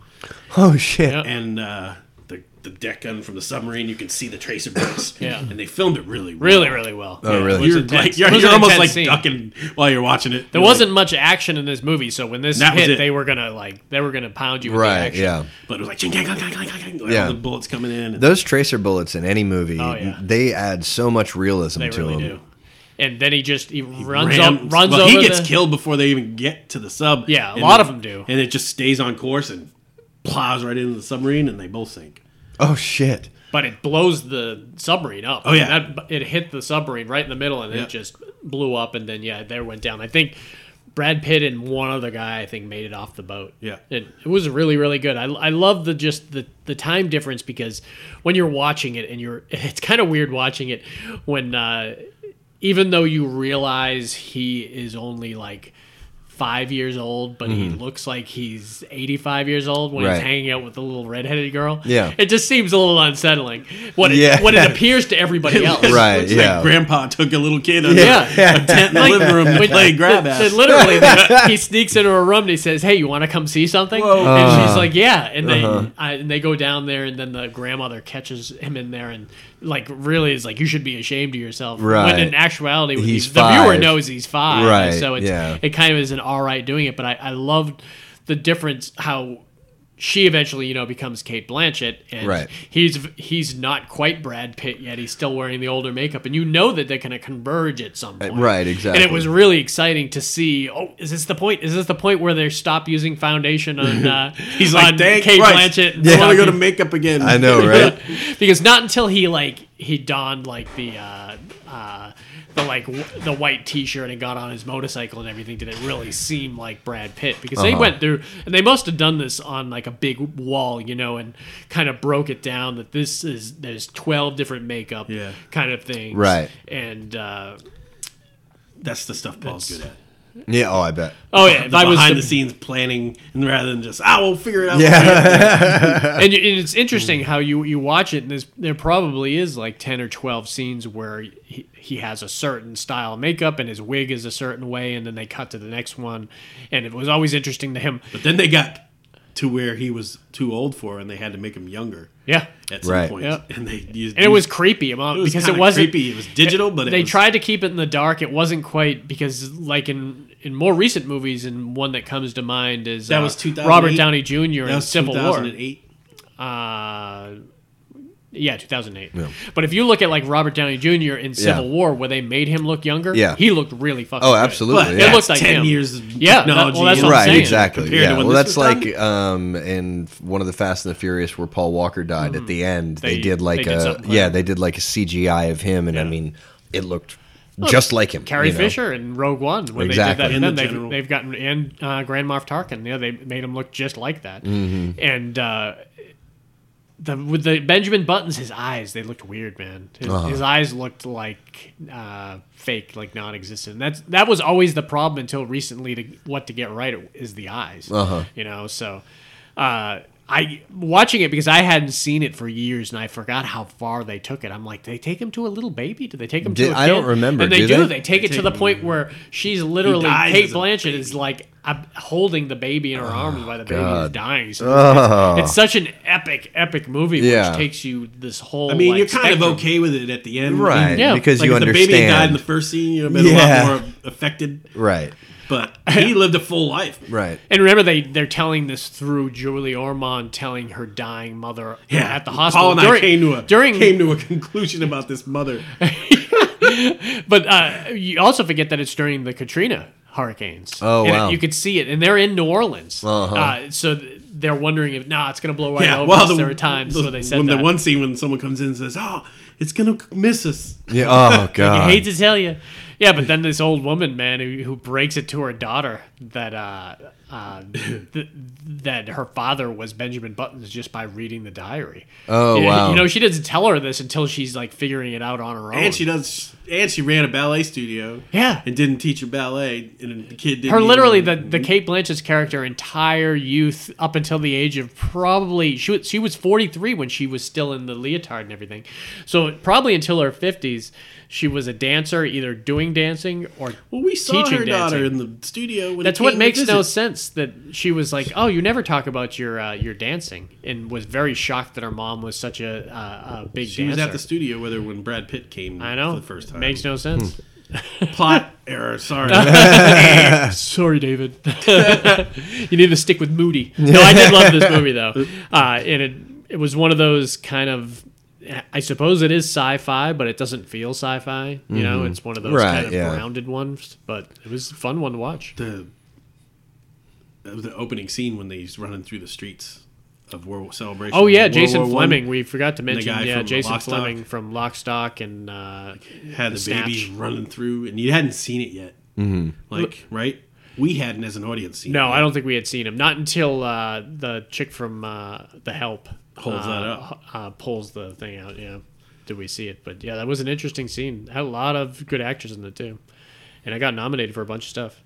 D: Oh shit.
C: Yeah.
E: and uh, the the deck gun from the submarine. You can see the tracer boats.
C: Yeah.
E: and they filmed it really, well.
C: Really, really well.
D: Oh really?
E: You're,
C: intense.
E: like, you're,
C: It was
E: you're
C: an
E: almost
C: intense
E: like
C: scene.
E: ducking while you're watching it.
C: There
E: You're
C: wasn't much action in this movie, so when this
E: That was
C: hit,
E: it.
C: they were gonna like they were gonna pound you. With the
D: right.
C: action.
D: Yeah.
E: like- but it was like, "Ching, gang, gang, gang, gang, gang, gang," like
D: Yeah.
E: all the bullets coming in. And
D: Those tracer bullets in any movie,
C: Oh, yeah.
D: they add so much realism
C: they
D: to
C: really
D: them.
C: do. And then he just he, runs
E: ram-
C: up, runs
E: well,
C: over.
E: He gets
C: the-
E: killed before they even get to the sub.
C: Yeah, a
E: And
C: lot
E: it-
C: of 'em do.
E: And it just stays on course and plows right into the submarine, and they both sink.
D: Oh shit!
C: but it blows the submarine up.
E: Oh, yeah.
C: that, it hit the submarine right in the middle, and
E: Yeah.
C: it just blew up. And then yeah, there went down. I think Brad Pitt and one other guy I think made it off the boat.
E: Yeah.
C: it, it was really really good. I, I love the just the the time difference because when you're watching it and you're it's kind of weird watching it when uh, even though you realize he is only like. Five years old, but he
E: Mm-hmm.
C: looks like he's 85 years old when he's
D: Right.
C: hanging out with the little redheaded girl.
D: Yeah.
C: It just seems a little unsettling what it,
D: Yeah.
C: what it appears to everybody else.
E: It's-
D: Right,
E: it's
D: yeah.
E: Like grandpa took a little kid under
C: Yeah.
E: a tent in the
C: Like,
E: living room to
C: when-
E: play grab
C: so
E: ass.
C: literally, they- he sneaks into a room and he says, "Hey, you want to come see something?" and
E: Uh-huh.
C: she's like, "Yeah." And they I, and they go down there, and then the grandmother catches him in there, and like really is like, "You should be ashamed of yourself."
D: Right.
C: When in actuality, when
D: He's
C: he's the viewer
D: five.
C: knows he's five,
D: Right,
C: So it's
D: yeah.
C: it kind of is an all right doing it, but I I loved the difference how. She eventually, you know, becomes Kate Blanchett, and
D: Right.
C: he's he's not quite Brad Pitt yet. He's still wearing the older makeup, and you know that they're going to converge at
E: Uh,
C: some point.
D: Right, exactly.
C: And it was really exciting to see. Oh, is this the point? Is this the point where they stop using foundation on? Uh,
E: He's like,
C: on
E: "Dang
C: Kate
E: Christ,
C: Blanchett.
E: I want to go to makeup again.
D: I know, right?
C: because not until he like he donned like the uh, uh, the like w- the white T-shirt and got on his motorcycle and everything. Did it really seem like Brad Pitt? Because they
D: Uh-huh.
C: went through and they must have done this on like a big wall, you know, and kind of broke it down that this is there's twelve different makeup
E: Yeah.
C: kind of things,
D: Right.
C: And uh,
E: That's the stuff Paul's
C: That's-
E: good at.
D: Yeah. Oh, I bet.
C: oh yeah, if
E: The
C: I was
E: behind
C: to-
E: the scenes planning, and rather than just I will figure it out.
C: and, you- and it's interesting how you you watch it, and there's, there probably is like ten or twelve scenes where he, he has a certain style of makeup, and his wig is a certain way, and then they cut to the next one, and it was always interesting to him.
E: But then they got to where he was too old for, and they had to make him younger
C: Yeah,
E: at some
D: Right.
E: point.
C: Yeah.
E: And they used,
C: and it was creepy um,
E: was
C: because it
E: kinda
C: wasn't
E: creepy. It was digital, but it
C: they
E: was-
C: tried to keep it in the dark. It wasn't quite because like in in more recent movies, and one that comes to mind is
E: That
C: uh,
E: was 2008?
C: Robert Downey Jr.
E: that
C: in
E: was
C: Civil War.
E: 2008.
C: uh, yeah, 2008. But if you look at like Robert Downey Jr. in Civil
D: Yeah.
C: War, where they made him look younger,
D: Yeah.
C: he looked really fucking.
D: Oh,
C: good.
D: absolutely.
E: But
D: yeah.
C: It looks
E: that's
C: like
E: 10
C: him.
E: years of
C: Yeah, that- well,
E: technology.
C: that's
E: and-
C: what I'm
D: right
C: saying,
D: exactly
E: compared to
D: yeah
E: when
D: well
E: this
D: that's
E: was
D: like um in one of the fast and the furious where paul walker died at the end they,
C: They-
D: did like
C: they did
D: a
C: something like
D: yeah
C: that.
D: they did like a cgi of him and i mean it looked just like him
C: Carrie
D: you know?
C: Fisher in Rogue One when
D: Exactly.
C: they did that, and
E: And
C: then
E: the
C: they've,
E: general.
C: they've gotten and uh, Grand Moff Tarkin. You know, they made him look just like that.
D: Mm-hmm.
C: And uh, the with the Benjamin Buttons, his eyes they looked weird, man. His,
D: Uh-huh.
C: his eyes looked like uh, fake, like non-existent. And that's that was always the problem until recently. To what to get right is the eyes.
D: Uh-huh.
C: You know, so. Uh, I watching it because I hadn't seen it for years, and I forgot how far they took it. I'm like, they take him to a little baby? Do they take him
D: Did-
C: to a
D: I don't
C: kid?
D: remember,
C: And they
D: do
C: do.
D: they?
C: They, take it to the point where she's literally
E: dies
C: Kate
E: as a
C: Blanchett is like uh, holding the baby in her arms while the baby is
D: God.
C: dying. So
D: Oh.
C: it's, it's such an epic, epic movie,
D: Yeah.
C: which takes you this whole.
E: I mean,
C: like,
E: you're kind
C: spectrum.
E: of okay with it at the end,
D: right
C: Yeah.
D: because
E: Mm-hmm. Like
D: you
E: if the baby died in
D: understand
E: the first scene, you'd have been
D: Yeah.
E: a lot more affected.
D: right
E: But he lived a full life.
D: right
C: And remember, they they're telling this through Julie Ormond telling her dying mother
E: Yeah,
C: at the hospital.
E: Paul and I
C: during,
E: came to a
C: during
E: came to a conclusion about this mother.
C: But uh, you also forget that it's during the Katrina hurricanes.
D: Oh,
C: And
D: wow.
C: You could see it, and they're in New Orleans.
D: Uh-huh.
C: Uh, so th- they're wondering if nah, it's gonna blow right over.
E: well,
C: us. there were times
E: the-
C: where they said
E: when
C: that.
E: the one scene when someone comes in and says, "Oh, it's gonna miss us."
D: yeah oh
C: I
D: god
C: hate to tell you, yeah, but then this old woman, man, who, who breaks it to her daughter that uh, uh, th- that her father was Benjamin Buttons just by reading the diary.
D: Oh,
C: you,
D: wow.
C: You know, she doesn't tell her this until she's like figuring it out on her own.
D: Oh.
E: And she does. And she ran a ballet studio.
C: Yeah.
E: and didn't teach her ballet, and the kid didn't.
C: her
E: even-
C: literally the the Kate Blanchett's character entire youth up until the age of probably she was- she was 43 when she was still in the leotard and everything. So probably until her 50s she was a dancer either doing dancing or
E: Well, we saw
C: teaching
E: her
C: dancing.
E: daughter in the studio. When
C: That's
E: he
C: what
E: came
C: makes
E: to
C: no
E: visit.
C: sense that she was like, "Oh, you never talk about your uh, your dancing," and was very shocked that her mom was such a uh, a big
E: She was
C: dancer.
E: at the studio with her when Brad Pitt came.
C: I know.
E: for the first time.
C: Makes no sense.
D: Hmm.
E: plot error. Sorry.
C: Sorry, David. you need to stick with Moody. No, I did love this movie though, uh, and it it was one of those kind of. I suppose it is sci-fi, but it doesn't feel sci-fi. You know, it's one of those
D: Mm-hmm. Right,
C: kind of
D: yeah.
C: grounded ones. But it was a fun one to watch.
E: the that was the opening scene when he's running through the streets of World Celebration.
C: Oh yeah,
E: World
C: Jason
E: War One
C: Fleming. We forgot to mention
E: guy
C: yeah,
E: from
C: Jason
E: Lock, Stock.
C: Fleming from Lock, Stock, and uh,
E: had the
C: Snatch.
E: babies running through, and you hadn't seen it yet.
D: Mm-hmm.
E: Like right, we hadn't as an audience seen.
C: no,
E: it.
C: I don't think we had seen him. Not until uh, the chick from uh, The Help
E: Holds
C: uh,
E: that up.
C: uh, pulls the thing out. Yeah, did we see it? But yeah, that was an interesting scene. Had a lot of good actors in it too, and I got nominated for a bunch of stuff.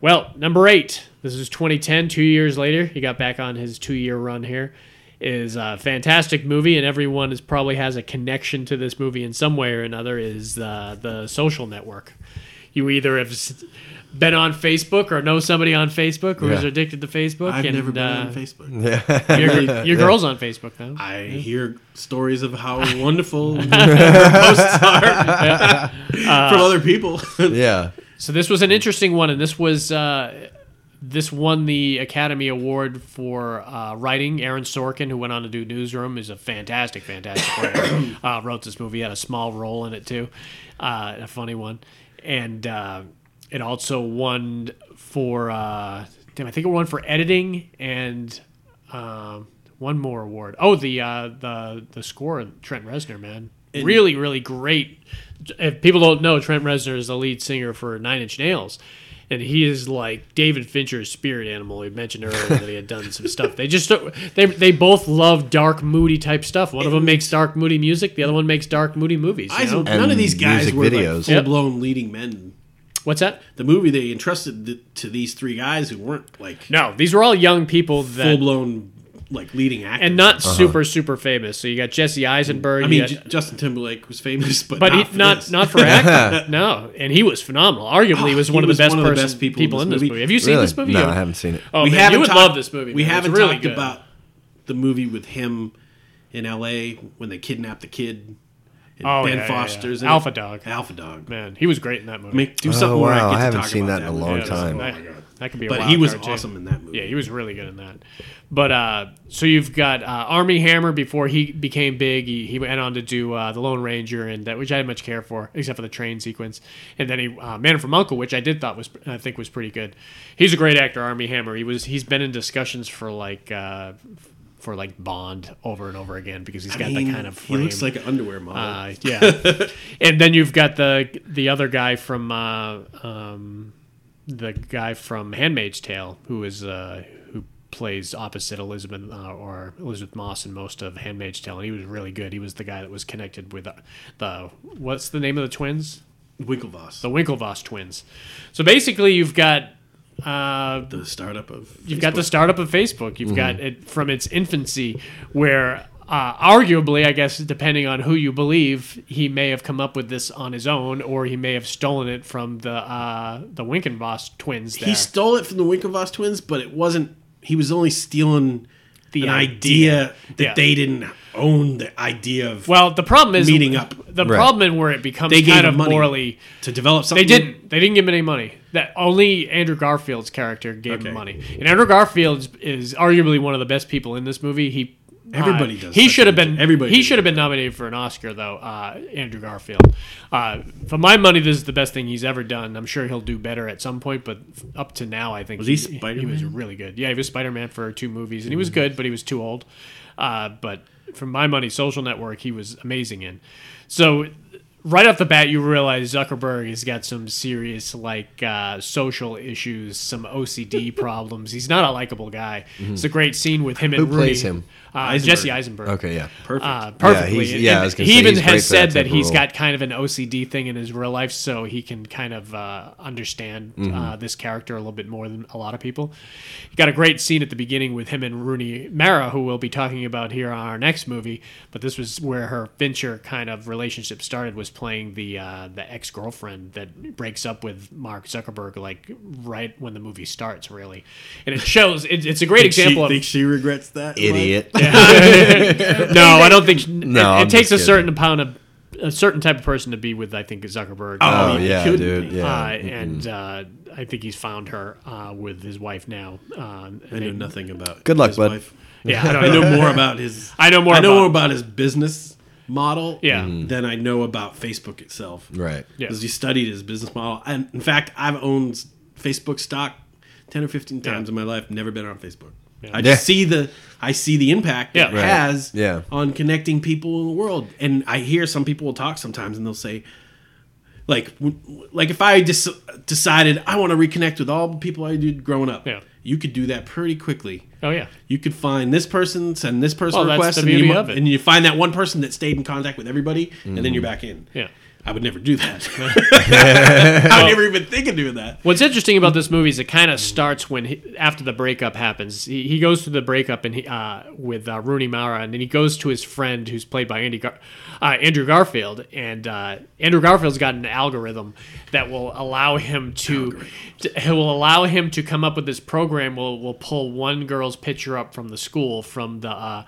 C: Well, number eight. This is 2010. Two years later, he got back on his two-year run here. Is a fantastic movie, and everyone is probably has a connection to this movie in some way or another. Is uh, the Social Network? You either have s- been on Facebook or know somebody on Facebook or is
D: Yeah.
C: addicted to Facebook.
E: I've
C: and,
E: never been
C: uh,
E: on Facebook.
C: Your, your girl's on Facebook now.
E: I hear stories of how wonderful posts
C: Uh,
E: are from other people.
D: yeah
C: So this was an interesting one, and this was uh, this won the Academy Award for uh, writing. Aaron Sorkin, who went on to do Newsroom, is a fantastic, fantastic writer. uh, wrote this movie, had a small role in it too, uh, a funny one, and uh, it also won for uh, damn, I think it won for editing and. uh, Um, one more award. Oh, the uh, the the score. Trent Reznor, man, really, really great. If people don't know, Trent Reznor is the lead singer for Nine Inch Nails, and he is like David Fincher's spirit animal. We mentioned earlier that he had done some stuff. They just they they both love dark, moody type stuff. One of them makes dark, moody music. The other one makes dark, moody movies. you
E: I,
C: know?
E: none of
D: And
E: these guys
D: music
E: were like
D: videos.
E: full blown leading men.
C: What's that?
E: The movie they entrusted th- to these three guys who weren't like
C: No, these were all young people
E: full
C: that
E: blown like leading actors
C: and not super super famous. So you got Jesse Eisenberg.
E: I
C: you
E: mean,
C: got-
E: J- Justin Timberlake was famous, but,
C: but
E: not
C: not
E: for
C: he, not
E: this.
C: not for acting. no, and he was phenomenal. Arguably,
E: Oh,
C: was
E: he
C: one of
E: was
C: the best,
E: one of the
C: person-
E: best
C: people,
E: people
C: in this movie. Have you seen
D: Really?
C: this movie?
D: No,
C: You-
D: I haven't seen it.
C: Oh,
E: we
C: man,
E: haven't
C: you would
E: talked-
C: love this movie.
E: We
C: man. It's
E: haven't
C: really
E: talked
C: good.
E: about the movie with him in L.A. when they kidnapped the kid. And
C: Oh,
E: Ben
C: yeah, yeah,
E: Foster's
C: yeah.
E: in it.
C: Alpha Dog.
E: Alpha Dog.
C: Man, he was great in that movie.
E: Make do
D: Oh,
E: something where I
D: wow,
E: get
D: I
E: to
D: haven't
E: talk
D: seen
E: about
D: that in a long
C: Yeah,
D: time.
C: so
E: Oh
C: That,
E: my God.
C: that could be. A
E: But
C: wild
E: he was
C: card, too.
E: awesome in that movie.
C: Yeah, he was really good in that. But uh, so you've got uh, Army Hammer before he became big. He, he went on to do uh, the Lone Ranger and that, which I didn't much care for, except for the train sequence. And then he uh, Man from Uncle, which I did thought was I think was pretty good. He's a great actor, Army Hammer. He was he's been in discussions for like uh, for like Bond over and over again because he's
E: I
C: got
E: mean,
C: that kind of. Frame.
E: He looks like an underwear model.
C: Uh, yeah, and then you've got the the other guy from uh, um, the guy from Handmaid's Tale, who is uh, who plays opposite Elizabeth uh, or Elizabeth Moss in most of Handmaid's Tale, and he was really good. He was the guy that was connected with the, the what's the name of the twins?
E: Winklevoss,
C: The
E: the,
C: Winklevoss twins. So basically, you've got. Uh,
E: startup of.
C: You've got the startup of Facebook. You've got
E: Mm-hmm.
C: it from its infancy, where uh, arguably, I guess, depending on who you believe, he may have come up with this on his own, or he may have stolen it from the uh, the Winkenvoss twins. There.
E: He stole it from the Winklevoss twins, but it wasn't. He was only stealing the an
C: idea.
E: idea, that
C: Yeah.
E: they didn't own the idea of
C: well, the problem is
E: meeting up.
C: The problem where it becomes
E: They gave
C: kind of
E: him money Mm.
C: morally.
E: to develop
C: They
E: something.
C: didn't. They didn't give him any money. That only Andrew Garfield's character gave
E: Okay.
C: him money. And Andrew Garfield is arguably one of the best people in this movie. He
E: Everybody
C: uh,
E: does
C: He
E: such
C: should have
E: a good
C: been.
E: job. Everybody
C: He
E: does
C: should have been nominated for an Oscar though. Uh, Andrew Garfield. Uh, for my money, this is the best thing he's ever done. I'm sure he'll do better at some point, but up to now, I think
E: Was he Spider-Man?
C: was really good. Yeah, he was Spider Man for two movies, and he was good, but he was too old. Uh, but for my money, Social Network, he was amazing in. So right off the bat, you realize Zuckerberg has got some serious like uh, social issues, some OCD problems. He's not a likable guy.
E: Mm-hmm.
C: It's a great scene with him and Rudy.
D: plays him?
C: Uh,
E: Eisenberg.
C: Jesse Eisenberg.
D: Okay, yeah.
E: Perfect.
C: Uh,
D: Yeah,
C: perfectly.
D: he's- yeah, I
C: And
D: was gonna
C: he
D: say,
C: even
D: he's great
C: has
D: for that
C: said that
D: type of
C: he's
D: role.
C: got kind of an OCD thing in his real life, so he can kind of uh, understand
D: Mm-hmm.
C: uh, this character a little bit more than a lot of people. You got a great scene at the beginning with him and Rooney Mara, who we'll be talking about here on our next movie. But this was where her Fincher kind of relationship started, was playing the uh, the ex girlfriend that breaks up with Mark Zuckerberg, like right when the movie starts, really. And it shows. It, it's a great
E: Think she-
C: example of
E: think she regrets that.
D: Idiot.
C: no, I don't think.
D: No,
C: it,
D: I'm
C: it takes a
D: just
C: certain pound of a certain type of person to be with. I think Zuckerberg.
D: Oh,
E: Oh, you
D: yeah,
E: couldn't
D: dude.
E: be.
D: Yeah.
C: Uh, and uh, I think he's found her uh, with his wife now. Um,
E: I
C: and
E: know
C: it-
E: nothing about.
D: Good luck,
E: his
D: bud.
E: wife.
C: Yeah, I,
E: I
C: don't know.
E: know more about his.
C: I know more
E: I know
C: about-
E: more about his business model.
C: Yeah. Mhm.
E: Than I know about Facebook itself.
D: Mm-hmm. right.
C: Yeah.
E: Because you studied his business model, and in fact, I've owned Facebook stock ten or fifteen times in my life. Never been on Facebook. I just
D: Yeah.
E: see the I see the impact
C: Yeah.
E: it
C: Right.
E: has
D: Yeah.
E: on connecting people in the world. And I hear some people will talk sometimes, and they'll say, like, w- w- like if I just decided I want to reconnect with all the people I did growing up,
C: Yeah.
E: you could do that pretty quickly
C: oh yeah,
E: you could find this person, send this person
C: Well, that's
E: request,
C: the
E: and, you,
C: beauty
E: mu-
C: of it.
E: and you find that one person that stayed in contact with everybody, and then you're back in.
C: yeah.
E: I would never do that. I would never even think of doing that.
C: What's interesting about this movie is it kind of starts when he, after the breakup happens. He, he goes through the breakup and he, uh, with uh, Rooney Mara, and then he goes to his friend who's played by Andy Gar- uh, Andrew Garfield, and uh, Andrew Garfield's got an algorithm that will allow him to, to it will allow him to come up with this program. Will will pull one girl's picture up from the school from the. Uh,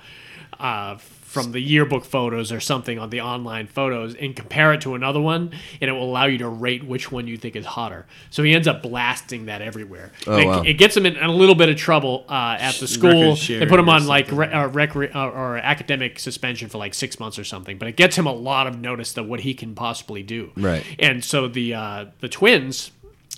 C: uh, from the yearbook photos or something on the online photos and compare it to another one, and it will allow you to rate which one you think is hotter. So he ends up blasting that everywhere.
E: Oh,
C: And it,
D: wow.
C: it gets him in a little bit of trouble uh, at the school.
E: Record
C: They put him
E: sharing
C: on
E: or
C: like re- uh, recre- uh, or academic suspension for like six months or something, but it gets him a lot of notice that what he can possibly do.
D: Right.
C: And so the uh, the twins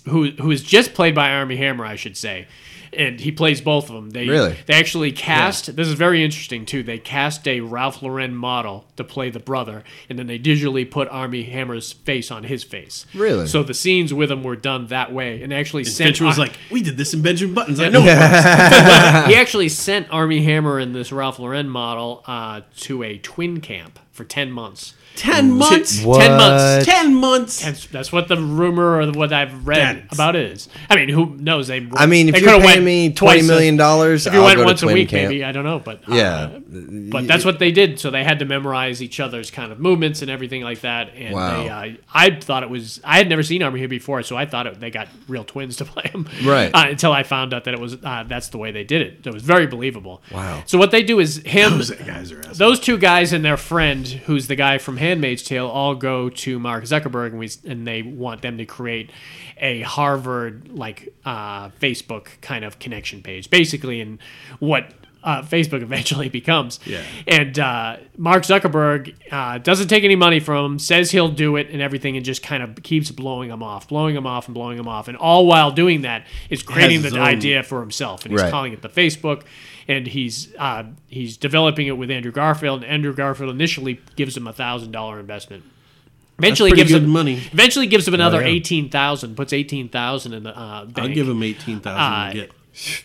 C: who who is just played by Army Hammer, I should say, and he plays both of them. They
D: Really?
C: they actually cast. This is very interesting too. They cast a Ralph Lauren model to play the brother, and then they digitally put Army Hammer's face on his face.
D: Really?
C: So the scenes with him were done that way, and they actually
E: And
C: sent
E: Fincher was
C: Ar-
E: like, "We did this in Benjamin Buttons. I know."
D: "Ah."
C: he actually sent Army Hammer and this Ralph Lauren model uh, to a twin camp for ten months.
E: Ten months.
C: Ten months.
E: Ten months.
C: That's, that's what the rumor or what I've read
E: That's-
C: about it is. I mean, who knows? They.
D: I mean, if
C: they
D: you're
C: could've
D: paying
C: went
D: me
C: twice
D: twenty million dollars,
C: If you
D: I'll
C: went
D: go
C: once
D: to
C: a
D: twin
C: week,
D: camp.
C: maybe I don't know, but uh,
D: Yeah,
C: but that's what they did. So they had to memorize each other's kind of movements and everything like that. And
D: Wow.
C: they, uh, I thought it was I had never seen Army here before, so I thought it, they got real twins to play them.
D: Right.
C: Uh, until I found out that it was uh, that's the way they did it. It was very believable.
D: Wow.
C: So what they do is him.
E: Those guys are assholes.
C: Those two guys and their friend, who's the guy from Handmaid's Tale, all go to Mark Zuckerberg, and we and they want them to create a Harvard like uh, Facebook kind of connection page, basically, in what uh, Facebook eventually becomes.
E: Yeah.
C: And uh, Mark Zuckerberg uh, doesn't take any money from him, says he'll do it and everything, and just kind of keeps blowing him off, blowing him off, and blowing him off, and all while doing that is creating
E: his
C: the
E: own-
C: idea for himself, and he's
D: Right.
C: calling calling it the Facebook, and he's uh, he's developing it with Andrew Garfield. And Andrew Garfield initially gives him a thousand dollar investment. Eventually
E: pretty
C: gives
E: good
C: him
E: money.
C: Eventually gives
D: Oh,
C: him another eighteen thousand. Puts eighteen thousand in the. Uh, bank.
E: I'd give him eighteen thousand to get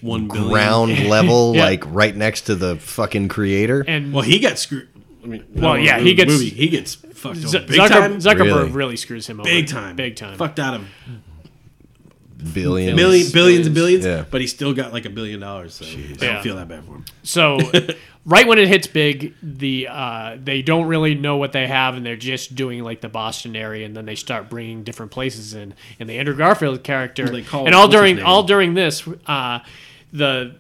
E: one billion.
D: ground level,
C: Yeah.
D: like right next to the fucking creator.
C: And
E: Well, he got screwed. I mean, I
C: Well,
E: don't
C: yeah,
E: wanna
C: he
E: ruin the
C: gets-
E: movie. he gets fucked
C: Z-
E: over big
C: Zucker-
E: time.
C: Zuckerberg
D: Really?
C: really. screws him over.
E: big time,
C: Big time.
E: Fucked out of
D: Billions.
E: million, billions and billions.
D: Yeah.
E: But he still got like a billion dollars. So I don't
C: Yeah.
E: feel that bad for him.
C: So, right when it hits big, the uh, they don't really know what they have, and they're just doing like the Boston area, and then they start bringing different places in. And the Andrew Garfield character,
E: They call
C: and
E: it-
C: all
E: what's his
C: during
E: name?
C: all during this, uh, the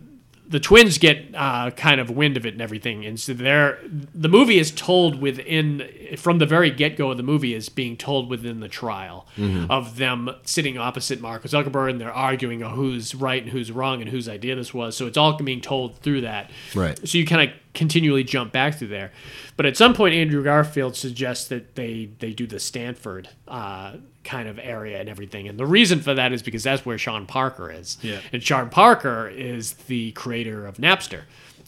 C: the twins get uh, kind of wind of it and everything, and so they're the movie is told within from the very get go of the movie is being told within the trial of them sitting opposite Mark Zuckerberg and they're arguing oh, who's right and who's wrong and whose idea this was. So it's all being told through that.
D: Right.
C: So you kind of continually jump back through there, but at some point Andrew Garfield suggests that they they do the Stanford. Uh, kind of area and everything and the reason for that is because that's where sean parker is
E: Yeah.
C: and Sean Parker is the creator of Napster.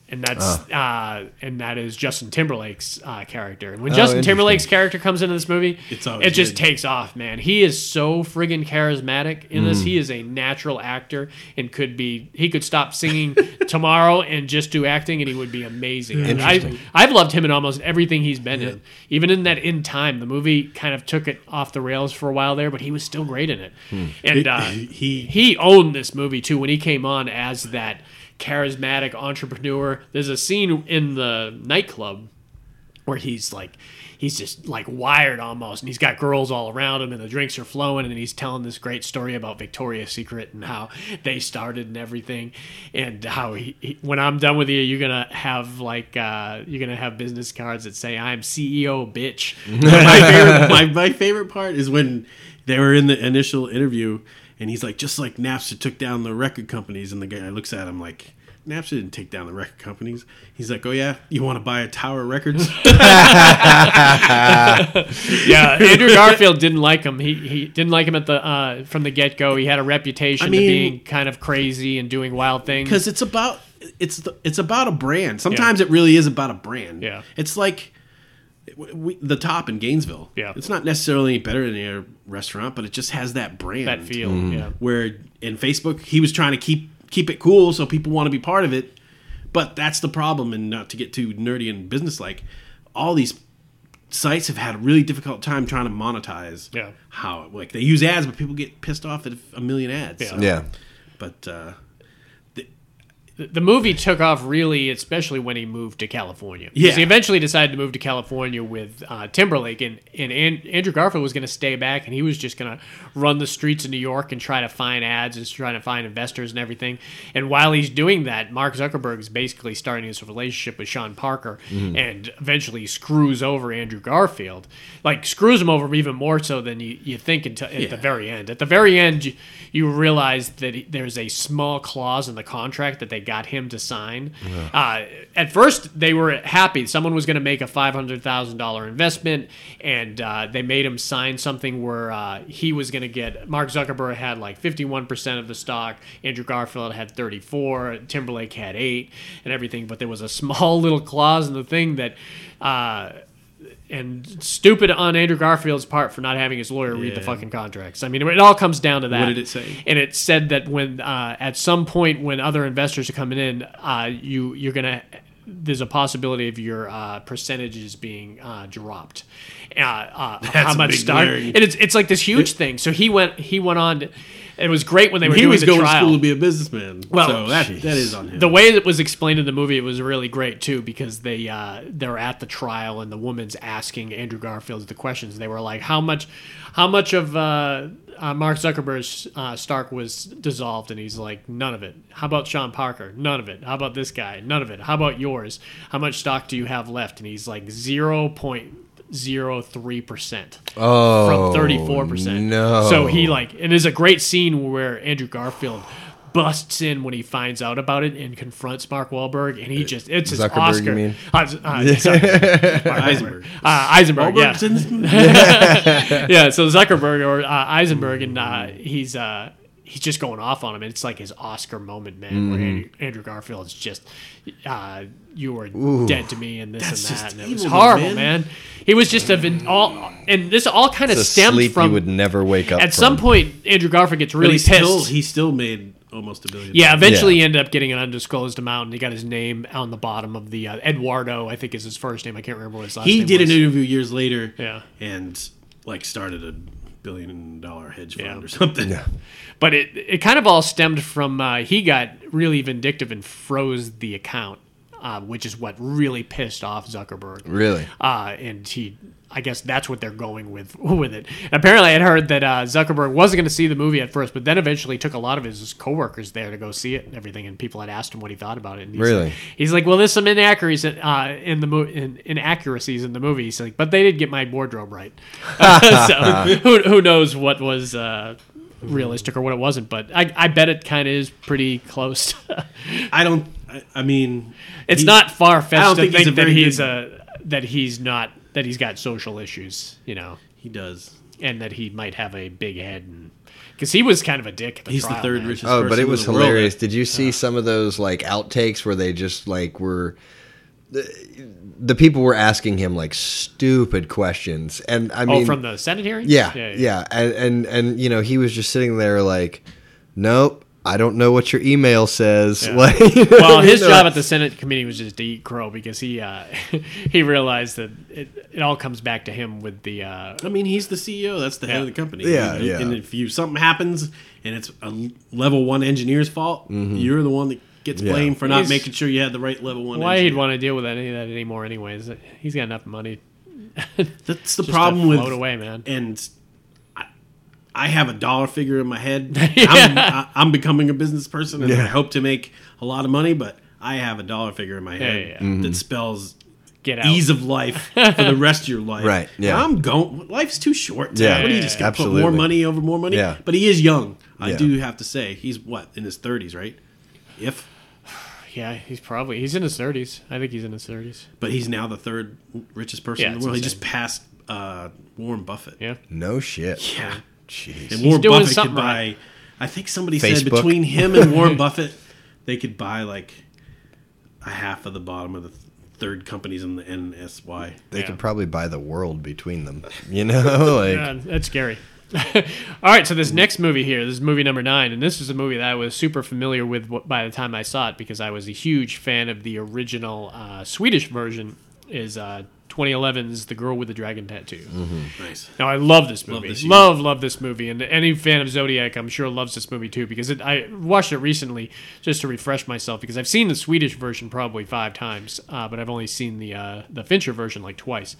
C: And that's uh. and that is Justin Timberlake's uh, character. And when Justin
D: interesting.
C: Timberlake's character comes into this movie,
E: It's always
C: it just
E: good.
C: takes off, man. He is so friggin' charismatic in this. He is a natural actor and could be he could stop singing tomorrow and just do acting and he would be amazing. And I
D: Interesting.
C: I've loved him in almost everything he's been in. Even in that in time, the movie kind of took it off the rails for a while there, but he was still great in it. And uh,
E: He-
C: he owned this movie too when he came on as that charismatic entrepreneur. There's a scene in the nightclub where he's like he's just like wired almost and he's got girls all around him and the drinks are flowing and he's telling this great story about Victoria's Secret and how they started and everything and how he, he when I'm done with you you're going to have like uh you're going to have business cards that say I'm CEO bitch.
E: my favorite, my, my favorite part is when they were in the initial interview, and he's like, just like Napster took down the record companies, and the guy looks at him like, Napster didn't take down the record companies. He's like, oh yeah, you want to buy a Tower Records?
C: yeah, Andrew Garfield didn't like him. He he didn't like him at the uh, from the get go. He had a reputation
E: I mean-
C: of being kind of crazy and doing wild things.
E: Because it's about it's the, it's about a brand. Sometimes it really is about a brand.
C: Yeah.
E: it's like. w- We, the top in Gainesville.
C: Yeah.
E: it's not necessarily better than any other restaurant, but it just has that brand.
C: that feel,
E: Mm-hmm.
C: yeah.
E: where in Facebook he was trying to keep keep it cool so people want to be part of it. But that's the problem, and not to get too nerdy and business like, all these sites have had a really difficult time trying to monetize.
C: Yeah.
E: How like they use ads, but people get pissed off at a million ads.
C: Yeah.
E: so-
D: Yeah.
E: But uh,
C: The- The movie took off really, especially when he moved to California. 'Cause
E: Yeah.
C: he eventually decided to move to California with uh, Timberlake, and and An- Andrew Garfield was going to stay back, and he was just going to run the streets of New York and try to find ads and trying to find investors and everything. And while he's doing that, Mark Zuckerberg is basically starting his relationship with Sean Parker, and eventually screws over Andrew Garfield, like screws him over even more so than you, you think until, at the very end. At the very end, you, you realize that he- there's a small clause in the contract that they got him to sign. Uh, at first, they were happy. Someone was going to make a five hundred thousand dollar investment, and uh, they made him sign something where uh, he was going to get. Mark Zuckerberg had like fifty one percent of the stock. Andrew Garfield had thirty four. Timberlake had eight, and everything. But there was a small little clause in the thing that. Uh, and stupid on Andrew Garfield's part for not having his lawyer read the
E: Yeah.
C: fucking contracts. I mean, it all comes down to that.
E: did it say?
C: And it said that when uh, at some point when other investors are coming in, uh, you you're gonna there's a possibility of your uh, percentages being uh, dropped. Uh, uh, how
E: a
C: much
E: big
C: stock?
E: worry.
C: And it's it's like this huge thing. So he went he went on. To, it was great when they were
E: He
C: doing
E: was
C: the
E: going
C: trial
E: to school to be a businessman.
C: Well,
E: so that, that is on him.
C: the way it was explained in the movie it was really great too because they uh, they're at the trial and the woman's asking Andrew Garfield the questions they were like how much how much of uh, uh, Mark Zuckerberg's uh, Stark was dissolved and he's like none of it how about Sean Parker none of it how about this guy none of it how about yours how much stock do you have left and he's like zero point zero three percent
D: Oh,
C: from 34%.
D: No.
C: So he like and there's a great scene where Andrew Garfield busts in when he finds out about it and confronts Mark Wahlberg and he just it's his
D: Uh, Zuckerberg, you
C: Oscar.
D: mean?
C: Uh, uh, sorry,
E: Eisenberg.
C: uh, Eisenberg,
E: Wahlberg's
C: yeah.
E: in this movie?
C: yeah, so Zuckerberg or uh, Eisenberg and uh, he's uh He's just going off on him, and it's like his Oscar moment, man. Where
D: Mm-hmm.
C: Andrew, Andrew Garfield's just, uh, you were dead to me, and this
E: That's
C: and that,
E: just
C: and it was
E: evil,
C: horrible,
E: man.
C: man. He was just a vin- all, and this all kind of
D: It's a
C: stemmed
D: sleep
C: from
D: you would never wake up
C: at some
D: from.
C: point, Andrew Garfield gets
E: But
C: really
E: he
C: pissed.
E: still he still made almost a billion.
C: yeah, eventually
D: Yeah.
C: he ended up getting an undisclosed amount, and he got his name on the bottom of the uh, Eduardo. I think is his first name. I can't remember what his last
E: he
C: name
E: did
C: was.
E: an interview years later.
C: Yeah.
E: and like started a billion dollar hedge fund or something.
C: but it it kind of all stemmed from uh, he got really vindictive and froze the account, uh, which is what really pissed off Zuckerberg.
D: Really?
C: uh, and he I guess that's what they're going with with it. Apparently, I'd heard that uh, Zuckerberg wasn't going to see the movie at first, but then eventually took a lot of his coworkers there to go see it and everything. And people had asked him what he thought about it. And he's
D: Really?
C: like- he's like, "Well, there's some inaccuracies uh, in the mo- in, inaccuracies in the movie." He's like, "But they did get my wardrobe right." so who who knows what was. Uh, realistic or what it wasn't but i, I bet it kind of is pretty close
E: I don't. I, I mean,
C: It's
E: he-
C: not far fetched.
E: I
C: I
E: don't
C: do
E: think
C: think,
E: he's a
C: that
E: very
C: he's
E: good-
C: a that he's not that he's got social issues, you know,
E: He does.
C: and that he might have a big head and because he was kind of a dick. At the
E: He's
C: trial,
E: the third
C: man.
E: richest.
D: Oh, but
E: person
D: it
E: in
D: was
E: the world.
D: hilarious. Did you see some of those like outtakes where they just like were the, the people were asking him like stupid questions, and I mean,
C: oh, from the Senate hearing.
D: yeah, yeah, And, and and you know he was just sitting there like, nope, I don't know what your email says. Like,
C: Well, his
D: you know,
C: job
E: uh,
C: at the Senate committee was just to eat crow because he uh, he realized that it, it all comes back to him with the uh,
E: I mean, he's the CEO. That's the head
C: Yeah.
E: of the company.
D: Yeah,
E: and,
D: yeah.
E: And if you something happens and it's a level one engineer's fault, you're the one that gets
D: Mm-hmm. Yeah.
E: blamed for not
C: He's-
E: making sure you had the right level one.
C: why he'd
E: engineer.
C: want to deal with any of that anymore. Anyways, he's got enough money.
E: That's the
C: Just
E: problem
C: to
E: with
C: float away, man.
E: and I- I have a dollar figure in my head.
C: Yeah.
E: I'm, I, I'm becoming a business person, and I
D: Yeah.
E: hope to make a lot of money. But I have a dollar figure in my head
C: yeah, yeah.
D: Mm-hmm.
E: that spells
C: Get out.
E: ease of life for the rest of your life.
D: Right, yeah.
E: I'm going. Life's too short.
D: Yeah,
E: Yeah. What are you just gonna put more
D: absolutely.
E: money over more money?
D: Yeah.
E: But he is young. I
D: Yeah.
E: do have to say, he's what in his 30s, right? If,
C: Yeah, he's probably he's in his thirties. I think he's in his thirties.
E: but he's now the third richest person
C: Yeah,
E: in the
C: it's
E: world. He
C: insane.
E: just passed uh, Warren Buffett.
C: Yeah.
D: no shit.
E: Yeah.
D: Jeez.
E: And Warren
C: doing
E: Buffett could
C: something
E: buy.
C: right.
E: I think somebody said
D: Facebook.
E: between him and Warren Buffett, they could buy like a half of the bottom of the th- third companies in the NSY.
D: They
C: Yeah.
D: could probably buy the world between them. You know, like
C: God, that's scary. All right, so this next movie here, this is movie number nine, and this is a movie that I was super familiar with wh- by the time I saw it because I was a huge fan of the original uh, Swedish version. Is uh, 2011's The Girl with the Dragon Tattoo?
E: Nice.
C: Now I love this movie, love,
E: this
C: love, this movie, and any fan of Zodiac, I'm sure, loves this movie too because it, I watched it recently just to refresh myself because I've seen the Swedish version probably five times, uh, but I've only seen the uh, the Fincher version like twice.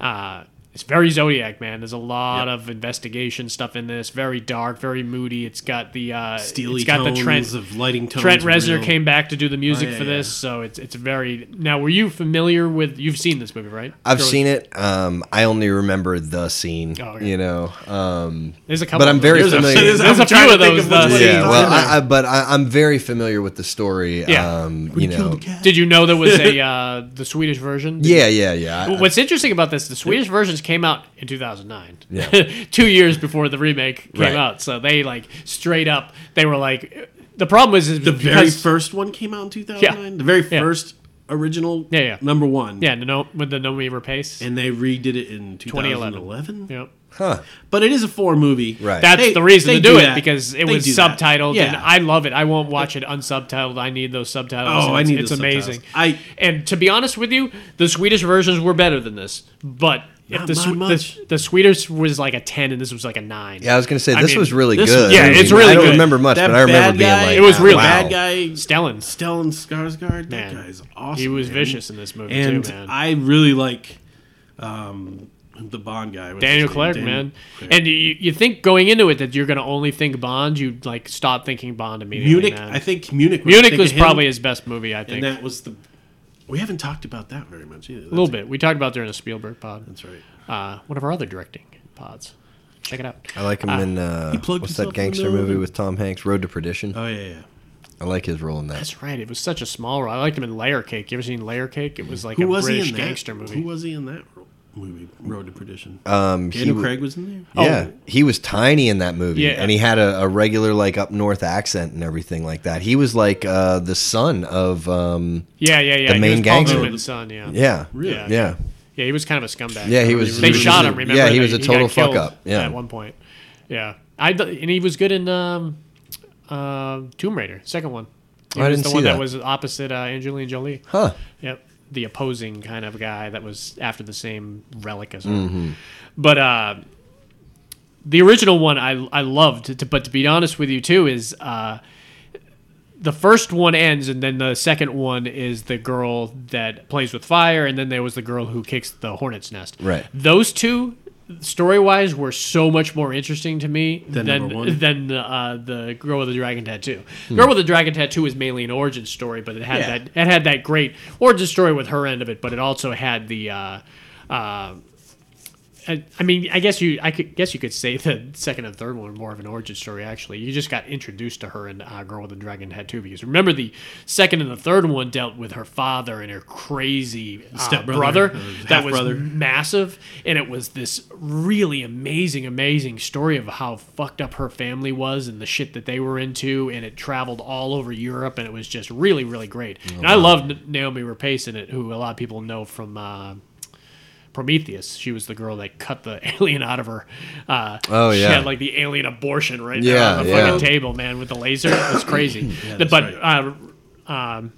C: Uh, It's very Zodiac, man. There's a lot of investigation stuff in this. Very dark, very moody. It's got the uh,
E: Steely
C: It's got
E: tones
C: the Trent
E: of lighting tones.
C: Trent
E: of
C: Reznor
E: real- Oh,
C: came back to do the music
E: yeah,
C: for this, so it's it's very. Now, were you familiar with? You've seen this movie, right?
D: I've seen it. Um, I only remember the scene,
C: Oh, okay.
D: you know. Um,
C: There's a couple,
D: but I'm
C: of
D: very
C: those.
D: familiar.
E: There's
C: There's a
E: I'm trying
C: few
E: to
C: of
E: think
C: those.
E: of which
C: though.
E: one
D: yeah,
E: he's
D: well,
E: talking about.
D: I, I, but I, I'm very familiar with the story.
C: Yeah.
D: Um, you know.
C: Did you know there was a uh, the Swedish version? Did
D: Yeah, yeah, yeah. I-
C: Well, What's interesting about this, the Swedish versions came out in 2009,
D: Yeah.
C: two years before the remake came
D: Right.
C: out. So they like straight up, they were like, the problem is, is
E: The very
C: because-
E: first one came out in 2009. The very
C: Yeah.
E: first original
C: Yeah, yeah.
E: number one.
C: yeah, no, with the Nomi Rapace,
E: And they redid it in
C: 2011.
E: 2011.
C: yep.
D: huh.
E: But it is a four movie.
D: Right.
C: That's
E: They-
C: the reason
E: they
C: to do,
E: do
C: it
E: that.
C: because it
E: They
C: was
E: do that.
C: subtitled,
E: Yeah.
C: and I love it. I won't watch it unsubtitled. I need those subtitles.
E: Oh,
C: and
E: I
C: it's-
E: need
C: It's
E: those
C: amazing.
E: subtitles. I-
C: and to be honest with you, the Swedish versions were better than this, but. If
E: Not
C: the, Swe-
E: mine much.
C: the, the Swedish was like a 10 and this was like a 9.
D: Yeah, I was gonna say
C: I
D: this
C: mean,
D: was really
E: this
D: good.
E: was- Yeah,
D: I
C: it's really
D: I don't
C: good.
D: remember much,
E: That
D: but I remember
E: bad
D: being
E: guy-
D: like,
C: It was really
D: wow.
E: bad guy.
C: Stellan.
E: Stellan
C: Man.
E: Skarsgård. That guy's awesome.
C: He was
E: man.
C: vicious in this movie
E: and
C: too, man.
E: I really like um, the Bond guy. What's
C: Daniel
E: his name?
C: Clegg,
E: Daniel
C: man.
E: Clegg.
C: And you, you think going into it that you're going to only think Bond, you like stop thinking Bond immediately.
E: Munich.
C: man.
E: I think Munich. when you
C: Munich
E: think
C: was
E: of him,
C: probably his best movie. I
E: And
C: think a
E: that was the. We haven't talked about that very much either. That's
C: little bit. We talked about during the Spielberg pod,
E: That's right.
C: uh, one of our other directing pods. Check it out.
D: I like him in uh,
E: he plugged
D: what's
E: himself
D: that
E: in the
D: gangster
E: middle of
D: movie
E: it.
D: with Tom Hanks, Road to Perdition.
E: Oh yeah, yeah.
D: I like his role in that.
C: Uh, That's right. It was such a small role. I liked him in Layer Cake. You ever seen Layer Cake? It was like
E: Who
C: a
E: was
C: British
E: he in that
C: gangster movie.
E: Who was he in that ro- movie? Road to Perdition.
D: Um, he
E: Daniel
D: w-
E: Craig was in there. Oh,
D: Yeah, he was tiny in that movie,
C: Oh. Yeah.
D: and he had a, a regular like up north accent and everything like that. He was like uh, the son of um,
C: yeah, yeah, yeah.
D: The main
C: he was
D: gangster.
C: Paul Newman's son. Yeah. yeah,
D: yeah,
E: Really?
C: Yeah.
D: yeah,
C: He was kind of a scumbag.
D: yeah. He was.
C: They
D: he was
C: shot
D: a-
C: him. Remember?
D: Yeah, he
C: They-
D: was a
C: got
D: total fuck
C: killed
D: up. Yeah,
C: at one point. Yeah, I th- and he was good in um, uh, Tomb Raider, second one. He
D: I
C: was
D: didn't
C: the
D: see
C: one that.
D: that.
C: was opposite uh, Angelina Jolie.
D: huh?
C: Yep, the opposing kind of guy that was after the same relic as her. But uh, the original one I I loved, to, but to be honest with you too is. Uh, the first one ends, and then the second one is the girl that plays with fire, and then there was the girl who kicks the hornet's nest.
D: Right.
C: Those two, story wise, were so much more interesting to me than
E: number one? Hmm.
C: than uh, the girl with the dragon tattoo. Girl with the dragon tattoo is mainly an origin story, but it had
E: Yeah.
C: that it had that great origin story with her end of it, but it also had the. Uh, uh, I I mean, I guess you, I could, guess you could say the second and third one were more of an origin story. Actually, you just got introduced to her in uh, Girl with the Dragon Tattoo because remember the second and the third one dealt with her father and her crazy uh, brother
E: Stepbrother, uh,
C: that was
E: half-brother.
C: massive, and it was this really amazing, amazing story of how fucked up her family was and the shit that they were into, and it traveled all over Europe, and it was just really, really great.
E: Oh,
C: and I loved Naomi Rapace in it, who a lot of people know from. Uh, Prometheus. She was the girl that cut the alien out of her. Uh,
D: Oh,
C: she
D: yeah.
C: had like the alien abortion right
D: Yeah,
C: there on the
D: yeah.
C: fucking table, man, with the laser. It was crazy.
E: that's
C: but uh, um,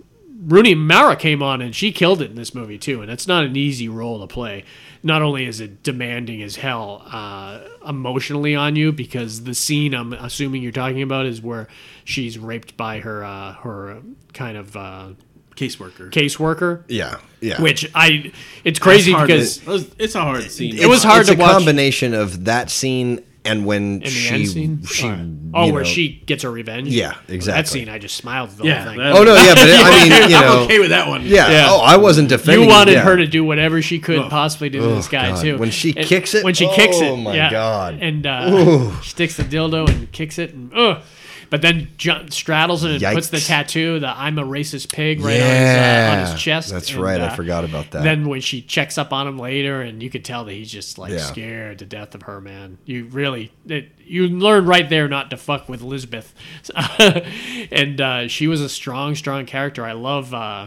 C: Rooney Mara came on and she killed it in this movie too, and it's not an easy role to play. Not only is it demanding as hell uh, emotionally on you because the scene I'm assuming you're talking about is where she's raped by her uh, her kind of uh,
E: Caseworker.
C: caseworker.
D: Yeah, yeah.
C: Which I, it's crazy
E: Hard
C: because
E: to- it's a hard scene.
C: It was
D: It's-
C: hard
D: it's
C: to
D: a
C: watch.
D: combination of that scene and when
C: in the
D: she
C: end scene.
D: she
C: All right.
D: you
C: oh, where
D: know-
C: she gets her revenge.
D: Yeah, exactly.
C: That scene, I just smiled. The
E: Yeah,
C: whole thing.
E: that-
D: Oh no, yeah, but it, I mean, you
E: I'm
D: know,
E: okay with that one.
D: yeah,
C: Yeah.
D: Oh, I wasn't defending.
C: you
D: it,
C: wanted
D: yeah.
C: her to do whatever she could possibly do to this
D: Oh,
C: guy
D: God.
C: too.
D: When she
C: And-
D: kicks it?
C: when she kicks it,
D: Oh, my
C: yeah.
D: God.
C: And uh, sticks the dildo and kicks it, and ugh. But then ju- straddles it and puts the
D: Yikes.
C: tattoo, the "I'm a racist pig" right on, his, uh, on
D: Yeah.
C: his chest.
D: That's
C: and,
D: right, I
C: uh,
D: forgot about that.
C: Then when she checks up on him later, and you could tell that he's just like
D: Yeah.
C: scared to death of her, man. You really, it, you learn right there not to fuck with Lisbeth, and uh, she was a strong, strong character. I love. Uh,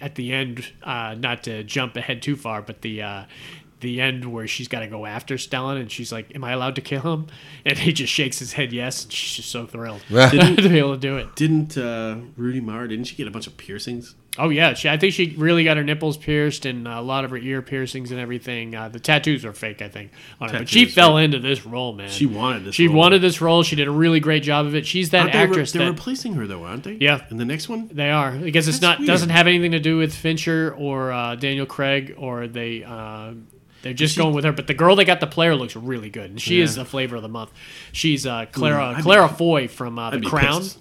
C: at the end, uh, not to jump ahead too far, but the uh, the end where she's got to go after Stellan, and she's like, "Am I allowed to kill him?" And he just shakes his head yes, and she's just so thrilled to be able to do it.
E: Didn't uh, Rudy Mara? Didn't she get a bunch of piercings?
C: Oh yeah, she, I think she really got her nipples pierced and a lot of her ear piercings and everything. Uh, the tattoos are fake, I think. on it. But she
E: Tattoos,
C: fell into this role, man.
E: She wanted this.
C: She
E: role.
C: wanted this role. She did a really great job of it. She's that
E: Aren't they re-
C: actress
E: they're
C: that
E: replacing her though, aren't they?
C: Yeah.
E: In the next one,
C: They are because it's
E: That's
C: not
E: weird.
C: doesn't have anything to do with Fincher or uh, Daniel Craig or they uh, They're just going with her. But the girl they got the player looks really good, and she is the flavor of the month. She's uh, Clara
E: I'd be-
C: Clara Foy from uh, The
E: I'd be
C: Crown.
E: pissed.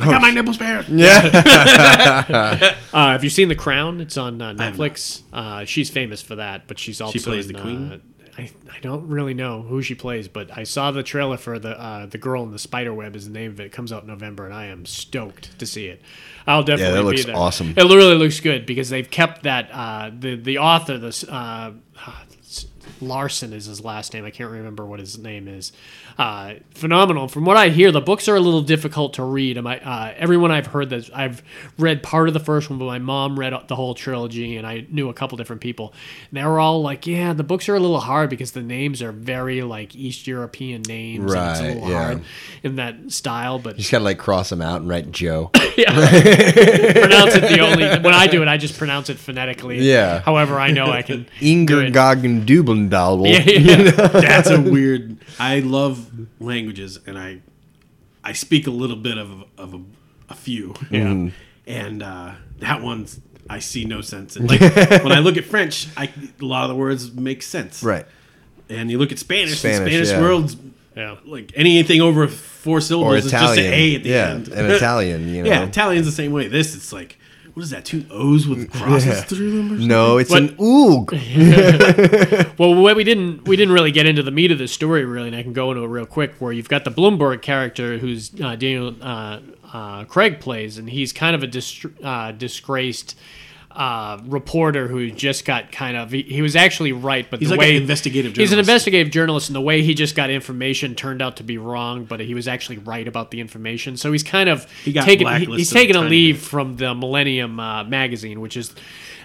D: Oh,
E: I got my nipples bare. Yeah.
C: Uh, have you seen The Crown? It's on uh,
E: have
C: Netflix. Uh, she's famous for that, but she's also
E: plays
C: in,
E: the queen?
C: uh, I, I don't really know who she plays, but I saw the trailer for the uh, the girl in the spider web is the name of it. It comes out in November, and I am stoked to see it. I'll definitely be
D: looks
C: there.
D: awesome.
C: It really looks good because they've kept that uh, the the author this uh, Larson is his last name. I can't remember what his name is. Uh, phenomenal. From what I hear, the books are a little difficult to read. My, uh, everyone I've heard that I've read part of the first one, but my mom read the whole trilogy, and I knew a couple different people. And they were all like, "Yeah, the books are a little hard because the names are very like East European names. and it's a
D: Right,
C: little
D: yeah.
C: hard in that style." But
D: Just gotta like cross them out and write Joe.
C: pronounce it the only when I do it, I just pronounce it phonetically.
D: Yeah.
C: However, I know I can. do
D: Inger
C: it.
D: Goggin Dubendalbel.
C: Yeah, yeah.
E: That's a weird. I love languages, and I I speak a little bit of of a, a few. Yeah. And uh, that one's I see no sense in. Like when I look at French, I, a lot of the words make sense.
D: Right.
E: And you look at Spanish.
D: Spanish,
E: Spanish, Spanish
D: yeah.
E: words.
C: Yeah.
E: Like anything over four syllables
D: Or
E: is just
D: Italian.
E: an A at the
D: yeah.
E: end.
D: An Italian, you know.
E: yeah, Italian's the same way. This, it's like, what is that? Two O's with crosses through them? Or something?
D: No, it's
C: But-
D: an oog.
C: Well, what we didn't we didn't really get into the meat of this story really, and I can go into it real quick. Where you've got the Bloomberg character, who's uh, Daniel uh, uh, Craig plays, and he's kind of a dis- uh, disgraced uh, reporter who just got kind of he, he was actually right, but
E: He's
C: the
E: like
C: way
E: an investigative
C: he's an
E: journalist.
C: investigative journalist, and the way he just got information turned out to be wrong, but he was actually right about the information. So he's kind of
E: He got
C: taken, he-
E: blacklisted
C: he's taken
E: a
C: a
E: tiny
C: leave
E: bit.
C: from the Millennium uh, magazine, which is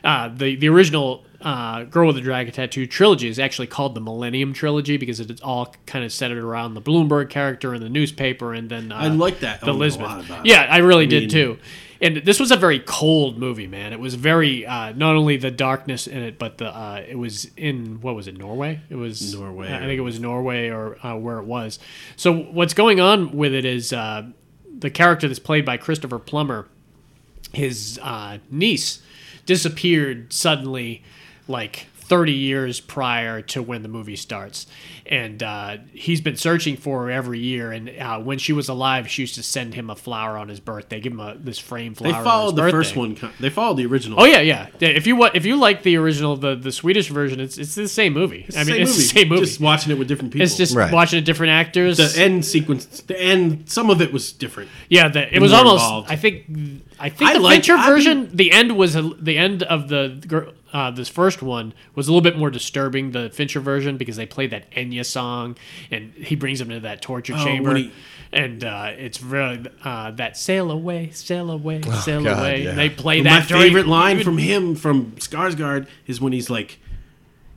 C: uh, the the original uh, Girl with the Dragon Tattoo trilogy is actually called the Millennium trilogy because it's all kind of centered around the Bloomberg character and the newspaper, and then uh,
E: I like that
C: the
E: element a
C: Elizabeth.
E: lot about it.
C: yeah, I really did
E: mean-
C: too. And this was a very cold movie, man. It was very uh, not only the darkness in it, but the uh, it was in what was it Norway? It was
E: Norway.
C: I think it was Norway or uh, where it was. So what's going on with it is uh, the character that's played by Christopher Plummer his uh, niece disappeared suddenly like 30 years prior to when the movie starts and uh, he's been searching for her every year and uh, when she was alive she used to send him a flower on his birthday give him a, this frame flower
E: They
C: on his
E: followed the
C: birthday.
E: first one. ki- They followed the original.
C: Oh yeah, yeah. Yeah, If you wa- if you like the original, the, the Swedish version, it's it's the same movie. I mean, it's the same movie.
E: Just watching it with different people.
C: it's just
D: Right.
C: watching the different actors.
E: the end sequence. The end. Some of it was different.
C: Yeah, the, it was
E: more
C: almost.
E: involved.
C: I think. I think
E: I
C: the
E: liked-
C: Fincher
E: I
C: version. the end was a, the end of the gir- uh, this first one was a little bit more disturbing. The Fincher version because they played that Enya song and he brings him to that torture
E: Oh,
C: chamber.
E: when he-
C: and uh, it's really uh, that sail away, sail away,
E: Oh,
C: sail
D: God,
C: away.
D: yeah.
C: And they play
E: my
C: that during-
E: favorite line from him from Skarsgård is when he's like,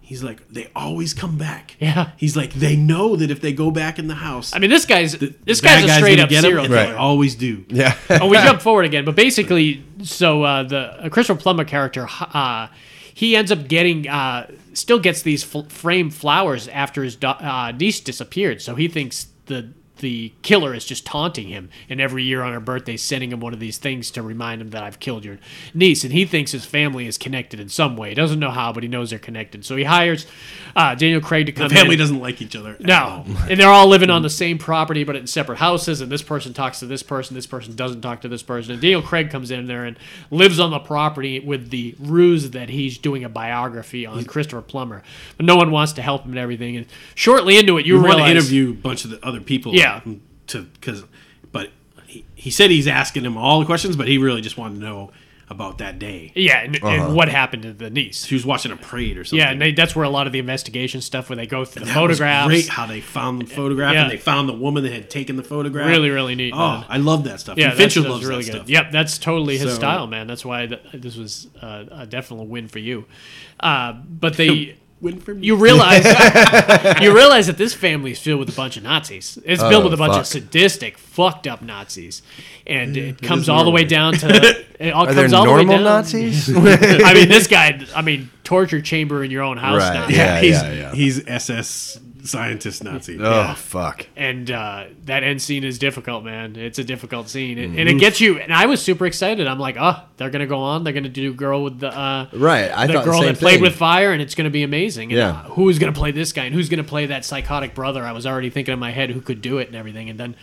E: he's like, they always come back.
C: Yeah.
E: He's like, they know that if they go back in the house,
C: I mean, this guy's this
E: bad
C: guy's a straight
E: gonna
C: up
E: get 'em,
C: serial
E: and
C: killer.
E: They always do.
D: Yeah.
C: oh, we jump forward again, but basically, so uh, the uh, Christopher Plummer character, uh, he ends up getting, uh, still gets these fl- framed flowers after his do- uh, niece disappeared. So he thinks the the killer is just taunting him, and every year on her birthday, sending him one of these things to remind him that I've killed your niece. And he thinks his family is connected in some way. He doesn't know how, but he knows they're connected. So he hires uh, Daniel Craig to come.
E: The family
C: in.
E: doesn't like each other. at
C: No,
E: all.
C: and they're all living on the same property, but in separate houses. And this person talks to this person, this person doesn't talk to this person. And Daniel Craig comes in there and lives on the property with the ruse that he's doing a biography on Christopher Plummer, but no one wants to help him and everything. And shortly into it, you
E: We want to
C: realize
E: interview a bunch of the other people.
C: Yeah.
E: To because, but he, he said he's asking him all the questions, but he really just wanted to know about that day.
C: yeah, and,
E: Uh-huh.
C: and what happened to the niece.
E: She was watching a parade or something.
C: Yeah, and they, that's where a lot of the investigation stuff where they go through the
E: That was
C: photographs.
E: great how they found the photograph
C: Yeah.
E: and they found the woman that had taken the photograph.
C: Really, really neat,
E: Oh,
C: man.
E: I love that stuff.
C: Yeah,
E: Yeah,
C: that's-
E: Fincher
C: that's
E: loves
C: really
E: that
C: good.
E: stuff.
C: Yep, that's totally his
E: So-
C: style, man. That's why th- this was uh, a definite win for you. Uh, but they.
E: Win for me.
C: you realize you realize that this family is filled with a bunch of Nazis. It's filled
D: Oh,
C: with a bunch
D: fuck.
C: of sadistic, fucked up Nazis, and it comes all the way down to it all
D: Are there
C: comes all the way
D: normal
C: down.
D: Nazis?
C: I mean, this guy. I mean, torture chamber in your own house.
D: Right,
C: Nazi.
D: yeah,
E: he's,
D: yeah, yeah.
E: he's SS scientist Nazi.
D: Oh fuck.
C: and uh, that end scene is difficult, man. It's a difficult scene, and,
D: Mm-hmm.
C: and it gets you. And I was super excited. I'm like, oh, they're gonna go on. They're gonna do girl with the uh,
D: Right, I
C: the
D: thought the
C: girl
D: same
C: that played
D: thing.
C: with fire, and it's gonna be amazing. And,
D: Yeah.
C: uh, who's gonna play this guy, and who's gonna play that psychotic brother? I was already thinking in my head who could do it and everything. And then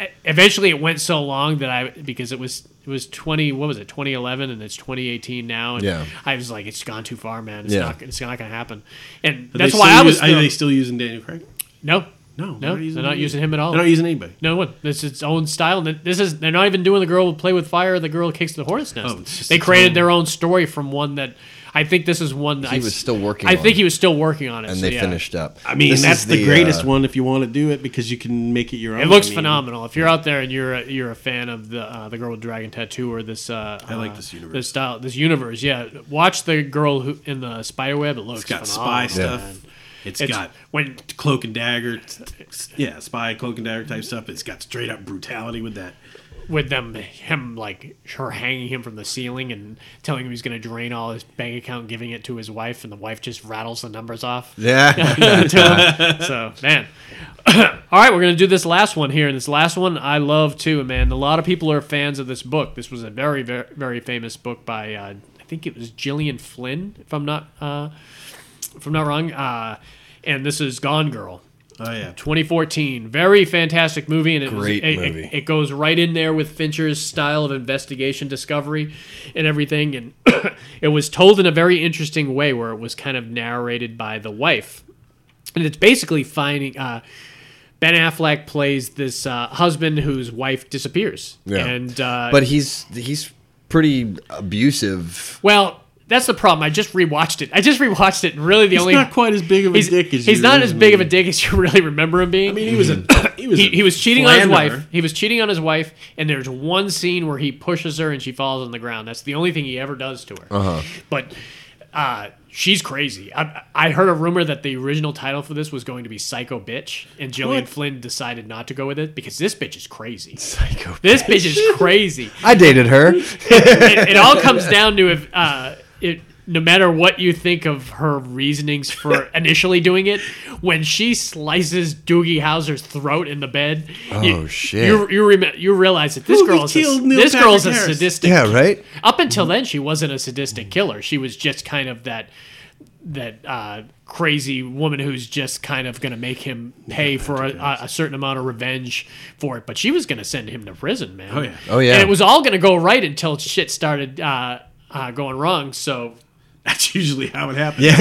C: e- eventually, it went so long that I because it was it was 20 what was it 2011 and it's 2018 now. And
D: Yeah.
C: I was like, it's gone too far, man. It's
D: Yeah.
C: not it's not gonna happen. And
E: Are
C: that's
E: they
C: why
E: still
C: I was
E: us- Are they
C: thrilled.
E: still using Daniel Craig?
C: no.
E: No,
C: No, they're not
E: anybody.
C: using him at all.
E: They're not using anybody.
C: No one. It's its own style. And This is they're not even doing the girl who play with fire. Or the girl who kicks the horse nest.
E: Oh, it's just
C: they
E: its
C: created
E: own-
C: their own story from one that I think this is one that
D: He
C: I,
D: was still working
C: I
D: on
C: think
D: it.
C: he was still working on it.
D: And
C: so
D: they
C: yeah.
D: finished up.
E: I mean,
D: This is
E: that's the, greatest
D: uh,
E: one if you want to do it because you can make it your own.
C: It looks
E: I mean,
C: phenomenal. If you're out there and you're a, you're a fan of the uh, the girl with dragon tattoo or this, uh,
E: I like
C: uh,
E: this
C: this
E: universe.
C: style, this universe. Yeah, watch the girl who in the spider web. It looks
E: It's got spy
C: phenomenal,
E: stuff.
C: man.
E: it's
C: It's
E: got
C: when
E: cloak and dagger. t- t- Yeah, spy cloak and dagger type stuff. It's got straight up brutality with that.
C: with them him like her hanging him from the ceiling and telling him he's going to drain all his bank account giving it to his wife and the wife just rattles the numbers off
D: Yeah.
C: so man all right we're going to do this last one here and this last one i love too man a lot of people are fans of this book this was a very very, very famous book by uh, i think it was gillian flynn if i'm not uh, if i'm not wrong uh, and this is gone girl
E: Oh yeah,
C: 2014. Very fantastic movie, and it was-
D: Great
C: it,
D: movie.
C: It, it goes right in there with Fincher's style of investigation, discovery, and everything. And it was told in a very interesting way, where it was kind of narrated by the wife, and it's basically finding. Uh, Ben Affleck plays this uh, husband whose wife disappears,
D: Yeah.
C: and uh,
D: but he's he's pretty abusive.
C: well, that's the problem. I just rewatched it. I just rewatched it, and really the
E: he's
C: only
E: not quite as big of a
C: he's,
E: dick as
C: he's
E: you
C: not as big of a
E: originally-
C: dick as you really remember him being.
E: I mean, he was a he was
C: he,
E: a
C: he was cheating on his
E: philanderer.
C: wife. He was cheating on his wife, and there's one scene where he pushes her and she falls on the ground. That's the only thing he ever does to her. But uh, she's crazy. I, I heard a rumor that the original title for this was going to be Psycho Bitch, and Gillian
E: What?
C: Flynn decided not to go with it because this bitch is crazy. Psycho. This bitch is crazy
D: I dated her.
C: it, it all comes down to if uh, it. No matter what you think of her reasonings for initially doing it, when she slices Doogie Howser's throat in the bed,
D: Oh, shit.
C: You you, rem- you realize that this
E: Who
C: girl is a,
E: killed Neil
C: this girl's a
E: Patrick Harris?
C: sadistic.
D: Yeah, right?
C: Up until then, she wasn't a sadistic killer. She was just kind of that that uh, crazy woman who's just kind of going to make him pay for a, a, a certain amount of revenge for it. But she was going to send him to prison, man.
E: Oh, yeah.
D: Oh, yeah.
C: And it was all going to go right until shit started uh, uh, going wrong. So
E: That's usually how it happens. Yeah,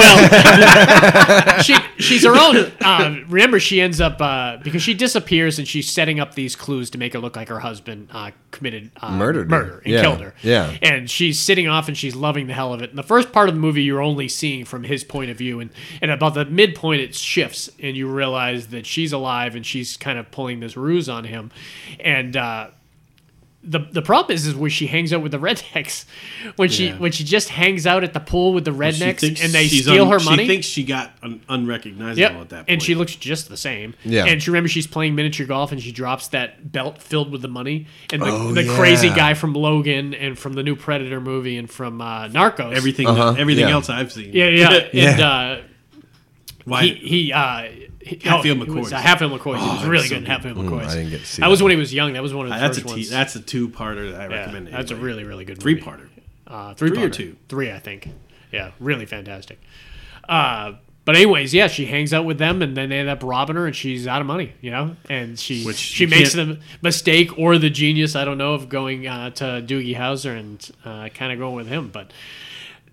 C: she she's her own. Uh, remember, she ends up uh, because she disappears and she's setting up these clues to make it look like her husband uh, committed uh,
D: Murdered her.
C: murder and
D: Yeah.
C: killed her.
D: Yeah.
C: and she's sitting off and she's loving the hell of it. And the first part of the movie, you're only seeing from his point of view, and and about the midpoint, it shifts and you realize that she's alive and she's kind of pulling this ruse on him, and. Uh, the the problem is is when she hangs out with the rednecks, when she
E: Yeah.
C: when she just hangs out at the pool with the rednecks and they
E: she's
C: steal
E: un-
C: her money.
E: She thinks she got un- unrecognizable
C: Yep.
E: at that point.
C: And she looks just the same.
D: Yeah.
C: And she remember she's playing miniature golf and she drops that belt filled with the money. And the,
D: Oh,
C: the crazy
D: yeah.
C: guy from Logan and from the new Predator movie and from uh, Narcos.
E: everything
D: Uh-huh,
E: everything
D: yeah.
E: else I've seen.
C: Yeah, yeah.
D: Yeah.
C: And uh,
E: Why?
C: he, he, uh, he
E: Hatfield
C: oh, he was,
E: McCoy's.
C: uh, Hatfield McCoy. he was
E: that
C: really
E: was so
C: good in Hatfield
D: Mm,
C: McCoy.
D: I didn't get to see
C: That was
D: that
C: when he was young. That was one of the
E: that's a
C: first
E: t-
C: ones.
E: that's a two parter that I
C: yeah,
E: recommend.
C: That's a
E: anybody.
C: really, really good
E: three
C: movie.
E: parter.
C: Uh, three,
E: Three or
C: parter.
E: two?
C: Three, I think. Yeah, really fantastic. Uh, but anyways, yeah, she hangs out with them, and then they end up robbing her, and she's out of money, you know. And she
E: Which
C: she
E: you
C: makes
E: can't-
C: the mistake or the genius, I don't know, of going uh, to Doogie Howser and uh, kind of going with him. But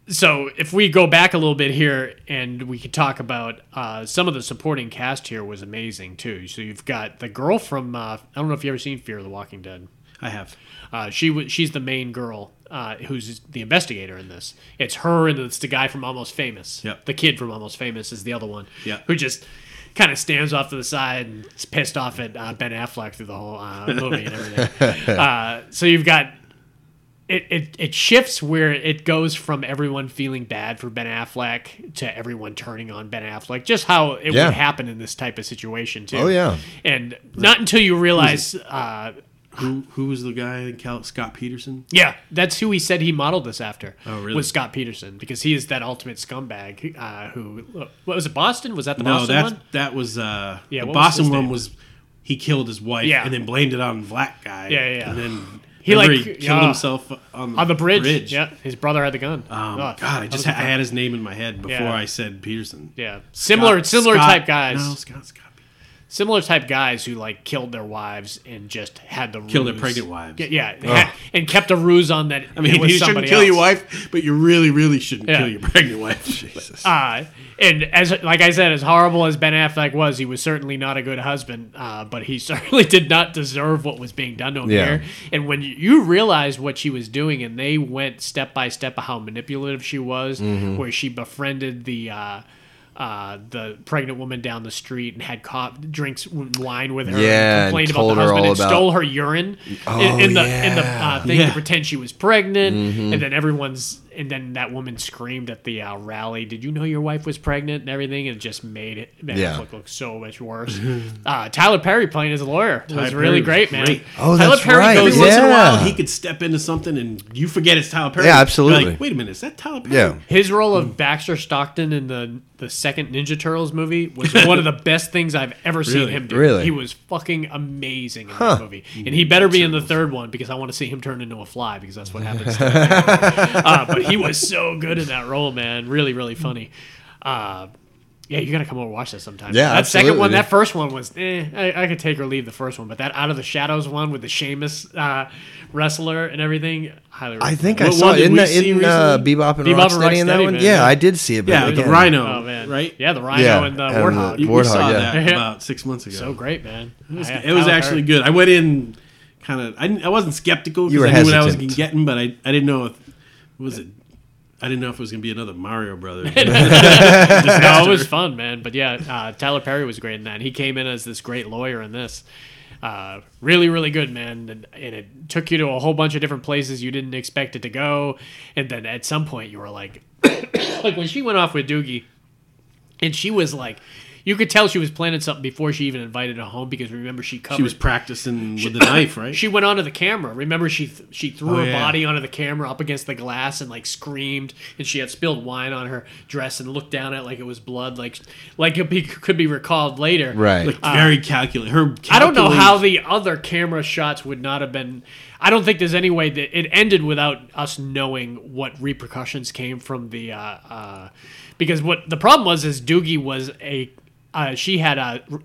C: so if we go back a little bit here, and we could talk about uh, some of the supporting cast here was amazing too. So you've got the girl from uh, I don't know if you have ever seen Fear of the Walking Dead.
E: I have.
C: Uh, she wa she's the main girl uh, who's the investigator in this. It's her and it's the guy from Almost Famous.
E: Yep.
C: The kid from Almost Famous is the other one.
E: Yeah.
C: Who just kind of stands off to the side and is pissed off at uh, Ben Affleck through the whole uh, movie and everything. uh, so you've got it, it, it shifts where it goes from everyone feeling bad for Ben Affleck to everyone turning on Ben Affleck, just how it
D: Yeah.
C: would happen in this type of situation, too.
D: Oh, yeah.
C: And not until you realize uh,
E: Who who was the guy? in Cal- Scott Peterson.
C: Yeah, that's who he said he modeled this after.
E: Oh, really?
C: Was Scott Peterson because he is that ultimate scumbag uh, who? What was it? Boston? Was that the
E: No,
C: Boston
E: that
C: one?
E: that was uh,
C: Yeah,
E: the
C: what was
E: Boston
C: his
E: one
C: name?
E: was he killed his wife
C: Yeah.
E: and then blamed it on black guy.
C: Yeah, yeah, yeah.
E: And then
C: He,
E: he like
C: like,
E: he killed
C: yeah.
E: himself on the,
C: On the bridge. Yeah, his brother had the gun.
E: Um,
C: Oh,
E: God, I
C: that
E: just
C: was
E: ha-
C: a-
E: I had his name in my head before
C: Yeah.
E: I said Peterson.
C: yeah, similar
E: Scott-
C: similar
E: Scott-
C: type guys.
E: No, Scott Scott.
C: Similar type guys who like killed their wives and just had the
E: Killed their
C: ruse.
E: pregnant wives.
C: Yeah, yeah ha- and kept a ruse on that.
E: I mean,
C: it was
E: you shouldn't
C: somebody
E: kill your
C: else.
E: wife, but you really, really shouldn't
C: Yeah.
E: kill your pregnant wife. Jesus.
C: Uh, and as like I said, as horrible as Ben Affleck was, he was certainly not a good husband. Uh, but he certainly did not deserve what was being done to him
D: Yeah.
C: here. And when you, you realized what she was doing, and they went step by step of how manipulative she was,
D: Mm-hmm.
C: where she befriended the. Uh, uh, the pregnant woman down the street and had co- drinks wine with her
D: Yeah, and
C: and complained about
D: told
C: the
D: her
C: husband
D: all
C: and
D: about- Oh,
C: stole her urine in, in the in the
D: yeah.
C: uh, thing
E: Yeah. Mm-hmm.
C: to pretend she was pregnant, and then everyone's and then that woman screamed at the uh, rally, "Did you know your wife was pregnant?" and everything, and it just made it man,
D: Yeah.
C: look look so much worse. uh, Tyler Perry playing as a lawyer was
E: Tyler Perry
C: really
E: was
C: great, man.
E: great.
D: Oh,
C: Tyler
D: that's
C: Perry
D: right.
C: goes
E: Every once in a
D: Yeah.
E: while, he could step into something and you forget it's Tyler Perry.
D: Yeah,
E: You're
D: absolutely.
E: Like, Wait a minute, is that Tyler Perry?
D: Yeah.
C: His role
D: Hmm.
C: of Baxter Stockton in the the second Ninja Turtles movie was one of the best things I've ever seen
E: Really?
C: him do.
D: Really?
C: He was fucking amazing in that movie. And he better be in the third one because I want to see him turn into a fly because that's what happens to him. uh, but he was so good in that role, man. Really, really funny. Uh, yeah, you gotta come over and watch that sometime.
D: Yeah,
C: that second one,
D: absolutely.
C: that first one was, eh, I, I could take or leave the first one, but that Out of the Shadows one with the Sheamus uh, wrestler and everything, highly.
D: I think I
E: What-
D: saw
E: what did
D: in
E: we
D: that
E: see
D: in uh,
E: recently?
D: Bebop and
C: Bebop and
D: Rocksteady in that
C: Rocksteady,
D: one.
C: man,
D: Yeah,
C: yeah.
D: I did see it. But
E: Yeah, with the
D: again,
E: rhino,
C: Oh man,
E: right?
C: Yeah, the rhino
D: Yeah,
C: and the
D: and the-
C: warthog.
E: You, we
D: Warthog,
E: saw
D: yeah.
E: that
C: Yeah.
E: about six months ago.
C: so great, man.
E: It was, it was actually good. I went in kind of. I, didn't- I wasn't skeptical
D: You were
E: because I knew what I was
D: hesitant.
E: getting, but I, I didn't know if was it. I didn't know if it was going to be another Mario Brothers.
C: no, it was fun, man. But yeah, uh, Tyler Perry was great in that. He came in as this great lawyer in this. Uh, really, really good, man. And, and it took you to a whole bunch of different places you didn't expect it to go. And then at some point, you were like, like when she went off with Doogie, and she was like, you could tell she was planning something before she even invited him home because remember she covered
E: she was practicing with the knife, right?
C: She went onto the camera. Remember, she th- she threw
E: Oh,
C: her
E: yeah.
C: body onto the camera up against the glass and like screamed, and she had spilled wine on her dress and looked down at it like it was blood, like like it be, could be recalled later.
D: Right.
E: like very calculate. Her.
C: Uh, I don't know how
E: calculate-
C: the other camera shots would not have been. I don't think there's any way that it ended without us knowing what repercussions came from the. Uh, uh, because what the problem was is Doogie was a. Uh, she had a re-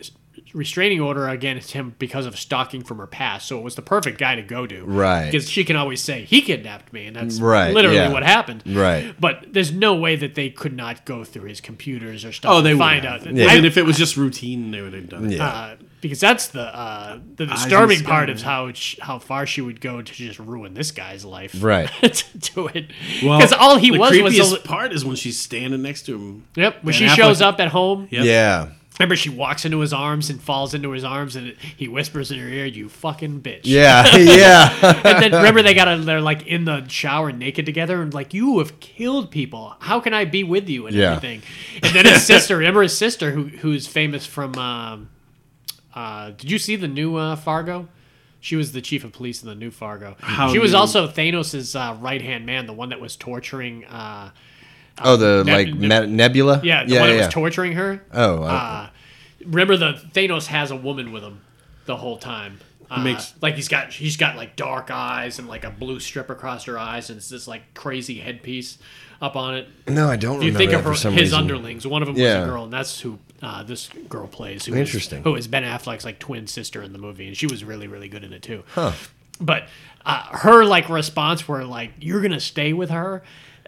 C: restraining order against him because of stalking from her past, so it was the perfect guy to go to.
D: Right.
C: Because she can always say he kidnapped me, and that's
D: Right,
C: literally
D: yeah.
C: what happened.
D: Right.
C: But there's no way that they could not go through his computers or stuff.
E: Oh, they
C: and
E: would
C: find
E: have.
C: out. that-
E: And if it was just routine, they would have done it.
D: Yeah.
C: uh, because that's the uh, the
E: in the
C: disturbing
E: sky,
C: part
E: man.
C: of how sh- how far she would go to just ruin this guy's life,
D: Right.
C: to do it, because all he
E: the
C: was was
E: creepiest
C: a, li-
E: part is when she's standing next to him.
C: yep. When
E: Ben
C: she
E: Affleck-
C: shows up at home,
E: Yep.
D: Yeah.
C: remember she walks into his arms and falls into his arms, and he whispers in her ear, "You fucking bitch."
D: Yeah. Yeah.
C: and then remember they got a, they're like in the shower naked together and like you have killed people how can i be with you and
D: Yeah.
C: everything and then his sister remember his sister who who's famous from um uh did you see the new uh fargo she was the chief of police in the new fargo
E: How
C: she was
E: new?
C: also thanos's uh, right hand man the one that was torturing uh
D: oh, the
C: Ne-
D: like
C: ne-
D: ne- nebula.
C: yeah the
D: Yeah.
C: one that
D: yeah.
C: was torturing her
D: oh. I-
C: uh, remember the Thanos has a woman with him the whole time. Uh,
E: makes-
C: like he's got he's got like dark eyes and like a blue strip across her eyes and it's this like crazy headpiece up on it.
D: no, I
C: uh,
D: don't
C: If you
D: remember
C: think
D: that
C: of
D: for
C: her,
D: some
C: his
D: reason.
C: underlings, one of them
D: Yeah.
C: was a girl and that's who uh, this girl plays. Who is-
D: Interesting.
C: who is Ben Affleck's like twin sister in the movie and she was really really good in it too. But uh, her like response were like you're gonna stay with her,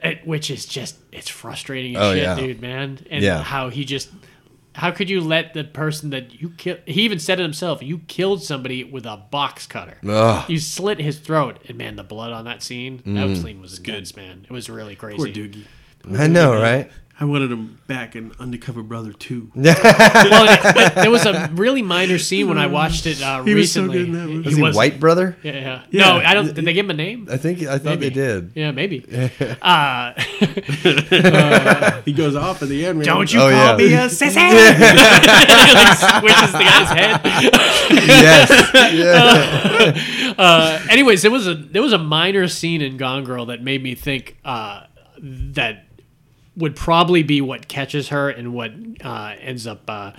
C: it, which is just it's frustrating as
D: Oh,
C: shit,
D: yeah.
C: dude, man. And
D: Yeah.
C: how he just how could you let the person that you killed he even said it himself you killed somebody with a box cutter
D: Ugh. Mm.
C: you slit his throat and man the blood on that scene that scene was good man it was really crazy
E: Poor Doogie.
D: I know, right?
E: I wanted him back in Undercover Brother 2.
C: Well, it- Oh, but there was a really minor scene when I watched it uh,
E: He was so
C: recently.
E: good in that one.
D: Is he, white brother?
C: Yeah, yeah.
E: Yeah.
C: No, I don't. Did they give him a name?
D: I think I thought they did.
C: Yeah, maybe.
E: He goes off in the end.
C: Don't you
D: Oh,
C: call
D: yeah.
C: me a sissy? like squishes the guy's head.
D: Yes. Yeah.
C: Uh, anyways, there was a there was a minor scene in Gone Girl that made me think uh, that would probably be what catches her and what uh, ends up uh,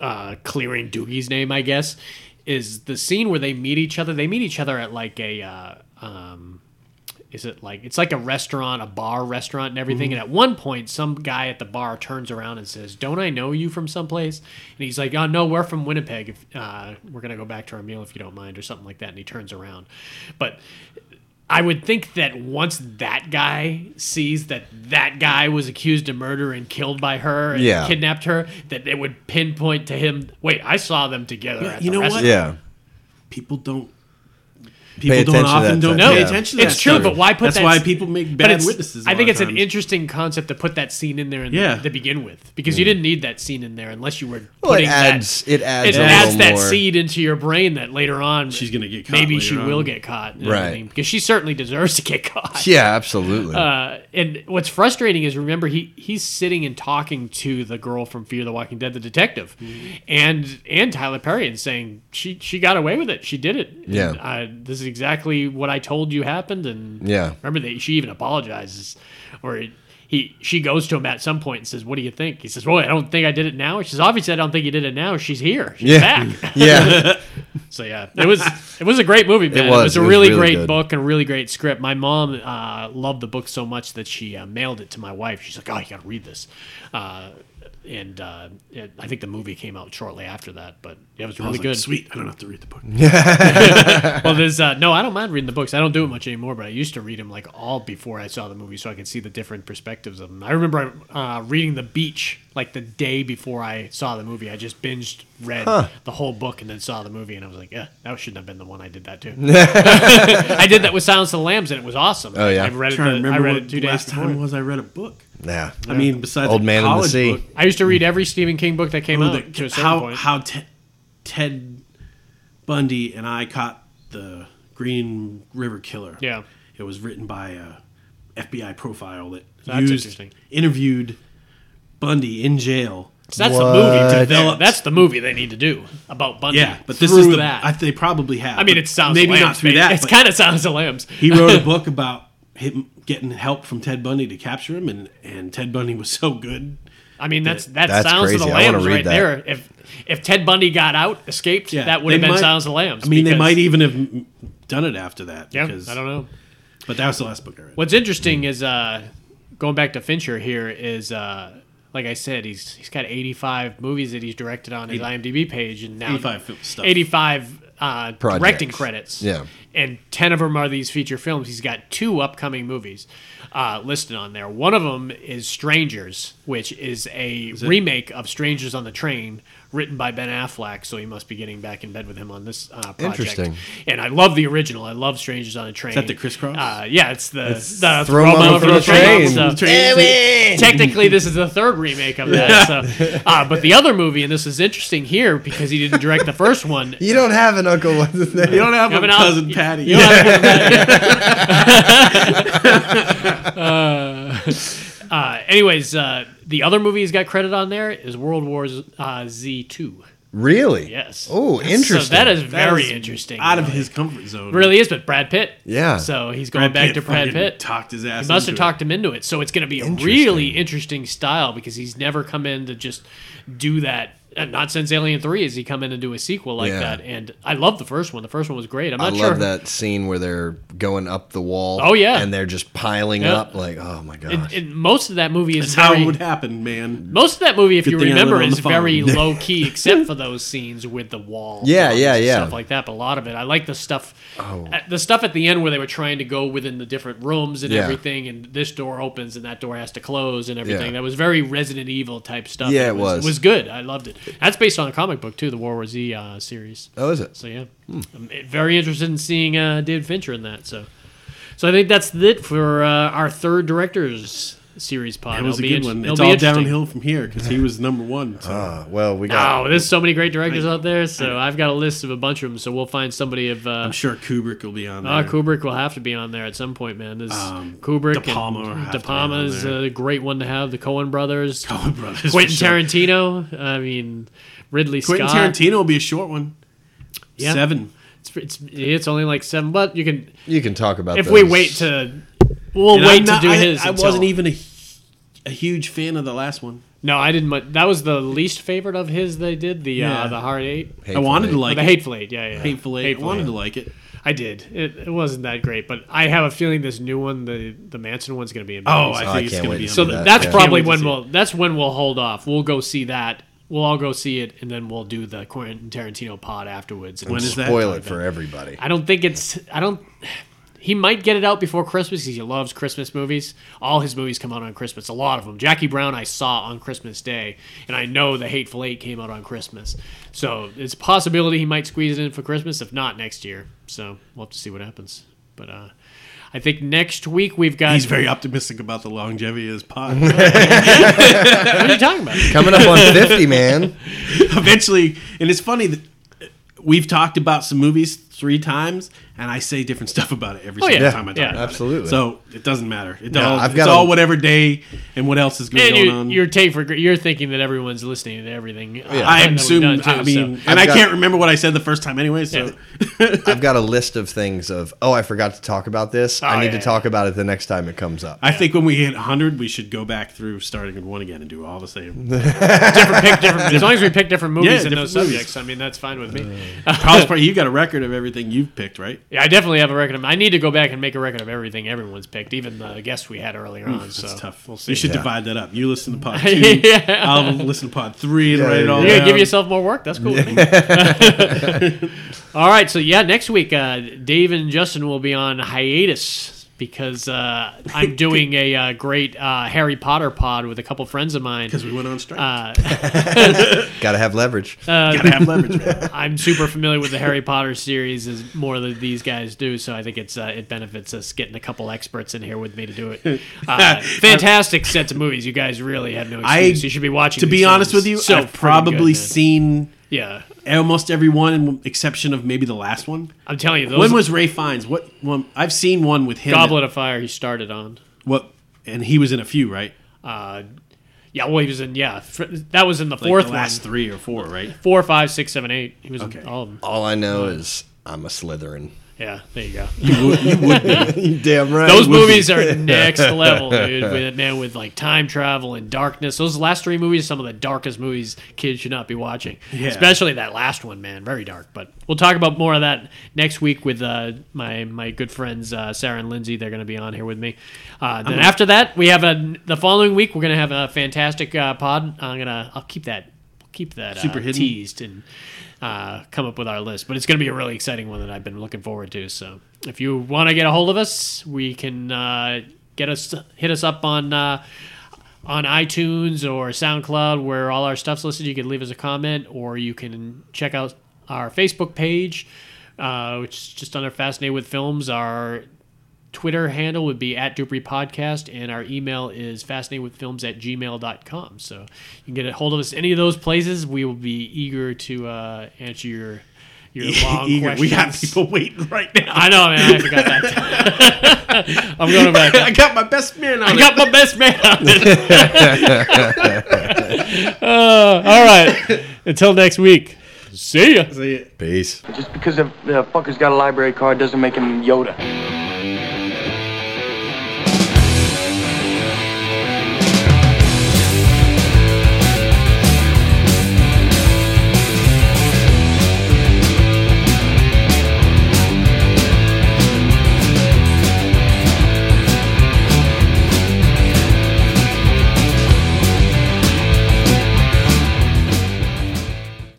C: uh, clearing Doogie's name, I guess, is the scene where they meet each other. They meet each other at like a. Uh, um, is it like it's like a restaurant, a bar restaurant, and everything? And at one point, some guy at the bar turns around and says, "Don't I know you from someplace?" And he's like, "Oh no, we're from Winnipeg. If, uh, we're gonna go back to our meal if you don't mind, or something like that." And he turns around, but I would think that once that guy sees that that guy was accused of murder and killed by her and
D: Yeah.
C: kidnapped her, that they would pinpoint to him. Wait, I saw them together.
E: Yeah,
C: at
E: you
C: the
E: know
C: restaurant."
E: what?
D: yeah.
E: People don't. People
D: attention
E: don't
D: to
E: often
D: that
E: don't
D: type,
C: No,
E: pay
D: yeah.
E: attention to
C: it's
E: that
C: true,
E: stuff.
C: but why put
E: That's
C: that?
E: why people make
C: but
E: bad
C: it's-
E: witnesses. I
C: I think it's an interesting concept to put that scene in there in
E: Yeah.
C: the, to begin with because you didn't need that scene in there unless you were.
D: Well, it
C: putting that-
D: adds. it adds.
C: it
D: a
C: adds
D: little
C: that
D: more.
C: seed into your brain that later on
E: She's gonna get caught
C: Maybe
E: later
C: she
E: on.
C: will get caught, and
D: Right.
C: everything, Because she certainly deserves to get caught.
D: Yeah, absolutely.
C: Uh, and what's frustrating is remember he he's sitting and talking to the girl from Fear the Walking Dead, the detective, and and Tyler Perry, and saying she she got away with it, she did it. And,
D: Yeah.
C: uh, this is exactly what I told you happened, and
D: Yeah.
C: remember that she even apologizes, or. He, she goes to him at some point and says, "What do you think?" He says, "Well, I don't think I did it now." She says, "Obviously, I don't think you did it now. She's here. She's
D: Yeah.
C: back."
D: yeah.
C: So yeah, it was it was a great movie, man. It was,
D: was.
C: a
D: It was
C: really,
D: really
C: great
D: good.
C: book and a really great script. My mom uh, loved the book so much that she uh, mailed it to my wife. She's like, "Oh, you got to read this." Uh, and uh, it, I think the movie came out shortly after that, but it was really
E: was like,
C: good.
E: Sweet. I don't have to read the book.
C: Well, there's uh, no, I don't mind reading the books. I don't do it much anymore, but I used to read them like all before I saw the movie, so I could see the different perspectives of them. I remember uh, reading The Beach like the day before I saw the movie. I just binged read the whole book and then saw the movie, and I was like, yeah, that shouldn't have been the one I did that too. I did that with Silence of the Lambs, and it was awesome.
D: Oh, yeah.
C: I read
E: I'm
C: it.
E: trying to
C: The,
E: remember
C: I read
E: what
C: it two
E: the
C: days
E: last
C: before.
E: time was I read a book.
D: yeah.
E: I mean, besides
D: Old
E: the
D: Man and the
E: college
D: Sea.
E: book,
C: I used to read every Stephen King book that came
E: Oh,
C: out
E: the-
C: to a certain
E: how
C: point.
E: how Te- Ted Bundy and I caught the Green River Killer.
C: Yeah.
E: it was written by a FBI profile that
C: That's
E: used
C: interesting.
E: interviewed Bundy in jail.
C: So that's the movie. To
D: What?
C: develop, that's the movie they need to do about Bundy.
E: Yeah, but this
C: Through
E: is the
C: that.
E: I, they probably have.
C: I mean,
E: but
C: it sounds
E: maybe
C: lambs,
E: not through
C: man.
E: that.
C: It's
E: but
C: kind of sounds of lambs.
E: he wrote a book about him getting help from Ted Bundy to capture him, and and Ted Bundy was so good.
C: I mean, that's that
D: That's
C: sounds of
D: crazy.
C: the
D: I wanna
C: lambs
D: read
C: right
D: that.
C: there. If if Ted Bundy got out, escaped,
E: Yeah,
C: that would have
E: they
C: been
E: might-
C: sounds of lambs.
E: I mean, they
C: because-
E: might even have m- done it after that.
C: Yeah,
E: because-
C: I don't know.
E: But that was the last book I read.
C: What's interesting is uh, going back to Fincher here is uh, like I said, he's he's got 85 movies that he's directed on his IMDb page, and now
E: 85 film stuff.
C: 85 uh,
D: Projects.
C: directing credits.
D: Yeah.
C: and 10 of them are these feature films. He's got two upcoming movies uh, listed on there. One of them is Strangers, which is a remake of Strangers on the Train, written by Ben Affleck. So he must be getting back in bed with him on this uh, project.
D: Interesting.
C: And I love the original. I love Strangers on a Train. Is
E: that the crisscross?
C: Uh, yeah, it's the, the
D: throw
C: throw
D: 'em
C: 'em
D: on
C: over
D: the
C: the train.
D: train.
C: stuff. Technically, this is the third remake of that. So, uh, but the other movie, and this is interesting here because he didn't direct the first one.
D: You don't have an uncle. What's his name?
E: You don't have,
C: Have
E: a
C: an al-
E: cousin Patty.
C: You know what I mean? Uh, anyways, uh, the other movie he's got credit on there is World War uh, Z two.
D: Really?
C: Yes.
D: Oh, interesting.
C: So that is
E: That
C: very
E: was
C: interesting.
E: Out of
C: really.
E: his comfort zone.
C: really is, but Brad Pitt.
D: Yeah.
C: So he's going
E: Brad
C: back
E: Pitt
C: to Brad
E: fucking
C: Pitt.
E: talked his ass.
C: He must have
E: into it.
C: talked him into it. So it's going to be a really interesting style because he's never come in to just do that. And Not since Alien Three has he come in and do a sequel like
D: Yeah.
C: that. And I love the first one. The first one was great. I'm
D: I
C: not sure.
D: love that scene where they're going up the wall.
C: Oh, yeah.
D: and they're just piling
C: Yeah.
D: up. Like, oh my gosh.
C: And, and most of that movie is
E: That's how
C: very,
E: it would happen, man.
C: most of that movie, if
E: Good
C: you
E: thing I live
C: remember,
E: on the
C: is very
E: farm.
C: low key, except for those scenes with the wall.
D: Yeah,
C: lines
D: yeah,
C: and
D: yeah.
C: Stuff like that. But a lot of it, I like the stuff.
E: Oh.
C: uh, The stuff at the end where they were trying to go within the different rooms and
D: Yeah.
C: everything, and this door opens and that door has to close and everything.
D: Yeah.
C: That was very Resident Evil type stuff.
D: Yeah,
C: and
D: it was.
C: It was good. I loved it. That's based on a comic book too, the World War Z uh, series.
D: oh, is it?
C: So yeah,
E: Hmm.
C: I'm eh, very interested in seeing uh, David Fincher in that. So, so I think that's it for uh, our third directors series pod.
E: That was
C: It'll be
E: a good
C: int-
E: one.
C: it'll
E: It's
C: be
E: all
C: interesting.
E: downhill from here because he was number one. So.
D: Ah, well, we got.
C: Oh, there's so many great directors out there. So I've got a list of a bunch of them. So we'll find somebody of. Uh,
E: I'm sure Kubrick will be on there.
C: Ah, Kubrick will have to be on there at some point, man. There's
E: Um,
C: Kubrick,
E: De Palma will
C: and
E: have
C: De
E: to be
C: Palma
E: on
C: is
E: there.
C: a great one to have. The Coen brothers,
E: Coen Oh, Brothers. for
C: Quentin
E: sure.
C: Tarantino. I mean, Ridley
E: Quentin
C: Scott.
E: Tarantino will be a short one.
C: Yeah.
E: Seven.
C: It's, it's, it's only like seven, but you can
D: You can talk about
C: if
D: those.
C: we wait to we'll
E: And
C: wait
E: I'm not-
C: to do
E: I,
C: his.
E: I
C: until-
E: wasn't even a, a huge fan of the last one.
C: No, I didn't. mu- That was the least favorite of his. They did the uh,
E: Yeah.
C: the hard eight.
D: Hateful
E: I wanted
D: Eight.
E: to
C: Or
E: like
C: the
E: it.
C: hateful eight, yeah, yeah.
E: Hateful Eight. I wanted to like it.
C: I did. It, it wasn't that great, but I have a feeling this new one, the the Manson one's going to be
E: Oh,
C: amazing.
E: I
D: I
E: think it's
D: can't
E: going
D: wait
E: to be
D: to
C: so
D: see
E: amazing.
D: that.
C: that's
D: yeah.
C: probably
E: Can't wait to
C: when
E: see
C: we'll that's when we'll hold off. We'll go see that. We'll all go see it, and then we'll do the Quentin Tarantino pod afterwards. And
E: When is that?
D: Spoil it for everybody.
C: I don't think it's. I don't. He might get it out before Christmas because he loves Christmas movies. All his movies come out on Christmas. A lot of them. Jackie Brown I saw on Christmas Day, and I know The Hateful Eight came out on Christmas. So it's a possibility he might squeeze it in for Christmas. If not, next year. So we'll have to see what happens. But uh, I think next week we've got.
E: He's very optimistic about the longevity of his pod.
C: what are you talking about?
D: Coming up on 50, man.
E: Eventually, and it's funny that uh, we've talked about some movies three times, and I say different stuff about it every single
C: Oh, yeah.
E: time I talk
C: Yeah.
E: about
D: Absolutely.
E: it. So it doesn't matter. It all,
D: I've
E: it's
D: got
E: all
D: a-
E: whatever day and what else is
C: And
E: going
C: you-
E: on.
C: you're take for gr- you're thinking that everyone's listening to everything. uh, that
E: I
C: we've
E: assume.
C: done, too,
E: I mean,
C: so-
E: and
D: I've
E: I
D: got-
E: can't remember what I said the first time anyway. So
D: I've got a list of things of, oh, I forgot to talk about this.
C: Oh,
D: I need
C: yeah,
D: to
C: yeah.
D: talk about it the next time it comes up.
E: I think when we hit 100, we should go back through starting at one again and do all the same.
C: pick different, as long as we pick different movies
E: Yeah,
C: in
E: different
C: those
E: movies. Uh,
C: subjects, I mean that's fine with me.
E: College Party, you've got a record of everything you've picked, right?
C: Yeah, I definitely have a record. Of, I need to go back and make a record of everything everyone's picked, even the guests we had earlier on. so
E: Hmm, That's tough. You should
D: Yeah.
E: divide that up. You listen to pod two.
C: Yeah.
E: I'll listen to pod three and
D: Yeah,
E: write it all
C: You're gonna
E: down.
C: give yourself more work. That's cool. All right, so yeah, next week uh, Dave and Justin will be on hiatus because uh, I'm doing a uh, great uh, Harry Potter pod with a couple friends of mine.
E: because we went on strike.
C: Uh,
D: Got to have leverage.
E: Gotta have leverage. man.
C: I'm super familiar with the Harry Potter series as more than these guys do, so I think it's uh, it benefits us getting a couple experts in here with me to do it. Uh, fantastic sets of movies. You guys really have no
E: I-
C: excuse. you should be watching.
E: to be
C: these
E: honest
C: things.
E: with you,
C: So
E: I've
C: freaking
E: probably
C: good, man.
E: seen
C: Yeah,
E: almost every one, with exception of maybe the last one.
C: I'm telling you, those
E: When was Ray Fiennes? What one? I've seen one with him.
C: Goblet of Fire he started on.
E: What? And he was in a few, right?
C: Uh, yeah, well, he was in yeah. fr- That was in the
E: Like
C: fourth
E: the last
C: one.
E: three or four, right?
C: Four, five, six, seven, eight. He was
E: Okay.
C: in all of them.
D: All I know is I'm a Slytherin.
C: Yeah, there you go.
D: Damn right.
C: Those movies are next level, dude. With, man, with like time travel and darkness. Those last three movies, some of the darkest movies kids should not be watching.
E: Yeah.
C: Especially that last one, man. Very dark. But we'll talk about more of that next week with uh, my my good friends uh, Sarah and Lindsay. They're going to be on here with me. Uh, then after that, we have a the following week. We're going to have a fantastic uh, pod. I'm gonna I'll keep that keep that
E: Super
C: uh,
E: hidden.
C: teased and uh, come up with our list. But it's going to be a really exciting one that I've been looking forward to. So if you want to get a hold of us, we can uh, get us hit us up on. Uh, on iTunes or SoundCloud, where all our stuff's listed, you can leave us a comment, or you can check out our Facebook page, uh, which is just under Fascinated with Films. Our Twitter handle would be at Dupree Podcast, and our email is fascinatedwithfilms at gmail.com. So you can get a hold of us any of those places. We will be eager to uh, answer your your long
E: Eager.
C: questions.
E: We have people waiting right now.
C: I know, man. I forgot that. I'm going back.
E: I got my best man on
C: I
E: it.
C: got my best man on it. uh, all right. Until next week. See ya.
E: See it.
D: Peace.
B: Just because a, a fucker's got a library card doesn't make him Yoda.